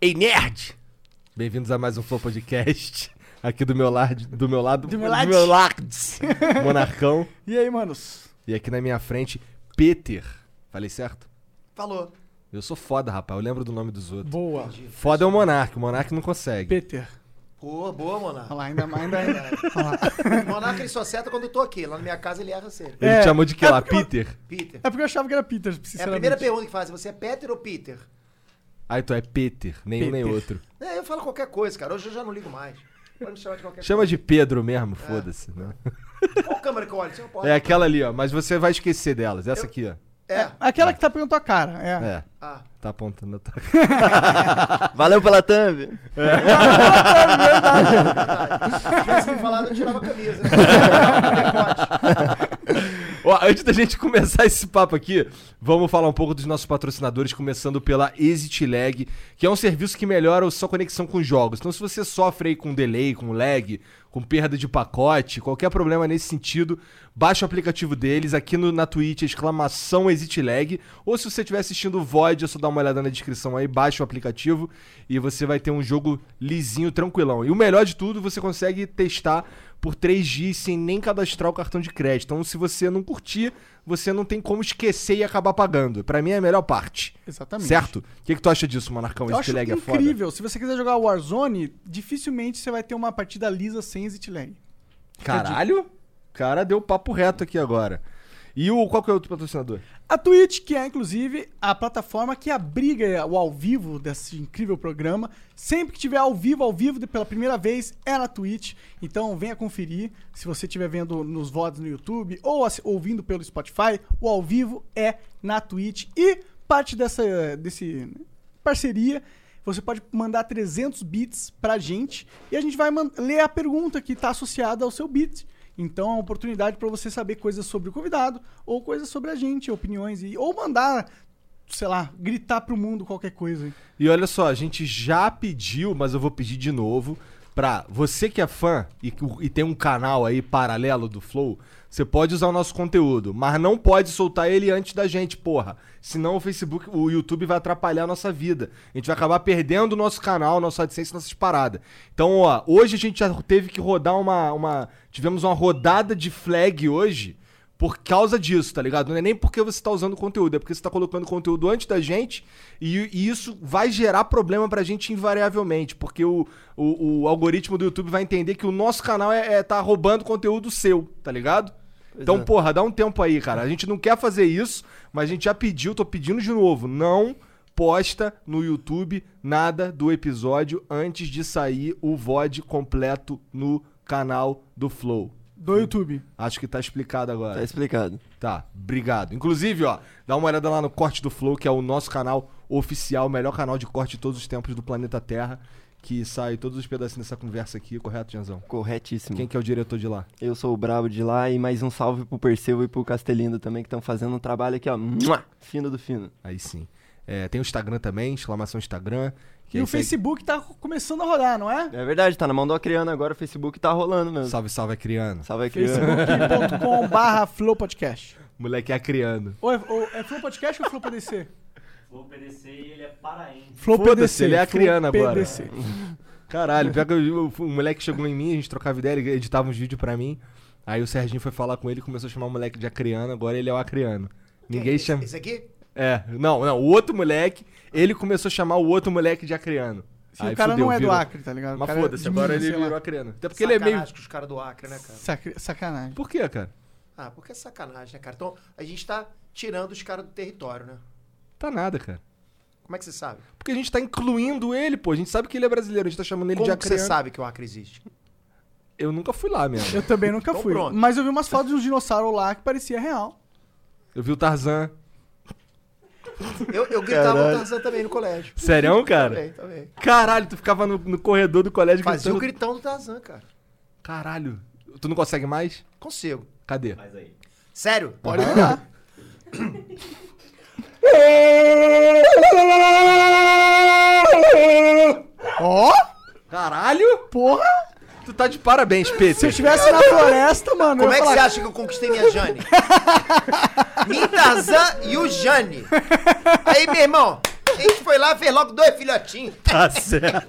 Ei, nerd! Bem-vindos a mais um Flow Podcast. Aqui do meu lado, do meu lado, Do meu lado. Lards! Monarcão. E aí, manos? E aqui na minha frente, Peter. Falei certo? Falou. Eu sou foda, rapaz. Eu lembro do nome dos outros. Boa. Foda é o Monark. O Monark não consegue. Peter. Boa, boa, Monarca. Olha lá, ainda mais, ainda mais. Monarca ele só acerta quando eu tô aqui. Lá na minha casa ele erra sempre. Ele É. te chamou de que É lá? porque eu- Peter? Peter. É porque eu achava que era Peter, É a sinceramente. primeira pergunta que fazem. Você é Peter ou Peter? Ah, então é Peter. Nenhum nem Peter. outro. É, eu falo qualquer coisa, cara. Hoje eu já não ligo mais. Pode me chamar de qualquer Chama de Pedro mesmo, foda-se. né? coisa. Qual câmera que eu olho? Você não pode. É aquela ali, ó. Mas você vai esquecer delas. Essa aqui, ó. É. Aquela que tá pegando tua cara, é. É. Ah. Tá apontando a tua Valeu pela thumb. Se tivesse me falado, eu tirava a camisa. né? Decote. Ó, antes da gente começar esse papo aqui, vamos falar um pouco dos nossos patrocinadores, começando pela Exit Lag, que é um serviço que melhora a sua conexão com jogos. Então, se você sofre aí com delay, com lag, com perda de pacote, qualquer problema nesse sentido, baixa o aplicativo deles aqui no, na Twitch, exclamação Exit Lag. Ou se você estiver assistindo o Void, é só dar uma olhada na descrição aí, baixa o aplicativo e você vai ter um jogo lisinho, tranquilão. E o melhor de tudo, você consegue testar por 3 dias sem nem cadastrar o cartão de crédito. Então, se você não curtir, você não tem como esquecer e acabar pagando. Pra mim é a melhor parte. Exatamente. Certo? O que, que tu acha disso, Monarcão? Eu Exit acho lag é foda. incrível. Se você quiser jogar Warzone, dificilmente você vai ter uma partida lisa sem exit lag. É Caralho? O cara deu papo reto aqui agora. E o qual que é o outro patrocinador? A Twitch, que é inclusive a plataforma que abriga o ao vivo desse incrível programa. Sempre que tiver ao vivo, ao vivo pela primeira vez, é na Twitch. Então venha conferir. Se você estiver vendo nos VODs no YouTube ou assi- ouvindo pelo Spotify, o ao vivo é na Twitch. E parte dessa desse parceria, você pode mandar 300 bits pra gente e a gente vai man- ler a pergunta que está associada ao seu bit. Então é uma oportunidade para você saber coisas sobre o convidado ou coisas sobre a gente, opiniões e ou mandar, sei lá, gritar pro mundo qualquer coisa. E olha só, a gente já pediu, mas eu vou pedir de novo. Pra você que é fã e, e tem um canal aí paralelo do Flow, você pode usar o nosso conteúdo, mas não pode soltar ele antes da gente, porra. Senão o Facebook, o YouTube vai atrapalhar a nossa vida. A gente vai acabar perdendo o nosso canal, nossa AdSense, nossas paradas. Então, ó, hoje a gente já teve que rodar uma. uma tivemos uma rodada de flag hoje por causa disso, tá ligado? Não é nem porque você tá usando conteúdo, é porque você tá colocando conteúdo antes da gente e, e isso vai gerar problema pra gente invariavelmente, porque o, o, o algoritmo do YouTube vai entender que o nosso canal é, é tá roubando conteúdo seu, tá ligado? então, porra, dá um tempo aí, cara. A gente não quer fazer isso, mas a gente já pediu, tô pedindo de novo, não posta no YouTube nada do episódio antes de sair o VOD completo no canal do Flow. Do YouTube. Acho que tá explicado agora. Tá explicado. Tá, obrigado. Inclusive, ó, dá uma olhada lá no Corte do Flow, que é o nosso canal oficial, o melhor canal de corte de todos os tempos do planeta Terra, que sai todos os pedacinhos dessa conversa aqui, correto, Janzão? Corretíssimo. Quem que é o diretor de lá? Eu sou o Brabo de lá e mais um salve pro Perseu e pro Castelindo também, que estão fazendo um trabalho aqui, ó. Mua! Fino do fino. Aí sim. É, tem o Instagram também, exclamação Instagram. Que E é o isso aí. Facebook tá começando a rodar, não é? É verdade, tá na mão do Acriano agora, o Facebook tá rolando mesmo. Salve, salve, é acriano. Salve Acriano. facebook.com/barra Flow Podcast. Moleque acriano. Ou é, ou é Flow Podcast ou Flow PDC? Vou PDC e ele é paraense. Flow Foda-se, ele é Flow acriano agora. PDC. Caralho, pior que eu- o, o moleque chegou em mim, a gente trocava ideia, ele editava uns vídeos pra mim. Aí o Serginho foi falar com ele, começou a chamar o moleque de acriano, agora ele é o acriano. Ninguém Esse- chama. Esse aqui? É, não, não, o outro moleque, ele começou a chamar o outro moleque de acriano. Se o cara fudeu, não é virou. do Acre, tá ligado? O Mas cara é foda-se, de agora Minas, ele sei lá. virou acriano. Até porque ele é meio... Sacanagem com os caras do Acre, né, cara? Sacri- Sacanagem. Por quê, cara? Ah, porque é sacanagem, né, cara? Então, a gente tá tirando os caras do território, né? Tá nada, cara. Como é que você sabe? Porque a gente tá incluindo ele, pô. A gente sabe que ele é brasileiro, a gente tá chamando ele de Como que você acriano. sabe que o Acre existe? Eu nunca fui lá mesmo. Eu também nunca Então fui. pronto. Mas eu vi umas fotos de um dinossauro lá que parecia real. Eu vi o Tarzan. Eu, eu gritava o Caralho. Tarzan também no colégio. Sério, cara? Também, também. Caralho, tu ficava no, no corredor do colégio Fazia o gritando... gritão do Tarzan, cara. Caralho. Tu não consegue mais? Consigo. Cadê? Faz aí. Sério? é Pode olhar. Ó, Caralho! porra! Tu tá de parabéns, Pedro. Se eu estivesse na floresta, mano, eu Como é ia que falar, você acha que eu conquistei minha Jane? Minha Tarzan e o Jane. Aí, meu irmão, A gente foi lá, fez logo dois filhotinhos. Tá certo.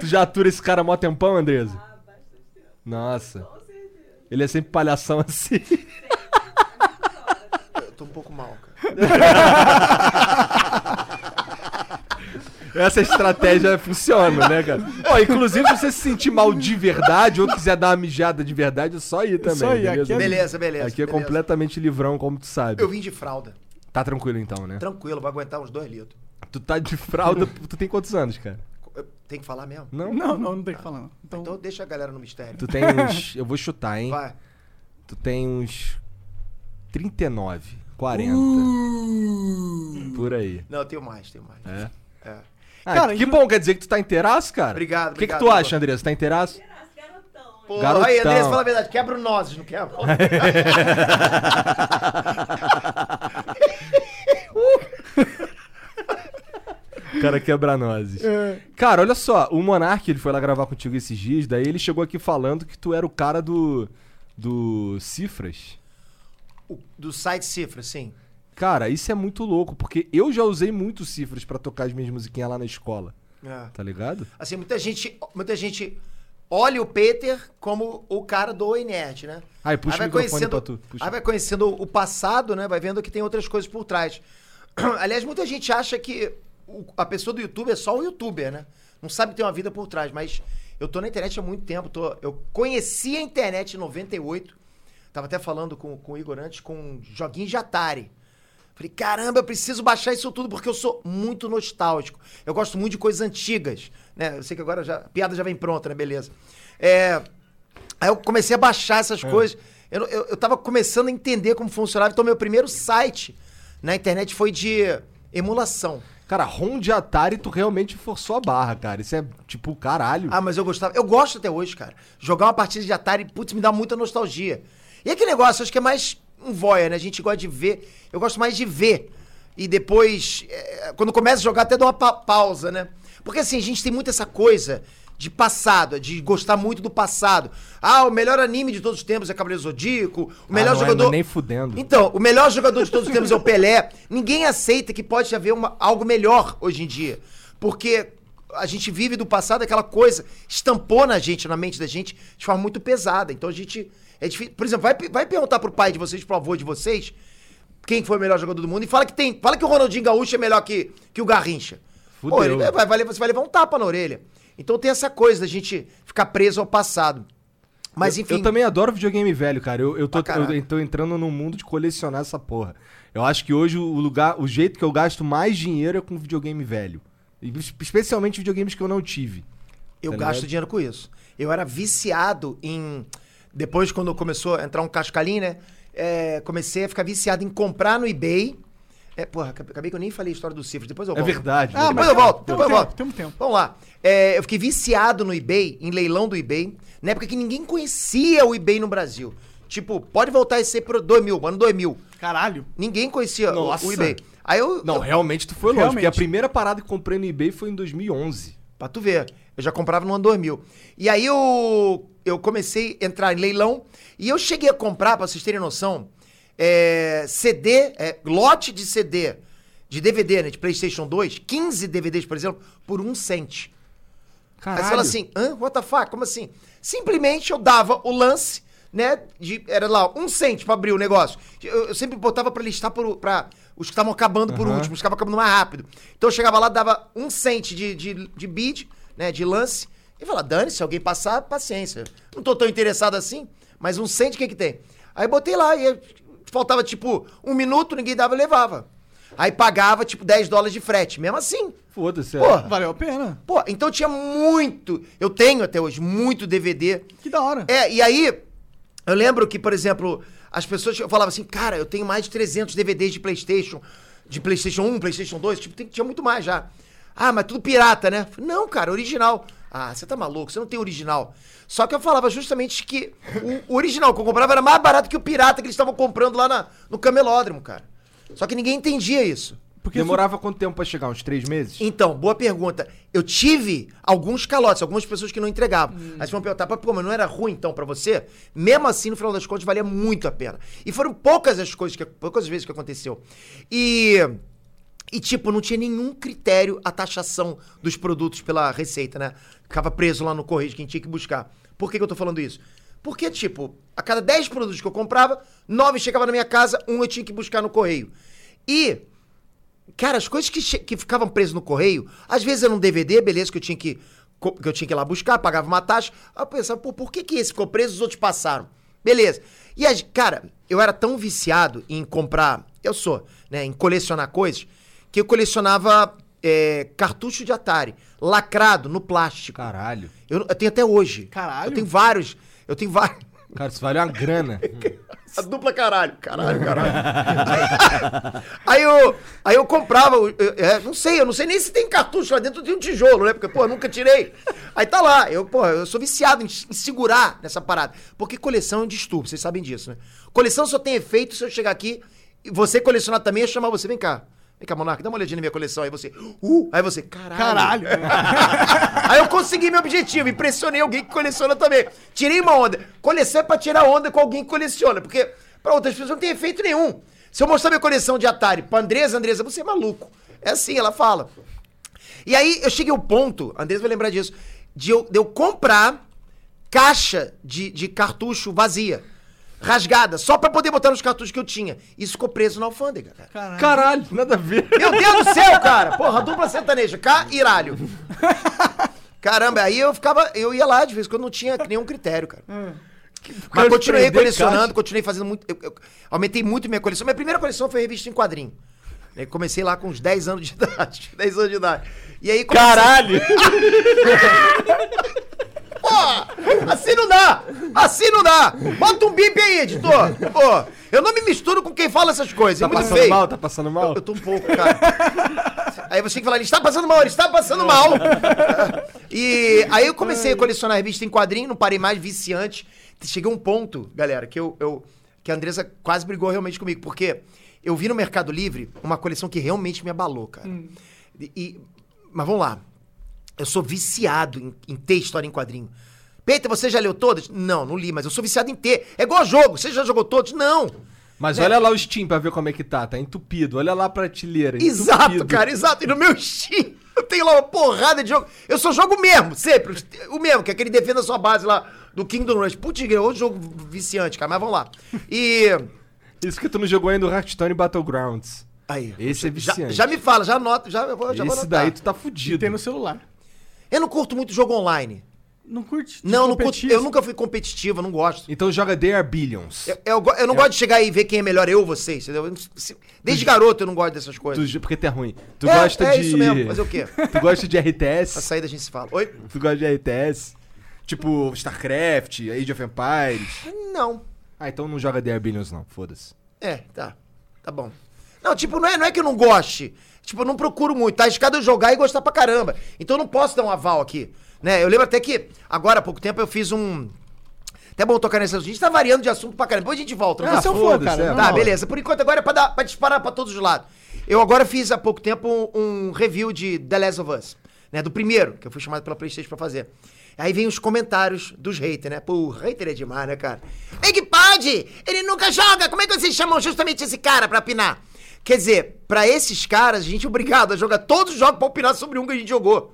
tu já atura esse cara mó tempão, Andresa? Ah, Nossa. Ele é sempre palhação assim. Eu tô um pouco mal, cara. Essa estratégia funciona, né, cara? Ó, inclusive, se você se sentir mal de verdade ou quiser dar uma mijada de verdade, é só ir também. só ir, aqui é- Beleza, beleza. Aqui é beleza. completamente livrão, como tu sabe. Eu vim de fralda. Tá tranquilo então, né? Tranquilo, vou aguentar uns dois litros. Tu tá de fralda. Tu tem quantos anos, cara? Eu- Tem que falar mesmo? Não? Não, não, não tem o que falar. não. Então, Então deixa a galera no mistério. Tu tem uns. Eu vou chutar, hein? Vai. Tu tem uns. 39, 40. Por aí. Não, eu tenho mais, tenho mais. É. É. Ah, Cara, que inclu- bom, quer dizer que tu tá inteiraço, cara? Obrigado, O que, que obrigado, tu acha, Igor. André? Você tá inteiraço? Garotão. Pô, Garotão. aí, Andressa, fala a verdade. Quebra o nozes, não quebra? O cara quebra nozes. É. Cara, olha só, o Monark, ele foi lá gravar contigo esses dias, daí ele chegou aqui falando que tu era o cara do. do. Cifras. O- Do site Cifra, sim. Cara, isso é muito louco, porque eu já usei muito Cifras pra tocar as minhas musiquinhas lá na escola, É. tá ligado? Assim, muita gente, muita gente olha o Peter como o cara do Oi Nerd, né? Aí, puxa o microfone pra tu, puxa. Aí vai conhecendo o passado, né? Vai vendo que tem outras coisas por trás. Aliás, muita gente acha que o- a pessoa do YouTube é só um youtuber, né? Não sabe que tem uma vida por trás, mas eu tô na internet há muito tempo. tô- eu conheci a internet em 98. Tava até falando com, com o Igor antes, com um joguinho de Atari. Falei, caramba, eu preciso baixar isso tudo porque eu sou muito nostálgico. Eu gosto muito de coisas antigas, né? Eu sei que agora já, a piada já vem pronta, né? Beleza. É, aí eu comecei a baixar essas É. coisas. Eu, não- eu, eu tava começando a entender como funcionava. Então, meu primeiro site na internet foi de emulação. Cara, ROM de Atari, tu realmente forçou a barra, cara. Isso é tipo, caralho. Ah, mas eu gostava. Eu gosto até hoje, cara. Jogar uma partida de Atari, putz, me dá muita nostalgia. E aquele negócio, acho que é mais um voia, né? A gente gosta de ver. Eu gosto mais de ver. E depois, é, quando começa a jogar, até dá uma pa- pausa, né? Porque assim, a gente tem muito essa coisa de passado, de gostar muito do passado. Ah, o melhor anime de todos os tempos é Cavaleiro Zodíaco, o melhor não é, jogador. não é nem fudendo. Então, o melhor jogador de todos os tempos é o Pelé. Ninguém aceita que pode haver uma- algo melhor hoje em dia. Porque a gente vive do passado aquela coisa, estampou na gente, na mente da gente, de forma muito pesada. Então a gente. É difícil. Por exemplo, vai, pe- vai perguntar pro pai de vocês, pro avô de vocês, quem foi o melhor jogador do mundo, e fala que tem. Fala que o Ronaldinho Gaúcho é melhor que, que o Garrincha. Fudeu. Pô, ele vai, vai levar- você vai levar um tapa na orelha. Então tem essa coisa da gente ficar preso ao passado. Mas Eu- enfim. Eu, também adoro videogame velho, cara. Eu, eu, tô, Pra caralho. eu tô entrando num mundo de colecionar essa porra. Eu acho que hoje o lugar, o jeito que eu gasto mais dinheiro é com videogame velho. E es- Especialmente videogames que eu não tive. Eu Tá gasto ligado? dinheiro com isso. Eu era viciado em. Depois, quando começou a entrar um cascalim, né? É, comecei a ficar viciado em comprar no eBay. É, porra, acabei acabei que eu nem falei a história do Cifras. Depois eu É volto. verdade. Ah, né, depois cara? eu volto. Tem um Depois eu tempo, volto. tem um tempo. Vamos lá. É, eu fiquei viciado no eBay, em leilão do eBay, na época que ninguém conhecia o eBay no Brasil. Tipo, pode voltar esse pro 2000, ano 2000. Caralho. Ninguém conhecia o- Nossa. o eBay. Aí eu, Não, eu- realmente tu foi longe, porque a Realmente. primeira parada que comprei no eBay foi em 2011. Pra tu ver. Eu já comprava no ano 2000. E aí eu, eu comecei a entrar em leilão e eu cheguei a comprar, pra vocês terem noção, é, CD, é, lote de CD, de DVD, né, de PlayStation 2, 15 DVDs, por exemplo, por um cent. Caralho. Aí você fala assim, hã? What the fuck? Como assim? Simplesmente eu dava o lance, né? De, era lá, um cento pra abrir o negócio. Eu, eu sempre botava pra listar por, pra os que estavam acabando por Aham. último, os que estavam acabando mais rápido. Então eu chegava lá, dava um cento de, de, de bid, né? De lance. E falava, dane, se alguém passar, paciência. Não tô tão interessado assim, mas um cento, o que que tem? Aí botei lá e faltava tipo um minuto, ninguém dava, eu levava. Aí pagava tipo 10 dólares de frete, mesmo assim. Foda-se. é. Porra. Valeu a pena. Pô, então tinha muito. Eu tenho até hoje muito DVD. Que da hora. É, e aí, eu lembro que, por exemplo, as pessoas falavam assim: cara, eu tenho mais de 300 DVDs de PlayStation, de PlayStation 1, PlayStation 2, tipo, tem- tinha muito mais já. Ah, mas tudo pirata, né? Falei, Não, cara, original. Ah, você tá maluco, você não tem original. Só que eu falava justamente que o, o original que eu comprava era mais barato que o pirata que eles estavam comprando lá na- no camelódromo, cara. Só que ninguém entendia isso. Porque Demorava quanto tempo pra chegar? Uns três meses? Então, boa pergunta. Eu tive alguns calotes, algumas pessoas que não entregavam. Aí vocês vão perguntar, "Pô, mas não era ruim então pra você? Mesmo assim, no final das contas, valia muito a pena. E foram poucas as coisas que poucas vezes que aconteceu. E e tipo, não tinha nenhum critério a taxação dos produtos pela receita, né? Ficava preso lá no correio de quem tinha que buscar. Por que, que eu tô falando isso? Porque, tipo, a cada 10 produtos que eu comprava, 9 chegavam na minha casa, um eu tinha que buscar no correio. E Cara, as coisas que, che- que ficavam presas no correio, às vezes era um DVD, beleza, que eu tinha que, co- que eu tinha que ir lá buscar, pagava uma taxa. Aí eu pensava, pô, por que, que esse ficou preso e os outros passaram? Beleza. E, as, cara, eu era tão viciado em comprar, eu sou, né, em colecionar coisas, que eu colecionava é, cartucho de Atari, lacrado no plástico. Caralho. Eu, não- eu tenho até hoje. Caralho. Eu tenho vários. Eu tenho vários. Cara, isso vale uma grana. A dupla caralho. Caralho, caralho. aí, eu, aí eu comprava. eu- eu- é, não sei, eu não sei nem se tem cartucho lá dentro, tem um tijolo, né? Porque, pô, eu nunca tirei. Aí tá lá. Eu, pô, eu sou viciado em, em segurar nessa parada. Porque coleção é um distúrbio, vocês sabem disso, né? Coleção só tem efeito se eu chegar aqui e você colecionar também eu chamar você. Vem cá. Vem cá, Monarca, dá uma olhadinha na minha coleção. Aí você. Uh! Aí você, caralho. Caralho. Aí eu consegui meu objetivo, impressionei alguém que coleciona também. Tirei uma onda. Coleção é pra tirar onda com alguém que coleciona, porque pra outras pessoas não tem efeito nenhum. Se eu mostrar minha coleção de Atari pra Andresa, Andresa, você é maluco. É assim, ela fala. E aí eu cheguei ao ponto, a Andresa vai lembrar disso, de eu, de eu comprar caixa de, de cartucho vazia. Rasgada, só pra poder botar nos cartuchos que eu tinha. Isso ficou preso na alfândega, cara. Caralho. Caralho, nada a ver. Meu Deus do céu, cara! Porra, dupla sertaneja, cá e iralho. Caramba, aí eu ficava, eu ia lá de vez em quando não tinha nenhum critério, cara. Mas cara continuei prender colecionando, caixa. continuei fazendo muito. eu- eu aumentei muito minha coleção. Minha primeira coleção foi revista em quadrinho. Eu comecei lá com uns 10 anos de idade. 10 anos de idade. E aí comecei- Caralho! Pô, assim não dá! Assim não dá! Bota um bip aí, editor! Pô, eu não me misturo com quem fala essas coisas. é Tá muito passando feio. mal? Tá passando Eu, mal? eu tô um pouco, cara. aí você tem que falar, ele está passando mal, ele está passando mal. e aí eu comecei a colecionar revista em quadrinho, não parei mais, viciante. Cheguei a um ponto, galera, que eu, eu- que a Andressa quase brigou realmente comigo, porque eu vi no Mercado Livre uma coleção que realmente me abalou, cara. E- e- mas vamos lá. Eu sou viciado em, em ter história em quadrinho. Peter, você já leu todas? Não, não li, mas eu sou viciado em ter. É igual a jogo. Você já jogou todos? Não. Mas olha lá o Steam pra ver como é que tá. Tá entupido. Olha lá a prateleira. Exato, entupido. cara, exato. E no meu Steam, eu tenho lá uma porrada de jogo. Eu só jogo o mesmo, sempre. O mesmo, que é aquele defenda a sua base lá do Kingdom Rush. Putz, é outro jogo viciante, cara, mas vamos lá. E. Isso que tu não jogou ainda o Hearthstone Battlegrounds. Aí. Esse é Já, viciante. já me fala, já anota, já, eu vou- já vou Esse anotar. daí tu tá E fudido. tem no celular. Eu não curto muito jogo online. Não curte? Tipo, de é Não, não curto, competir? eu nunca fui competitivo, eu não gosto. Então joga There Are Billions. Eu, eu, go- eu não gosto de chegar aí e ver quem é melhor, eu ou vocês, entendeu? Eu não- se- Desde garoto eu não gosto dessas Tu coisas. jo- porque tu é ruim. Tu É, gosta é de. isso mesmo, fazer o quê? Tá Tu gosta de Na RTS. saída a gente se fala. Oi? tu gosta de RTS. Tipo, StarCraft, Age of Empires. Não. Ah, então não joga There Are Billions, não. Foda-se. É, tá. Tá bom. Não, tipo, não é, não é que eu não goste. Tipo, eu não procuro muito. Tá arriscado eu jogar e gostar pra caramba. Então eu não posso dar um aval aqui. Né? Eu lembro até que, agora há pouco tempo, eu fiz um. Até bom tocar nesse assunto. A gente tá variando de assunto pra caramba. Depois a gente volta. Ah, Você é um foda-se, cara. é, tá, normal. beleza. Por enquanto, agora é pra, dar, pra disparar pra todos os lados. Eu agora fiz há pouco tempo um, um review de The Last of Us. Né? Do primeiro, que eu fui chamado pela Playstation pra fazer. Aí vem os comentários dos haters, né? Pô, o hater é demais, né, cara? É que pode! Ele nunca joga! Como é que vocês chamam justamente esse cara pra opinar? Quer dizer, pra esses caras, a gente é obrigado a jogar todos os jogos pra opinar sobre um que a gente jogou.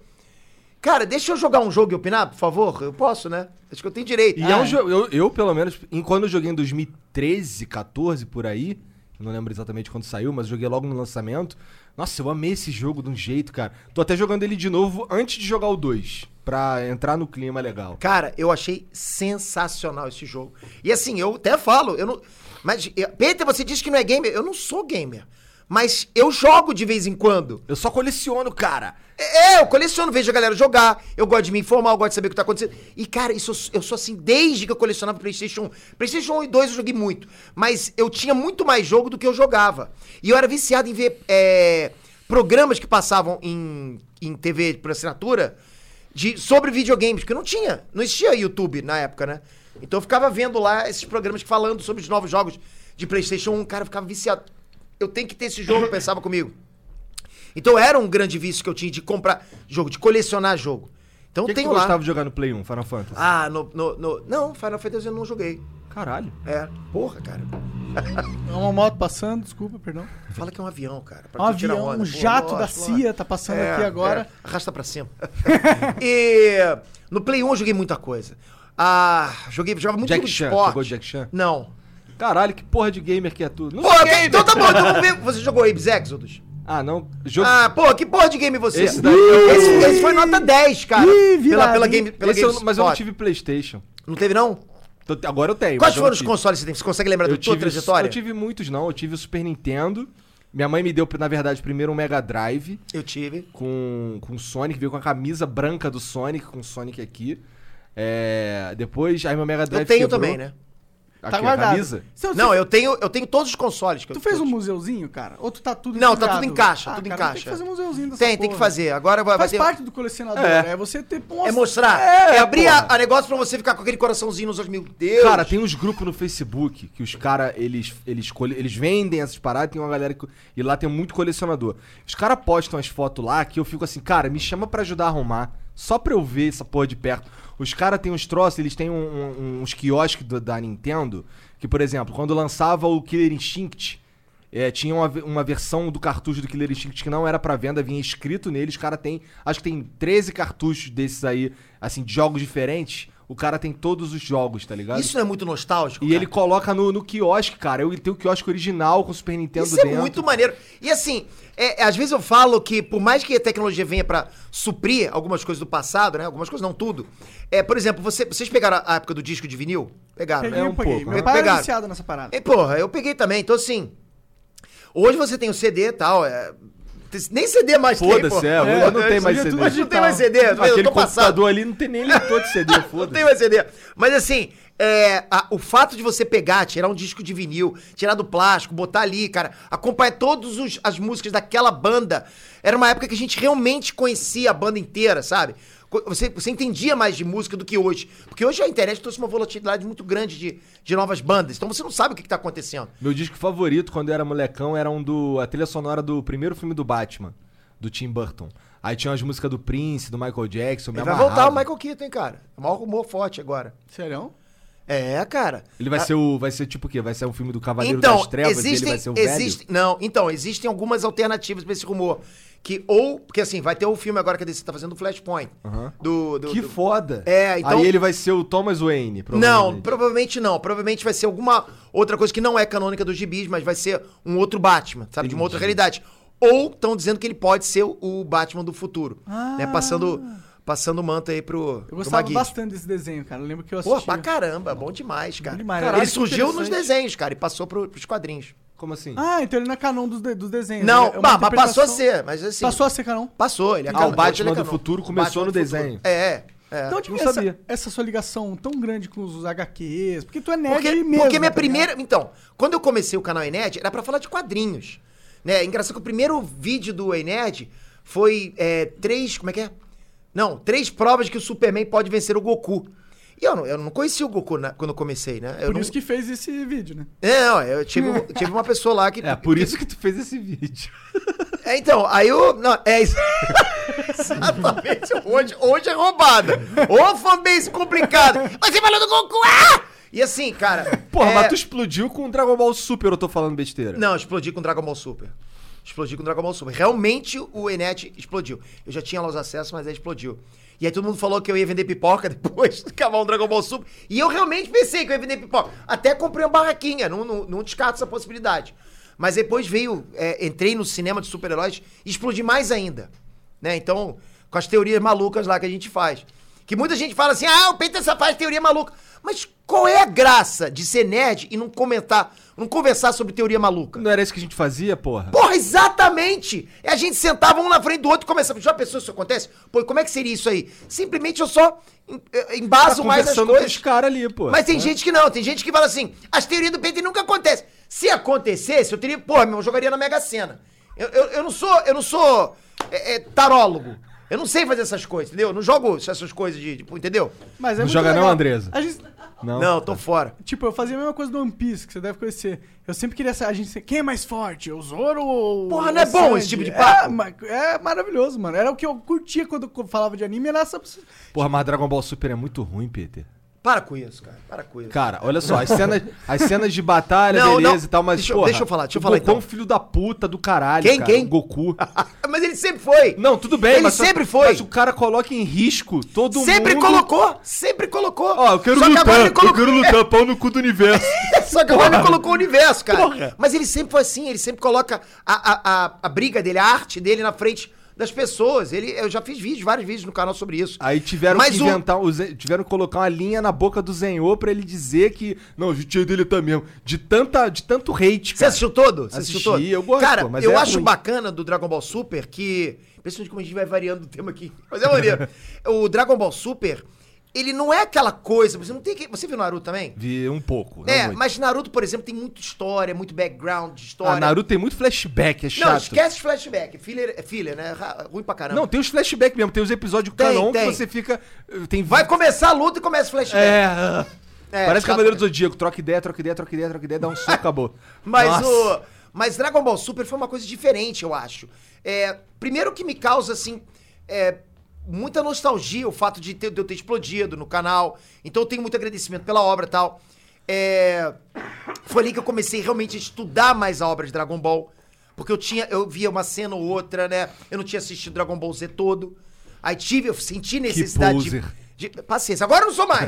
Cara, deixa eu jogar um jogo e opinar, por favor? Eu posso, né? Acho que eu tenho direito. E é um jogo. Eu, eu, pelo menos, em- quando eu joguei em 2013, 14, por aí. eu Não lembro exatamente quando saiu, mas joguei logo no lançamento. Nossa, eu amei esse jogo de um jeito, cara. Tô até jogando ele de novo antes de jogar o 2. Pra entrar no clima legal. Cara, eu achei sensacional esse jogo. E assim, eu até falo, eu não. Mas, eu- Peter, você disse que não é gamer. Eu não sou gamer. Mas eu jogo de vez em quando. Eu só coleciono, cara. É, é, eu coleciono, vejo a galera jogar, eu gosto de me informar, eu gosto de saber o que tá acontecendo. E, cara, isso, eu sou- eu sou assim desde que eu colecionava PlayStation 1. PlayStation 1 e 2 eu joguei muito, mas eu tinha muito mais jogo do que eu jogava. E eu era viciado em ver é, programas que passavam em, em TV por assinatura de, sobre videogames, porque não tinha, não existia YouTube na época, né? Então eu ficava vendo lá esses programas que falando um, sobre os novos jogos de PlayStation 1, cara, eu ficava viciado. Eu tenho que ter esse jogo, eu pensava comigo. Então era um grande vício que eu tinha de comprar jogo, de colecionar jogo. Então O que, que tenho tu lá. gostava de jogar no Play 1, Final Fantasy? Ah, no, no, no- Não, Final Fantasy eu não joguei. Caralho. É. Porra, cara. É uma moto passando, desculpa, perdão. Fala que é um avião, cara. pra Um tu tirar avião, onda. um Pô, jato da lógico, CIA tá passando É, aqui agora. é. Arrasta pra cima. e no Play 1 eu joguei muita coisa. Ah, joguei, jogava muito Jack jogo de Chan, esporte. jogou Jack Chan? Não. Caralho, que porra de gamer que é tu? Não Pô, então tá bom, então vamos ver. Você jogou Apes Exodus? Ah, não. Jogo... Ah, pô, que porra de game você? Esse daí eu- Esse- esse foi nota 10, cara. Ih, virado, pela, pela hein? game, pela Esse eu não- GameSpot. mas eu não tive Playstation. Não teve, não? Tô- agora eu tenho. Quais mas eu foram não os tive. consoles que você tem? Você consegue lembrar da Eu tua tive, trajetória? eu tive muitos, não. Eu tive o Super Nintendo. Minha mãe me deu, na verdade, primeiro um Mega Drive Eu tive. com, com Sonic. Veio com a camisa branca do Sonic, com o Sonic aqui. É, depois, aí meu Mega Drive Eu tenho quebrou. também, né? Aqui, Tá a guardado. camisa? Seu- Não, seu- eu tenho, eu tenho todos os consoles que eu Tu fez que eu um tive. museuzinho, cara? Ou tu tá tudo Não, tá tudo enfiado? em caixa, Ah, tudo em cara, Tem caixa. que fazer um museuzinho dessa Tem, tem que porra. fazer. Agora vai, vai Faz ter... parte do colecionador, é, É. você ter... É mostrar. É, abrir a, a negócio pra você ficar com aquele coraçãozinho nos olhos. Meu Deus. Cara, tem uns grupos no Facebook que os caras, eles, eles, cole- eles vendem essas paradas, tem uma galera que. E lá tem muito colecionador. Os caras postam as fotos lá que eu fico assim, cara, me chama pra ajudar a arrumar. Só pra eu ver essa porra de perto. Os caras têm uns troços, eles têm um- um- uns quiosques do- da Nintendo. Que, por exemplo, quando lançava o Killer Instinct, é, tinha uma, ve- uma versão do cartucho do Killer Instinct que não era pra venda, vinha escrito nele. Os cara tem, acho que tem 13 cartuchos desses aí, assim, de jogos diferentes. O cara tem todos os jogos, tá ligado? Isso não é muito nostálgico, E cara? ele coloca no, no quiosque, cara. Eu- Ele tem o quiosque original com o Super Nintendo Isso dentro. é muito maneiro. E assim, é, é, às vezes eu falo que por mais que a tecnologia venha pra suprir algumas coisas do passado, né? Algumas coisas, não tudo. É, por exemplo, você- vocês pegaram a época do disco de vinil? Pegaram, Peguei, né? É eu um paguei. pouco, Meu né? pai era Pegaram. É. viciado nessa parada. E, porra, eu peguei também. Então, assim, hoje você tem o CD e tal, é... Nem CD mais Foda-se, porra. é, hoje É, não tem hoje mais é tudo CD. Hoje não tem mais CD, eu Aquele tô computador passado. ali não tem nem leitor de CD, Não foda-se. tem mais CD. Mas assim, é, a- o fato de você pegar, tirar um disco de vinil, tirar do plástico, botar ali, cara, acompanhar todas as músicas daquela banda. Era uma época que a gente realmente conhecia a banda inteira, sabe? Co- Você, você entendia mais de música do que hoje. Porque hoje a internet trouxe uma volatilidade muito grande de, de novas bandas. Então você não sabe o que, que tá acontecendo. Meu disco favorito quando eu era molecão era um do. a trilha sonora do primeiro filme do Batman, do Tim Burton. Aí tinha as músicas do Prince, do Michael Jackson, me Ele vai amarrava. voltar o Michael Keaton, hein, cara. É o maior rumor forte agora. Sério? É, cara. Ele vai ser o. Vai ser tipo o quê? Vai ser um filme do Cavaleiro das Trevas, ele vai ser o Então, existem, Não, então, existem algumas alternativas pra esse rumor. Que ou, porque assim, vai ter o filme agora que a DC tá fazendo, o Flashpoint. Aham. Do, do, velho. Que do- foda! É, então- Aí ele vai ser o Thomas Wayne, Não, provavelmente. provavelmente não. Provavelmente vai ser alguma outra coisa que não é canônica dos gibis, mas vai ser um outro Batman, sabe? De uma outra realidade. Ou estão dizendo que ele pode ser o- o Batman do futuro. Né? Passando passando manta aí pro, Ah. Eu pro gostava Maguire. bastante desse desenho, cara. Eu lembro que eu Pô, assistia. pra caramba, bom demais, cara. demais, Caralho, né? ele surgiu nos Interessante. desenhos, cara, e passou pro, pros quadrinhos. Como assim? Ah, então ele não é canon dos, de- dos desenhos. Não, ele é uma bah, mas passou a interpretação- ser, mas assim. Passou a ser canon? Passou, ele Ah, acabou. o Batman Ele do acabou. futuro começou Batman no do futuro. desenho. É, é. Então, tipo, não essa, sabia. essa sua ligação tão grande com os HQs, porque tu é nerd porque, mesmo. porque minha tá ligado? primeira. Então, quando eu comecei o canal Ened, era pra falar de quadrinhos. Né? É Engraçado que o primeiro vídeo do Ened foi é, três. Como é que é? Não, três provas que o Superman pode vencer o Goku. E eu não, eu não conhecia o Goku na- quando eu comecei, né? Eu Por não, isso que fez esse vídeo, né? É, não, eu tive, tive uma pessoa lá que. É, por isso que tu fez esse vídeo. É, então, aí eu. Não, é isso. Exatamente. Hoje, hoje é roubada. Ô, fanbase complicada. Você falou do Goku, ah! E assim, cara. Porra, é... mas tu explodiu com o Dragon Ball Super, eu tô falando besteira. Não, eu explodi com Dragon Ball Super. Explodi com Dragon Ball Super. Realmente o Enet explodiu. Eu já tinha lá os acessos, mas aí explodiu. E aí todo mundo falou que eu ia vender pipoca depois de acabar um Dragon Ball Super. E eu realmente pensei que eu ia vender pipoca. Até comprei uma barraquinha, não, não, não descarto essa possibilidade. Mas depois veio, é, entrei no cinema de super-heróis e explodi mais ainda. Né? Então, com as teorias malucas lá que a gente faz. Que muita gente fala assim, ah, o Peter só faz teoria maluca. Mas qual é a graça de ser nerd e não comentar, não conversar sobre teoria maluca? Não era isso que a gente fazia, porra? Porra, exatamente! É a gente sentava um na frente do outro e começava. Já pensou se isso acontece? Pô, e como é que seria isso aí? Simplesmente eu só em- eh, embaso mais as Tá com os coisas. caras ali, pô. Mas tem gente que não, tem gente que fala assim: as teorias do Peter nunca acontecem. Se acontecesse, eu teria. Porra, meu, eu jogaria na Mega Sena. Eu, eu, eu não sou. Eu não sou. é, é, tarólogo. Eu não sei fazer essas coisas, entendeu? Eu não jogo essas coisas de. de- entendeu? Mas é Não muito joga não, legal. Andresa? A gente... Não. Não, tô fora. Tipo, eu fazia a mesma coisa do One Piece, que você deve conhecer. Eu sempre queria saber, a gente sempre, quem é mais forte, o Zoro ou Porra, o não é bom Sanji? esse tipo de É, papo? ma- é maravilhoso, mano. Era o que eu curtia quando eu falava de anime, era essa... Porra, mas Dragon Ball Super é muito ruim, Peter. Para com isso, cara. Para com isso. Cara, olha só, as cenas, as cenas de batalha, Não, beleza não. e tal, mas Deixa eu- porra, deixa eu falar, deixa eu o falar, Goku é um então. filho da puta do caralho, Quem, cara, quem? o Goku. mas ele sempre foi. Não, tudo bem, Ele mas só- sempre foi. Mas o cara coloca em risco todo sempre mundo. colocou, sempre colocou. Ó, eu quero Só que lutar, agora ele eu colocou- quero lutar, pau no cu do universo. Só que agora ele colocou o universo, cara. Porra. Mas ele sempre foi assim, ele sempre coloca a, a, a, a briga dele, a arte dele na frente das pessoas. Ele, eu já fiz vídeos, vários vídeos no canal sobre isso. um. Aí tiveram Mas que o- inventar, o Zen- tiveram que colocar uma linha na boca do Zenhô pra ele dizer que, não, o judiei dele tá mesmo, de, tanta, de tanto hate, Você cara. assistiu todo? Você Assisti, assistiu todo? eu gosto, Cara, pô, mas eu é acho ruim. bacana do Dragon Ball Super que. Principalmente como a gente vai variando o tema aqui. Mas é maneiro. o Dragon Ball Super, ele não é aquela coisa. Você não tem que. Você viu Naruto também? Vi um pouco, não É, muito. mas Naruto, por exemplo, tem muita história, muito background de história. Ah, Naruto tem muito flashback, é chato. Não, esquece flashback. Filler é filler, né? Ra- Ruim pra caramba. Não, tem os flashback mesmo, tem os episódios Tem, canon tem. que você fica... eh, Tem Vai começar a luta e começa o flashback. É. É, Parece chato Cavaleiro do mesmo. Zodíaco. Troca ideia, troca ideia, troca ideia, troca ideia, dá um soco, acabou. Mas Nossa. o. Mas Dragon Ball Super foi uma coisa diferente, eu acho. É, primeiro que me causa, assim, é, muita nostalgia o fato de, ter- de eu ter explodido no canal. Então eu tenho muito agradecimento pela obra e tal. É, foi ali que eu comecei realmente a estudar mais a obra de Dragon Ball. Porque eu tinha, eu via uma cena ou outra, né? Eu não tinha assistido Dragon Ball Z todo. Aí tive, eu senti necessidade de, poser. de- Paciência, agora eu não sou mais.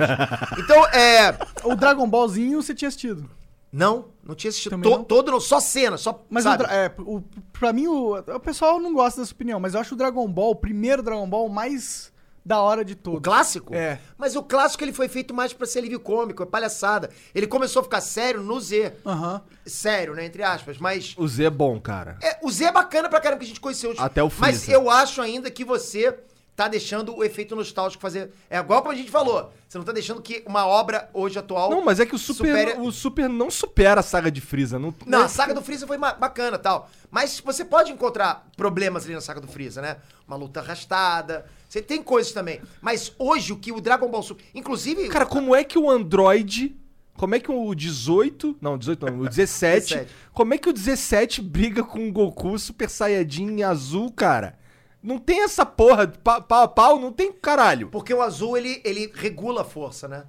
Então, é. O Dragon Ballzinho você tinha assistido. Não, não tinha assistido Também to- não? todo, não, só cena, só. Mas o, sabe? dra- é, o- pra mim, o, o pessoal não gosta dessa opinião, mas eu acho o Dragon Ball, o primeiro Dragon Ball, o mais da hora de O todos. clássico? É. Mas o clássico ele foi feito mais pra ser livro cômico, é palhaçada. Ele começou a ficar sério no Z. Aham. Sério, né? Entre aspas. Mas. O Z é bom, cara. É, o Z é bacana pra caramba que a gente conheceu. Até o Mas Freeza. eu acho ainda que você tá deixando o efeito nostálgico fazer. É igual como a gente falou. Você não tá deixando que uma obra hoje atual. Não, mas é que o Super, supere- o Super não supera a saga de Freeza. Não, é Não, a saga do Freeza foi ma- bacana tal. Mas você pode encontrar problemas ali na saga do Freeza, né? Uma luta arrastada. Você tem coisas também. Mas hoje o que o Dragon Ball Super. Inclusive. Cara, como é que o Android... Como é que o 18... Não, 18 não. O 17... 17. Como é que o 17 briga com o Goku Super Saiyajin azul, cara? Não tem essa porra. pa- Pau a pau, não tem caralho. Porque o azul, ele, ele regula a força, né?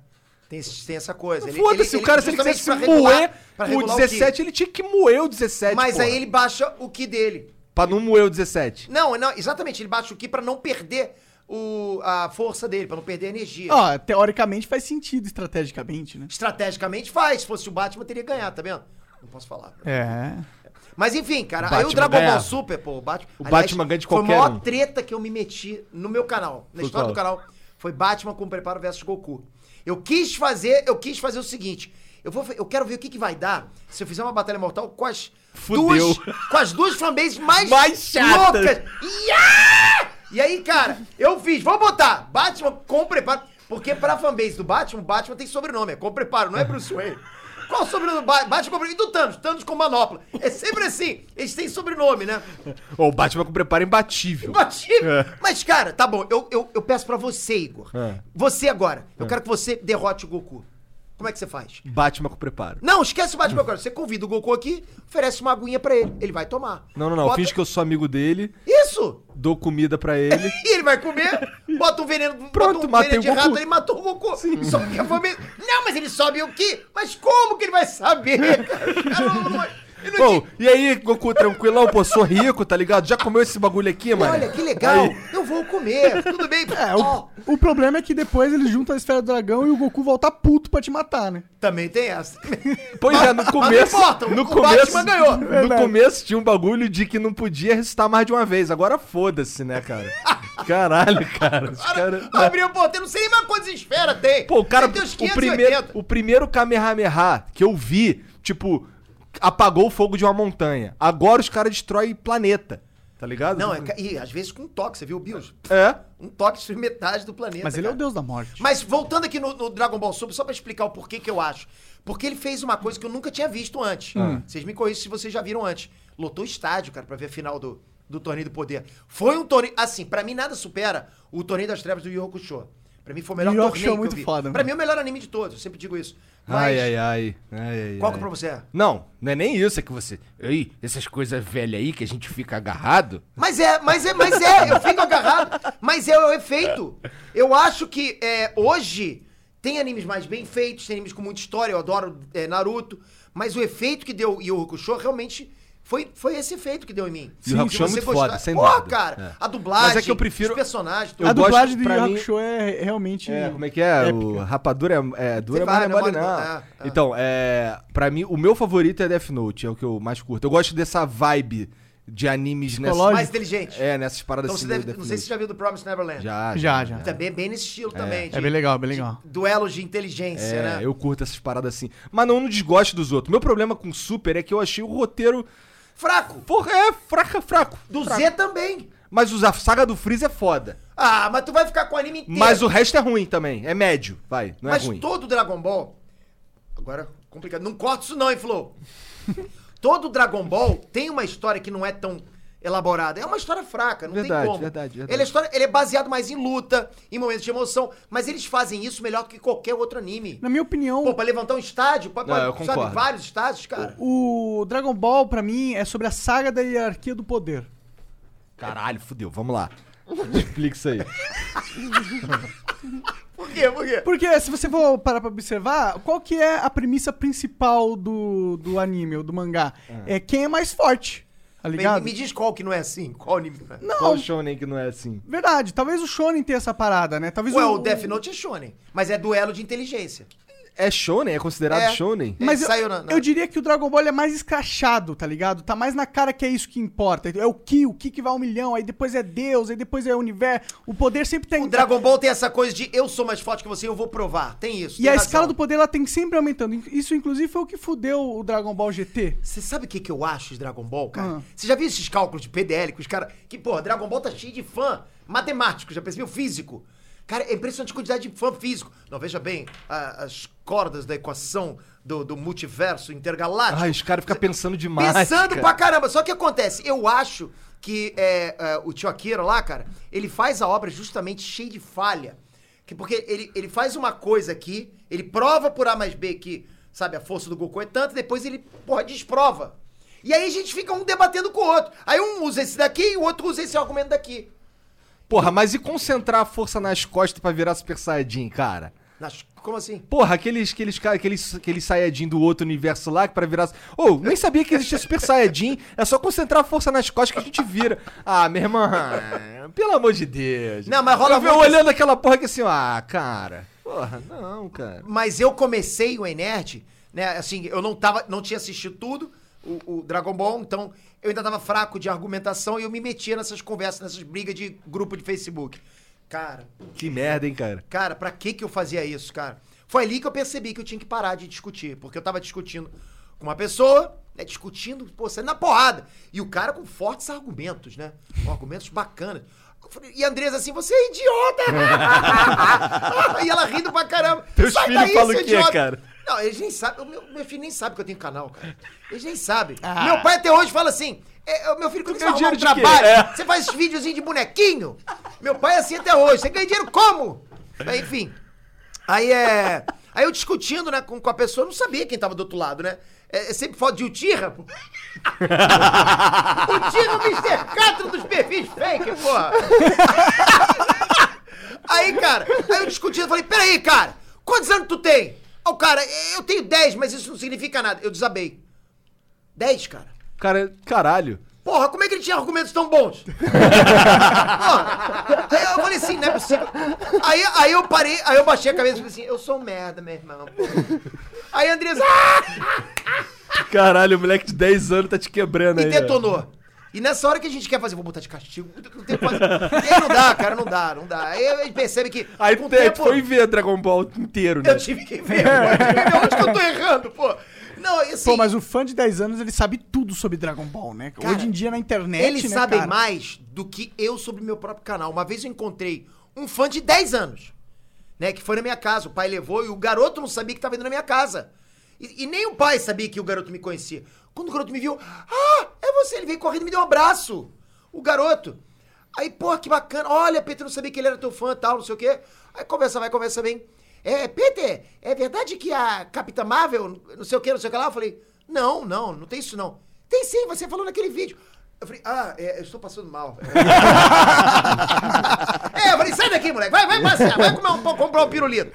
Tem, esse- tem essa coisa. Ele- Foda-se, ele- o cara, se ele justamente quisesse pra moer regular- pra o regular o ki. 17, ele tinha que moer o 17, Mas porra. aí ele baixa o Ki dele. Pra não moer o 17. Não, não, exatamente, ele baixa o Ki pra não perder o, a força dele, pra não perder a energia. Ah. Ó, teoricamente faz sentido, estrategicamente, né? Estrategicamente faz. Se fosse o Batman, teria ganhado, tá vendo? Não posso falar. né? É. Mas enfim, cara, O aí o Batman Dragon Ball ganhava. Super, pô, o Batman. O Batman ganha de Foi qualquer a maior um. treta que eu me meti no meu canal, na Foi história do qual? canal. Foi Batman com Preparo versus Goku. Eu quis fazer, eu quis fazer o seguinte. Eu, vou, eu quero ver o que, que vai dar se eu fizer uma batalha mortal com as Fudeu. duas. Com as duas fanbases mais, Mais chatas. loucas. Iá! E aí, cara, eu fiz, vou botar Batman com preparo. Porque pra fanbase do Batman, o Batman tem sobrenome, é com preparo, não é Bruce Wayne. Qual o sobrenome do Batman? Batman com preparo. E do Thanos? Thanos com manopla. É sempre assim. Eles têm sobrenome, né? Ó, o Batman com preparo é imbatível. Imbatível. Mas, cara, tá bom. Eu, eu, eu peço pra você, Igor. É. Você agora. Eu quero que você derrote o Goku. Como é que você faz? Batman com preparo. Não, esquece o Batman agora. Você convida o Goku aqui, oferece uma aguinha pra ele. Ele vai tomar. Não, não, não. Bota- Finge que eu sou amigo dele, Isso! dou comida pra ele. E ele vai comer, bota um veneno, Pronto, bota um matei veneno de o Goku. rato, ele matou o Goku. Só que a família. Não, mas ele sobe o quê? Mas como que ele vai saber? cara? O cara não- não- ele não Pô, e aí, Goku, tranquilão, pô, sou rico, tá ligado? Já comeu esse bagulho aqui, tinha- mano? Olha, que legal, Aí. eu vou comer, tudo bem. É, o, Ó, o problema é que depois eles juntam a esfera do dragão e o Goku volta puto pra te matar, né? também tem essa. Pois é, no Mas não começo. importa, no o começo, Batman ganhou. No Verdade. começo tinha um bagulho de que não podia ressuscitar mais de uma vez. Agora foda-se, né, cara? Caralho, cara. Os cara... Abriu o porteiro, não sei nem mais quantas esferas tem. Pô, o cara. Tem uns O primeiro, 580. o primeiro Kamehameha que eu vi, tipo, apagou o fogo de uma montanha. Agora os caras destroem planeta. Tá ligado? Não, é, ca- e às vezes com um toque, você viu, Bills? É. Um toque destruiu metade do planeta. Mas ele é o cara. deus da morte. Mas voltando aqui no, no Dragon Ball Super, só pra explicar o porquê que eu acho. Porque ele fez uma coisa que eu nunca tinha visto antes. Hum. Ah. Vocês me corrigem se vocês já viram antes. Lotou o estádio, cara, pra ver a final do, do Torneio do Poder. Foi um torneio... Assim, pra mim nada supera o Torneio das Trevas do Yu Hakusho. Pra mim foi o melhor Yu Yu torneio Hakusho é que muito eu vi. foda, pra mano. mim é o melhor anime de todos, eu sempre digo isso. Mas Ai, ai, ai. ai, ai, qual que ai. pra você é? Não, não é nem isso, é que você. Ei, essas coisas velhas aí que a gente fica agarrado. Mas é, mas é, mas é, eu fico agarrado. Mas é o efeito. Eu acho que é, hoje tem animes mais bem feitos, tem animes com muita história, eu adoro é, Naruto. Mas o efeito que deu Yu Yu Hakusho realmente foi, foi esse efeito que deu em mim. Yu Hakusho Se é você muito foda, sem Porra, dúvida. cara, É. a dublagem, Mas é que eu prefiro- os personagens, Eu a tudo. gosto, dublagem do pra Yu mim- Hakusho é re- realmente. É, como é que é? O épica. rapadura é, é dura, Você mas não é vai, né, mole mole não. não. É, é. Então, é, pra mim, o meu favorito é Death Note, é o que eu mais curto. Eu gosto dessa vibe de animes nessa... Psicológico. mais inteligente. É, nessas paradas então você assim. deve, meio não Death sei se você já viu do Promised Neverland. Note. já, Já, já, já. Também é bem nesse estilo também. É bem legal, bem legal. Duelos de inteligência, É, né? eu curto essas paradas assim. Mas não no desgosto dos outros. Meu problema com Super é que eu achei o roteiro... Fraco. Porra, é fraca, fraco. Do fraco. Z também. Mas os- a saga do Freeze é foda. Ah, mas tu vai ficar com o anime inteiro. Mas o resto é ruim também. É médio, vai. Não Mas é ruim. todo Dragon Ball. Agora, complicado. Não corta isso, não, hein, Flo? todo Dragon Ball tem uma história que não é tão elaborada. É uma história fraca, não Verdade, tem como. verdade, verdade. Ele é, história, ele é baseado mais em luta, em momentos de emoção. Mas eles fazem isso melhor do que qualquer outro anime. Na minha opinião, Pô, pra levantar um estádio, pra, Não, pra- eu concordo. vários estádios, cara. o Dragon Ball, pra mim, é sobre a saga da hierarquia do poder. Caralho, fudeu. Vamos lá. Explica isso aí. Por quê? Por Tá quê? Porque se você for parar pra observar, qual que é a premissa principal do, do anime ou do mangá? É quem é mais forte, tá Me, ligado? me diz qual que não é assim. Qual anime não é? Não, Qual o shonen que não é assim? verdade. Talvez o Shonen tenha essa parada, né? Talvez Ué, o Death Note é shonen, mas é duelo de inteligência. É shonen? É considerado É. shonen? Mas É, eu, saiu na- na- eu diria que o Dragon Ball é mais escrachado, tá ligado? Tá mais na cara que é isso que importa. É o Ki, o Ki que vai a um milhão, aí depois é Deus, aí depois é o universo. O poder sempre tem. O Dragon Ball tem essa coisa de eu sou mais forte que você, eu vou provar. Tem isso. E a escala do poder ela tem sempre aumentando. Isso, inclusive, foi o que fudeu o Dragon Ball GT. Você sabe o que, que eu acho de Dragon Ball, cara? Ah. Você já viu esses cálculos de PDL que os caras. Que, porra, Dragon Ball tá cheio de fã matemático, já percebeu? Físico. Cara, é impressionante a quantidade de fã físico. Não, veja bem, a- as cordas da equação do, do multiverso intergaláctico. Ai, os caras ficam pensando demais. Pensando cara. pra caramba. Só que acontece, eu acho que é, é, o tio Akira lá, cara, ele faz a obra justamente cheia de falha. Que- porque ele, ele faz uma coisa aqui, ele prova por A mais B que, sabe, a força do Goku é tanto, depois ele, porra, desprova. E aí a gente fica um debatendo com o outro. Aí um usa esse daqui e o outro usa esse argumento daqui. Porra, mas e concentrar a força nas costas pra virar Super Saiyajin, cara? Nas- como assim? Porra, aqueles, aqueles, cara- aqueles, aqueles Saiyajin do outro universo lá que pra virar. Ô, nem sabia que existia Super Saiyajin. É só concentrar a força nas costas que a gente vira. Ah, minha irmã. Pelo amor de Deus. Não, mas rola Eu vi eu muito olhando aquela porra que assim, ó, ah, cara. Porra, não, cara. Mas eu comecei o Enerd, né? Assim, eu não tava, não tinha assistido tudo, o, o Dragon Ball, então eu ainda tava fraco de argumentação e eu me metia nessas conversas, nessas brigas de grupo de Facebook. Cara, Que merda, hein, cara. cara, pra que que eu fazia isso, cara? Foi ali que eu percebi que eu tinha que parar de discutir, porque eu tava discutindo com uma pessoa, né, discutindo, pô, saindo na porrada. E o cara com fortes argumentos, né? Com argumentos bacanas. Eu falei, E a Andresa assim, você é idiota! e ela rindo pra caramba. Teus filhos falam seu o quê, cara? Não, eles nem sabem. O meu, meu filho nem sabe que eu tenho canal, cara. Eles nem sabem. Meu pai até hoje fala assim: é, o meu filho, quando você vai ganha arrumar um dinheiro de quê? trabalho, É. você faz videozinho de bonequinho. Meu pai é assim até hoje. Você ganha dinheiro como? Mas, enfim. Aí é. Aí eu discutindo, né, com, com a pessoa, eu não sabia quem tava do outro lado, né? É, é sempre foto de Utira, pô. Utira o Mr. Catra dos perfis fake, porra. Aí, cara, aí eu discutindo, falei, peraí, cara, quantos anos tu tem? Aí o cara, eu tenho 10, mas isso não significa nada. Eu desabei. 10, cara. Cara, caralho. Porra, como é que ele tinha argumentos tão bons? Porra. Aí eu falei assim, não é possível. Aí, aí eu parei, aí eu baixei a cabeça e falei assim, eu sou um merda, meu irmão. pô. Aí a Andressa "Ah!" Caralho, o moleque de 10 anos tá te quebrando me aí. detonou. E nessa hora que a gente quer fazer, vou botar de castigo, não tem o que fazer. E aí não dá, cara, não dá, não dá. Aí a gente percebe que. ó. Aí tu com o te- tempo- tu foi ver Dragon Ball inteiro, né? Eu tive que ver, pô. Eu tive que ver onde que eu tô errando, pô. Não, assim, Pô, mas o fã de 10 anos, ele sabe tudo sobre Dragon Ball, né? Cara, Hoje em dia na internet, eles né, sabem cara? mais do que eu sobre meu próprio canal. Uma vez eu encontrei um fã de 10 anos, né? Que foi na minha casa. O pai levou e o garoto não sabia que tava indo na minha casa. E, e nem o pai sabia que o garoto me conhecia. Quando o garoto me viu, ah, é você. Ele veio correndo e me deu um abraço. O garoto. Aí, pô, que bacana. Olha, Peter, não sabia que ele era teu fã e tal, não sei o quê. Aí conversa, vai, conversa bem. É, Peter, é verdade que a Capitã Marvel, não sei o quê, não sei o que lá? Eu falei, não, não, não tem isso não. Tem sim, você falou naquele vídeo. Eu falei, ah, é, eu estou passando mal. é, eu falei, sai daqui, moleque. Vai, vai passear, vai comer um pão, comprar um pirulito.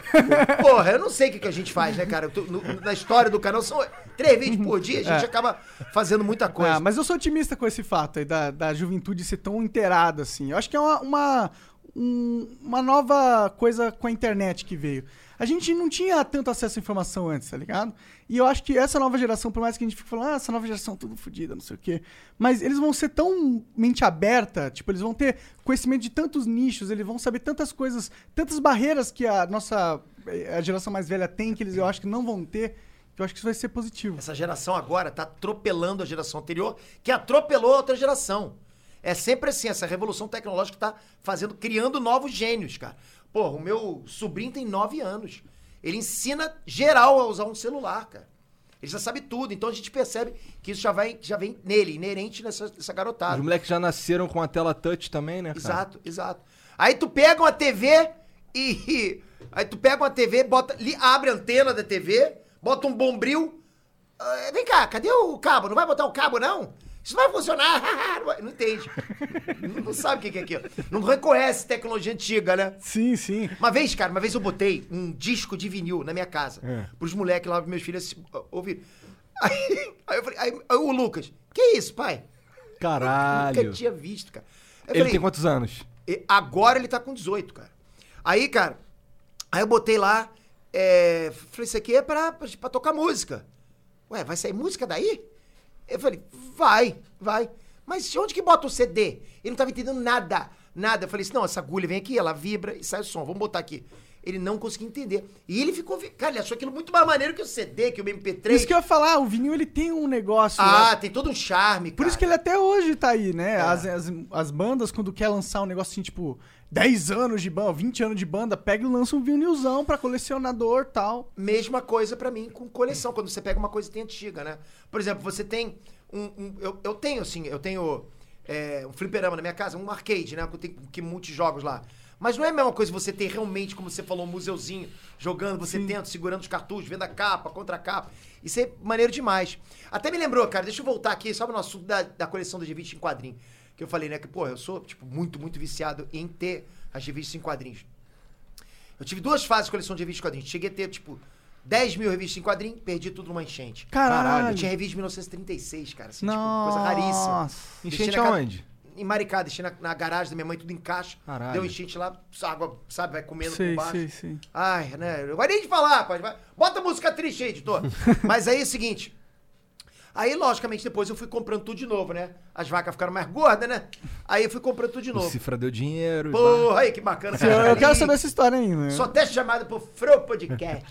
Porra, eu não sei o que, que a gente faz, né, cara? Eu tô- no- na história do canal são três vídeos por dia, a gente acaba fazendo muita coisa. É. Ah, mas eu sou otimista com esse fato aí da, da juventude ser tão inteirada, assim. Eu acho que é uma, uma, um- uma nova coisa com a internet que veio. A gente não tinha tanto acesso à informação antes, tá ligado? E eu acho que essa nova geração, por mais que a gente fique falando, ah, essa nova geração tudo fodida, não sei o quê. Mas eles vão ser tão mente aberta, tipo, eles vão ter conhecimento de tantos nichos, eles vão saber tantas coisas, tantas barreiras que a nossa eh, a geração mais velha tem, que eles eu acho que não vão ter, que eu acho que isso vai ser positivo. Essa geração agora tá atropelando a geração anterior, que atropelou a outra geração. É sempre assim, essa revolução tecnológica tá fazendo, criando novos gênios, cara. Porra, o meu sobrinho tem 9 anos. Ele ensina geral a usar um celular, cara. Ele já sabe tudo, então a gente percebe que isso já, vai, já vem nele, inerente nessa, nessa Os garotada. moleques já nasceram com a tela touch também, né, cara? Exato, exato. Aí tu pega uma TV e. Aí tu pega uma TV, bota, li- abre a antena da TV, bota um bombril. Ah, vem cá, cadê o cabo? Não vai botar o cabo, não? Isso não vai funcionar. Não vai- não entende. não, não sabe o que que é aquilo. Não reconhece tecnologia antiga, né? Sim, sim. Uma vez, cara, uma vez eu botei um disco de vinil na minha casa. É. Pros moleques lá, pros meus filhos assim, ouvirem. Aí, aí eu falei, aí, aí o Lucas, que isso, pai? Caralho. Nunca tinha visto, cara. Eu Ele tem quantos anos? e agora ele tá com 18, cara. Aí, cara, aí eu botei lá, é, falei, isso aqui é pra, pra, pra tocar música. Ué, vai sair música daí? Eu falei, vai, vai. Mas onde que bota o CD? Ele não tava entendendo nada, nada. Eu falei assim, não, essa agulha vem aqui, ela vibra e sai o som, vamos botar aqui. Ele não conseguia entender. E ele ficou, vi- cara, ele achou aquilo muito mais maneiro que o CD, que o MP3. Isso que eu ia falar, o vinil ele tem um negócio. Ah, É. lá. tem todo um charme, Por cara. isso que ele até hoje tá aí, né? As, as, as bandas, quando quer lançar um negócio assim, tipo, 10 anos de banda, 20 anos de banda, pega e lança um vinilzão pra colecionador e tal. Mesma coisa pra mim com coleção, quando você pega uma coisa que tem antiga, né? Por exemplo, você tem um. um- eu, eu tenho, assim, eu tenho é, um fliperama na minha casa, um arcade, né? Que tem que muitos jogos lá. Mas não é a mesma coisa você ter realmente, como você falou, um museuzinho, jogando, você tenta, segurando os cartuchos, vendo a capa, contra a capa. Isso é maneiro demais. Até me lembrou, cara, deixa eu voltar aqui, sabe no assunto da, da coleção das revistas em quadrinho. Que eu falei, né? Que, pô, eu sou, tipo, muito, muito viciado em ter as revistas em quadrinhos. Eu tive duas fases de coleção de revistas em quadrinhos. Cheguei a ter, tipo, 10 mil revistas em quadrinhos, perdi tudo numa enchente. Caralho. Eu tinha revista de 1936, cara. Assim, tipo, Nossa. coisa raríssima. Deixei Enchente na ca- aonde? Em Maricá, deixei na, na garagem da minha mãe, tudo em caixa. Caralho. Deu um enchente lá, água, sabe, vai comendo por Sei, baixo. sei, sei. Ai, né? Eu guardei de falar, rapaz. Vai- Bota música triste aí, editor. Mas aí é o seguinte. Aí, logicamente, depois eu fui comprando tudo de novo, né? As vacas ficaram mais gordas, né? Aí eu fui comprando tudo de O novo. Cifra deu dinheiro. bah. Porra, aí que bacana. Eu, eu quero Ih, saber essa história né? ainda. Só até chamado pro Fro Podcast.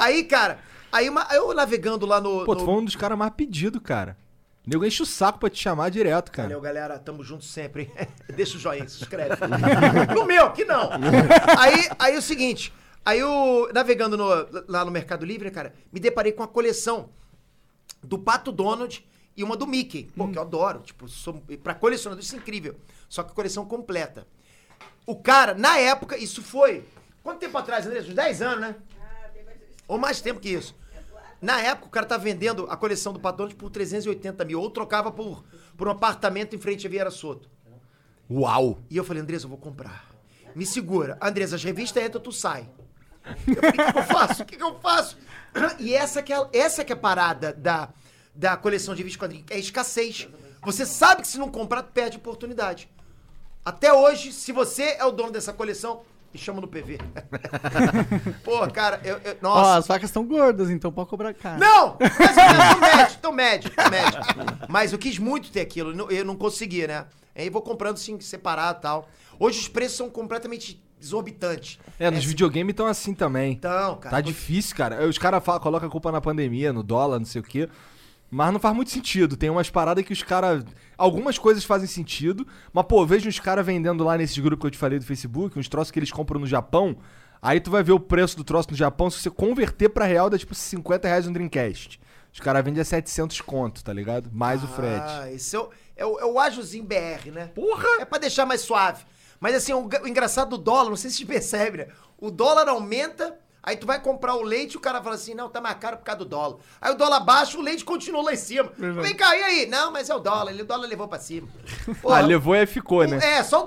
aí, cara, aí uma- eu navegando lá no. Pô, no- tu foi um dos caras mais pedidos, cara. O Nego enche o saco pra te chamar direto, cara. Valeu, galera. Tamo junto sempre. hein? Deixa o joinha, se inscreve. no meu, que não. aí, aí é o seguinte. Aí eu, navegando no- lá no Mercado Livre, cara, me deparei com a coleção do Pato Donald e uma do Mickey. Pô, Hum. que eu adoro. Tipo, sou, pra colecionador isso é incrível. Só que coleção completa. O cara, na época, isso foi... Quanto tempo atrás, André? Uns 10 anos, né? Ou mais tempo que isso. Na época, o cara tá vendendo a coleção do Pato Donald por 380 mil. Ou trocava por, por um apartamento em frente à Vieira Soto. Uau! E eu falei, Andresa, eu vou comprar. Me segura. Andresa, as revistas entram, tu sai. Eu falei, o que, que eu faço? O que, que eu faço? E essa que é, essa que é a parada da, da coleção de revistas e quadrinhos. É a escassez. Você sabe que se não comprar, tu perde a oportunidade. Até hoje, se você é o dono dessa coleção, me chama no PV. Pô, cara, eu... eu- Ó, nossa. as facas estão gordas, então pode cobrar cara. Não! Mas então, eu tô médio, tô médio, tô médio. Mas eu quis muito ter aquilo, não- eu não consegui, né? Aí eu vou comprando assim, separado e tal. Hoje os preços são completamente exorbitantes. É, nos videogames estão assim também. Então, cara. Tá difícil, cara. Os caras falam- colocam a culpa na pandemia, no dólar, não sei o quê. Mas não faz muito sentido. Tem umas paradas que os caras. Algumas coisas fazem sentido. Mas, pô, eu vejo os caras vendendo lá nesses grupos que eu te falei do Facebook, uns troços que eles compram no Japão. Aí tu vai ver o preço do troço no Japão. Se você converter pra real, dá tipo 50 reais um Dreamcast. Os caras vendem a 700 conto, tá ligado? Mais o frete. Ah, esse é o, é o, é o ágiozinho BR, né? Porra! É pra deixar mais suave. Mas assim, o, ga- o engraçado do dólar, não sei se vocês percebem, né? O dólar aumenta, aí tu vai comprar o leite e o cara fala assim, não, tá mais caro por causa do dólar. Aí o dólar baixa, o leite continua lá em cima. Verdade. Vem cá, e aí? Não, mas é o dólar, ele- o dólar levou pra cima. Pô, Ah, levou e ficou, né? É, só o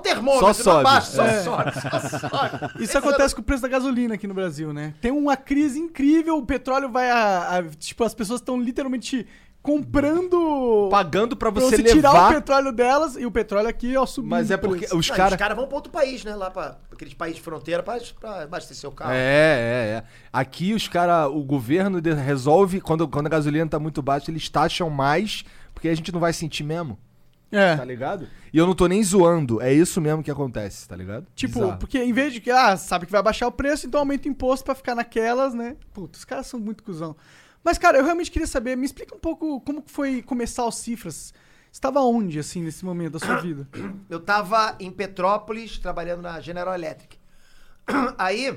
Só termômetro, não sobe. baixa, só É. sobe, só sobe. Isso acontece com o preço da gasolina aqui no Brasil, né? Tem uma crise incrível, o petróleo vai a. a- tipo, as pessoas estão literalmente comprando. Pagando pra pra você, tirar o levar. petróleo delas e o petróleo aqui, ó, subindo. Mas é o preço. porque os Não, caras. Os caras vão pra outro país, né? Lá pra pra aqueles países de fronteira pra, pra abastecer o carro. É, é, é. Aqui os caras, o governo de- resolve, quando, quando a gasolina tá muito baixa, eles taxam mais, porque a gente não vai sentir mesmo, É. tá ligado? E eu não tô nem zoando, é isso mesmo que acontece, tá ligado? Tipo, Bizarro. porque em vez de que, ah, sabe que vai baixar o preço, então aumenta o imposto pra ficar naquelas, né? Putz, os caras são muito cuzão. Mas, cara, eu realmente queria saber, me explica um pouco como que foi começar os cifras. Você tava onde, assim, nesse momento da sua vida? Eu tava em Petrópolis trabalhando na General Electric. Aí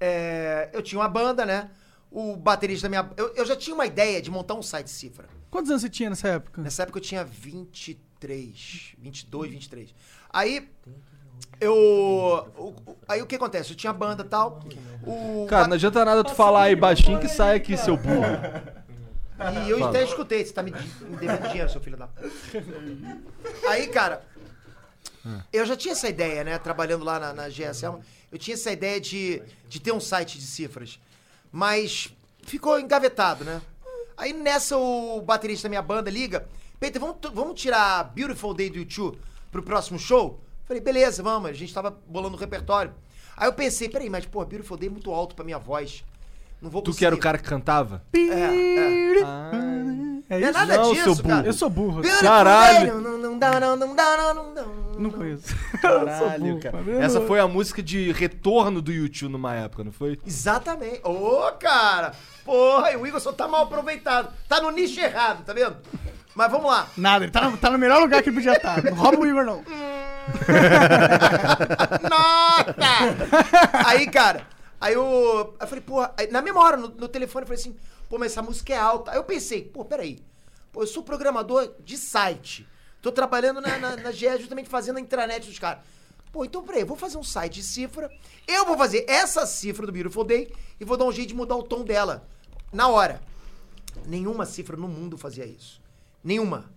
é, eu tinha uma banda, né? O baterista da minha. Eu, eu já tinha uma ideia de montar um site cifra. Quantos anos você tinha nessa época? Nessa época eu tinha 23, 22, 23. Aí eu. o- o- aí o que acontece? Eu tinha banda e tal. O Cara, não adianta nada tu falar aí baixinho que sai aqui, seu burro. E eu até escutei, você tá me de- me devendo dinheiro, seu filho da puta. Aí, cara, Ah. eu já tinha essa ideia, né? Trabalhando lá na, na GSL, eu tinha essa ideia de, de ter um site de cifras. Mas ficou engavetado, né? Aí nessa o baterista da minha banda liga, Peter, vamos, to- vamos tirar Beautiful Day do YouTube pro próximo show? Falei, beleza, vamos. A gente tava bolando o repertório. Aí eu pensei, peraí, mas pô, Beautiful Day é muito alto pra minha voz. Não vou Tu que era o conseguir." cara que cantava? É, É Não é isso? nada Não, disso, seu cara. burro. Eu sou burro. Beautiful Caralho. day, Não, não dá, não, não dá, não, não dá. Não conheço. eu sou Caralho, burro. cara. mas eu Essa não- foi a música de retorno do YouTube numa época, não foi? Exatamente. Ô, cara! Porra, e o Igor só tá mal aproveitado. Tá no nicho errado, tá vendo? Mas vamos lá. Nada, ele tá no, tá no melhor lugar que ele podia estar. Não rouba o Igor, não. Nota! Aí, cara, aí eu, eu falei, porra, aí, na mesma hora, no, no telefone, eu falei assim, pô, mas essa música é alta. Aí eu pensei, pô, peraí, pô, eu sou programador de site. Tô trabalhando na, na, na GE, justamente fazendo a intranet dos caras. Pô, então peraí, eu vou fazer um site de cifra, eu vou fazer essa cifra do Beautiful Day e vou dar um jeito de mudar o tom dela, na hora. Nenhuma cifra no mundo fazia isso. Nenhuma.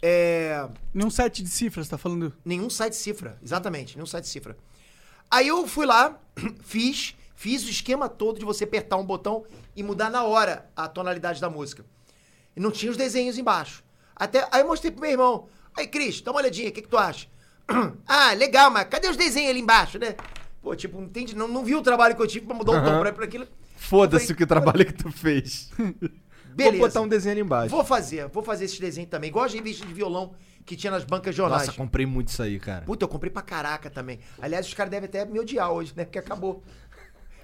É... Num site de cifras, tá falando. Nenhum site cifra, exatamente, nenhum site cifra. Aí eu fui lá, fiz, fiz o esquema todo de você apertar um botão e mudar na hora a tonalidade da música. E não tinha os desenhos embaixo. Até, aí eu mostrei pro meu irmão. Aí, Cris, dá uma olhadinha, o que, que tu acha? Ah, legal, mas cadê os desenhos ali embaixo, né? Pô, tipo, não entendi, não, não vi o trabalho que eu tive pra mudar o tom pra, pra aquilo. Foda-se Foi- o que trabalho que tu fez. Beleza. Vou botar um desenho ali embaixo. Vou fazer, vou fazer esse desenho também. Igual as revistas de violão que tinha nas bancas de jornais. Nossa, comprei muito isso aí, cara. Puta, eu comprei pra caraca também. Aliás, os caras devem até me odiar hoje, né? Porque acabou.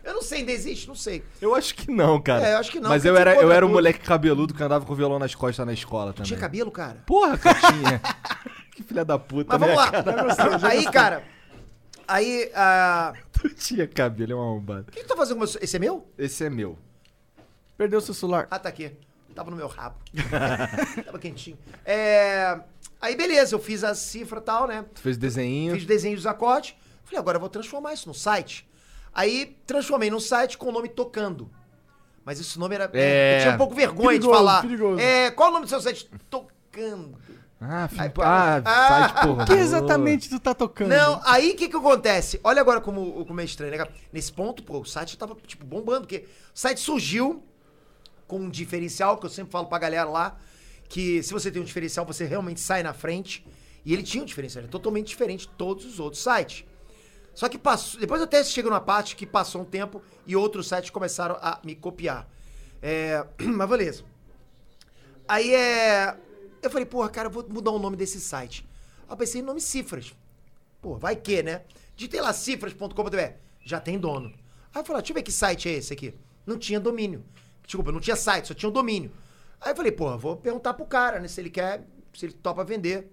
Eu não sei, ainda existe? Não sei. Eu acho que não, cara. É, eu acho que não, Mas porque eu tu era, eu encontra era um tudo. moleque cabeludo que andava com violão nas costas na escola também. Tinha cabelo, cara? Porra, Catinha. que filha da puta, Mas né, vamos lá. cara? Aí, cara. Aí, ah, Tu tinha cabelo, é uma arrombada. o que tu tá fazendo com o meu... so- Esse é meu? Esse é meu. Perdeu seu celular. Ah, tá aqui. Tava no meu rabo. Tava quentinho. É... Aí, beleza. Eu fiz a cifra e tal, né? Tu fez o desenho. Fiz desenho dos acordes. Falei, agora eu vou transformar isso num site. Aí, transformei num site com o nome Tocando. Mas esse nome era... É. Eu tinha um pouco vergonha Perigoso, de falar. perigoso. É, qual o nome do seu site? Tocando. Ah, fi... Ai, ah, cara. site, porra. O que exatamente tu tá tocando? Não, aí o que que acontece? Olha agora como, como é estranho, né, cara? Nesse ponto, pô, o site tava, tipo, bombando, porque o site surgiu com um diferencial, que eu sempre falo pra galera lá, que se você tem um diferencial, você realmente sai na frente. E ele tinha um diferencial, ele é totalmente diferente de todos os outros sites. Só que passou. Depois até chega numa parte que passou um tempo e outros sites começaram a me copiar. É, mas beleza. Aí é. Eu falei, porra, cara, eu vou mudar o nome desse site. Aí eu pensei em nome cifras. Pô, vai que, né? Ditei lá cifras.com.br. Já tem dono. Aí eu falei, deixa eu ver que site é esse aqui. Não tinha domínio. Desculpa, não tinha site, só tinha um domínio. Aí eu falei, porra, vou perguntar pro cara, né? Se ele quer, se ele topa vender.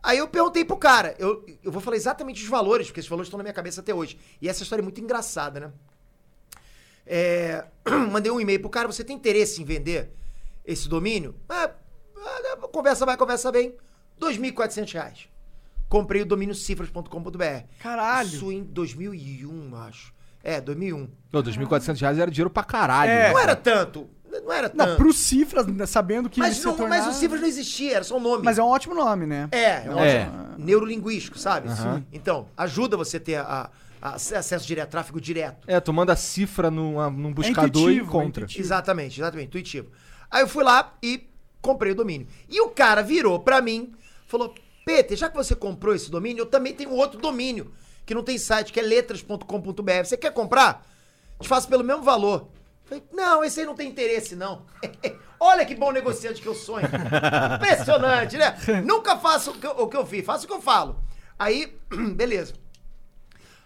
Aí eu perguntei pro cara, eu, eu vou falar exatamente os valores, porque esses valores estão na minha cabeça até hoje. E essa história é muito engraçada, né? É, mandei um e-mail pro cara, você tem interesse em vender? esse domínio? Ah, ah, conversa vai, conversa bem. R$ 2.400 reais. Comprei o domínio cifras.com.br. Caralho. Isso em 2001, acho. É, 2001. Não, 2.400 reais era dinheiro pra caralho. É. né, Não cara? era tanto. Não era tanto. Não, pro Cifras, né, sabendo que ah. mas, isso ia não, mas tornar- o Cifras não existia, era só um nome. Mas é um ótimo nome, né? É, é, um É. ótimo neurolinguístico, sabe? Aham. Então, ajuda você ter a- a- acesso direto, tráfego direto. É, tu manda a cifra num, a- É num buscador e intuitivo, encontra. é intuitivo. Exatamente, exatamente, intuitivo. Aí eu fui lá e comprei o domínio. E o cara virou pra mim, falou: Peter, já que você comprou esse domínio, eu também tenho outro domínio, que não tem site, que é letras.com.br. Você quer comprar? Te faço pelo mesmo valor. Falei, não, esse aí não tem interesse, não. Olha que bom negociante que eu sonho. Impressionante, né? Nunca faço o que, eu, o que eu vi, faço o que eu falo. Aí, beleza.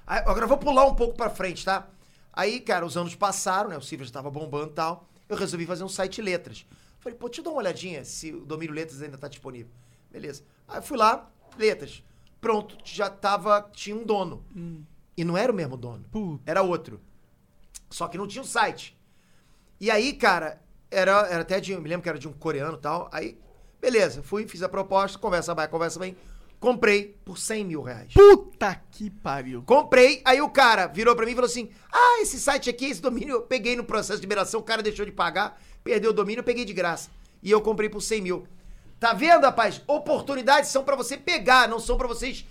Aí, agora eu vou pular um pouco pra frente, tá? Aí, cara, os anos passaram, né? O Cifras tava bombando e tal. Eu resolvi fazer um site letras. Falei, pô, deixa eu dar uma olhadinha se o domínio letras ainda tá disponível. Beleza. Aí eu fui lá, letras. Pronto, já tava. Tinha um dono. E não era o mesmo dono. Puta. Era outro. Só que não tinha o site. E aí, cara, era, era até de. Me lembro que era de um coreano e tal. Aí, beleza, fui, fiz a proposta, conversa vai, conversa bem. Comprei por 100 mil reais. Puta que pariu. Comprei, aí o cara virou pra mim e falou assim: Ah, esse site aqui, esse domínio, eu peguei no processo de liberação, o cara deixou de pagar, perdeu o domínio, eu peguei de graça. E eu comprei por 100 mil. Tá vendo, rapaz? Oportunidades são pra você pegar, não são pra vocês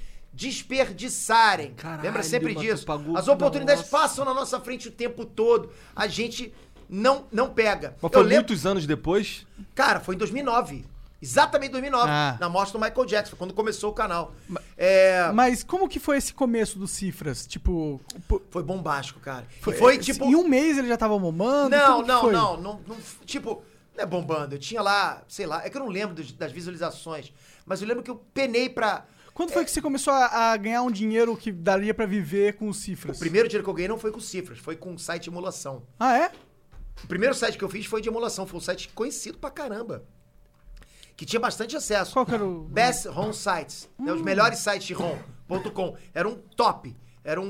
desperdiçarem. Caralho, Lembra sempre mas tu disso? pagou- As oportunidades Nossa. passam na nossa frente o tempo todo. A gente não, não pega. Mas foi eu lembro, muitos anos depois. Cara, foi em 2009. Exatamente 2009, Ah. na morte do Michael Jackson, quando começou o canal. É... Mas como que foi esse começo do Cifras? Tipo, pô, Foi bombástico, cara. Foi, e foi tipo. Em um mês ele já tava bombando? Não, Como que não, foi? não, não, não. Tipo, não é bombando. Eu tinha lá, sei lá, é que eu não lembro dos- das visualizações. Mas eu lembro que eu penei pra. Quando É. foi que você começou a, a ganhar um dinheiro que daria pra viver com o Cifras? O primeiro dinheiro que eu ganhei não foi com cifras, foi com um site de emulação. Ah, é? O primeiro site que eu fiz foi de emulação, foi um site conhecido pra caramba. Que tinha bastante acesso. Qual Hum. que era o- Best ROM Sites. né, os melhores sites de ROM.com. Era um top. Era um,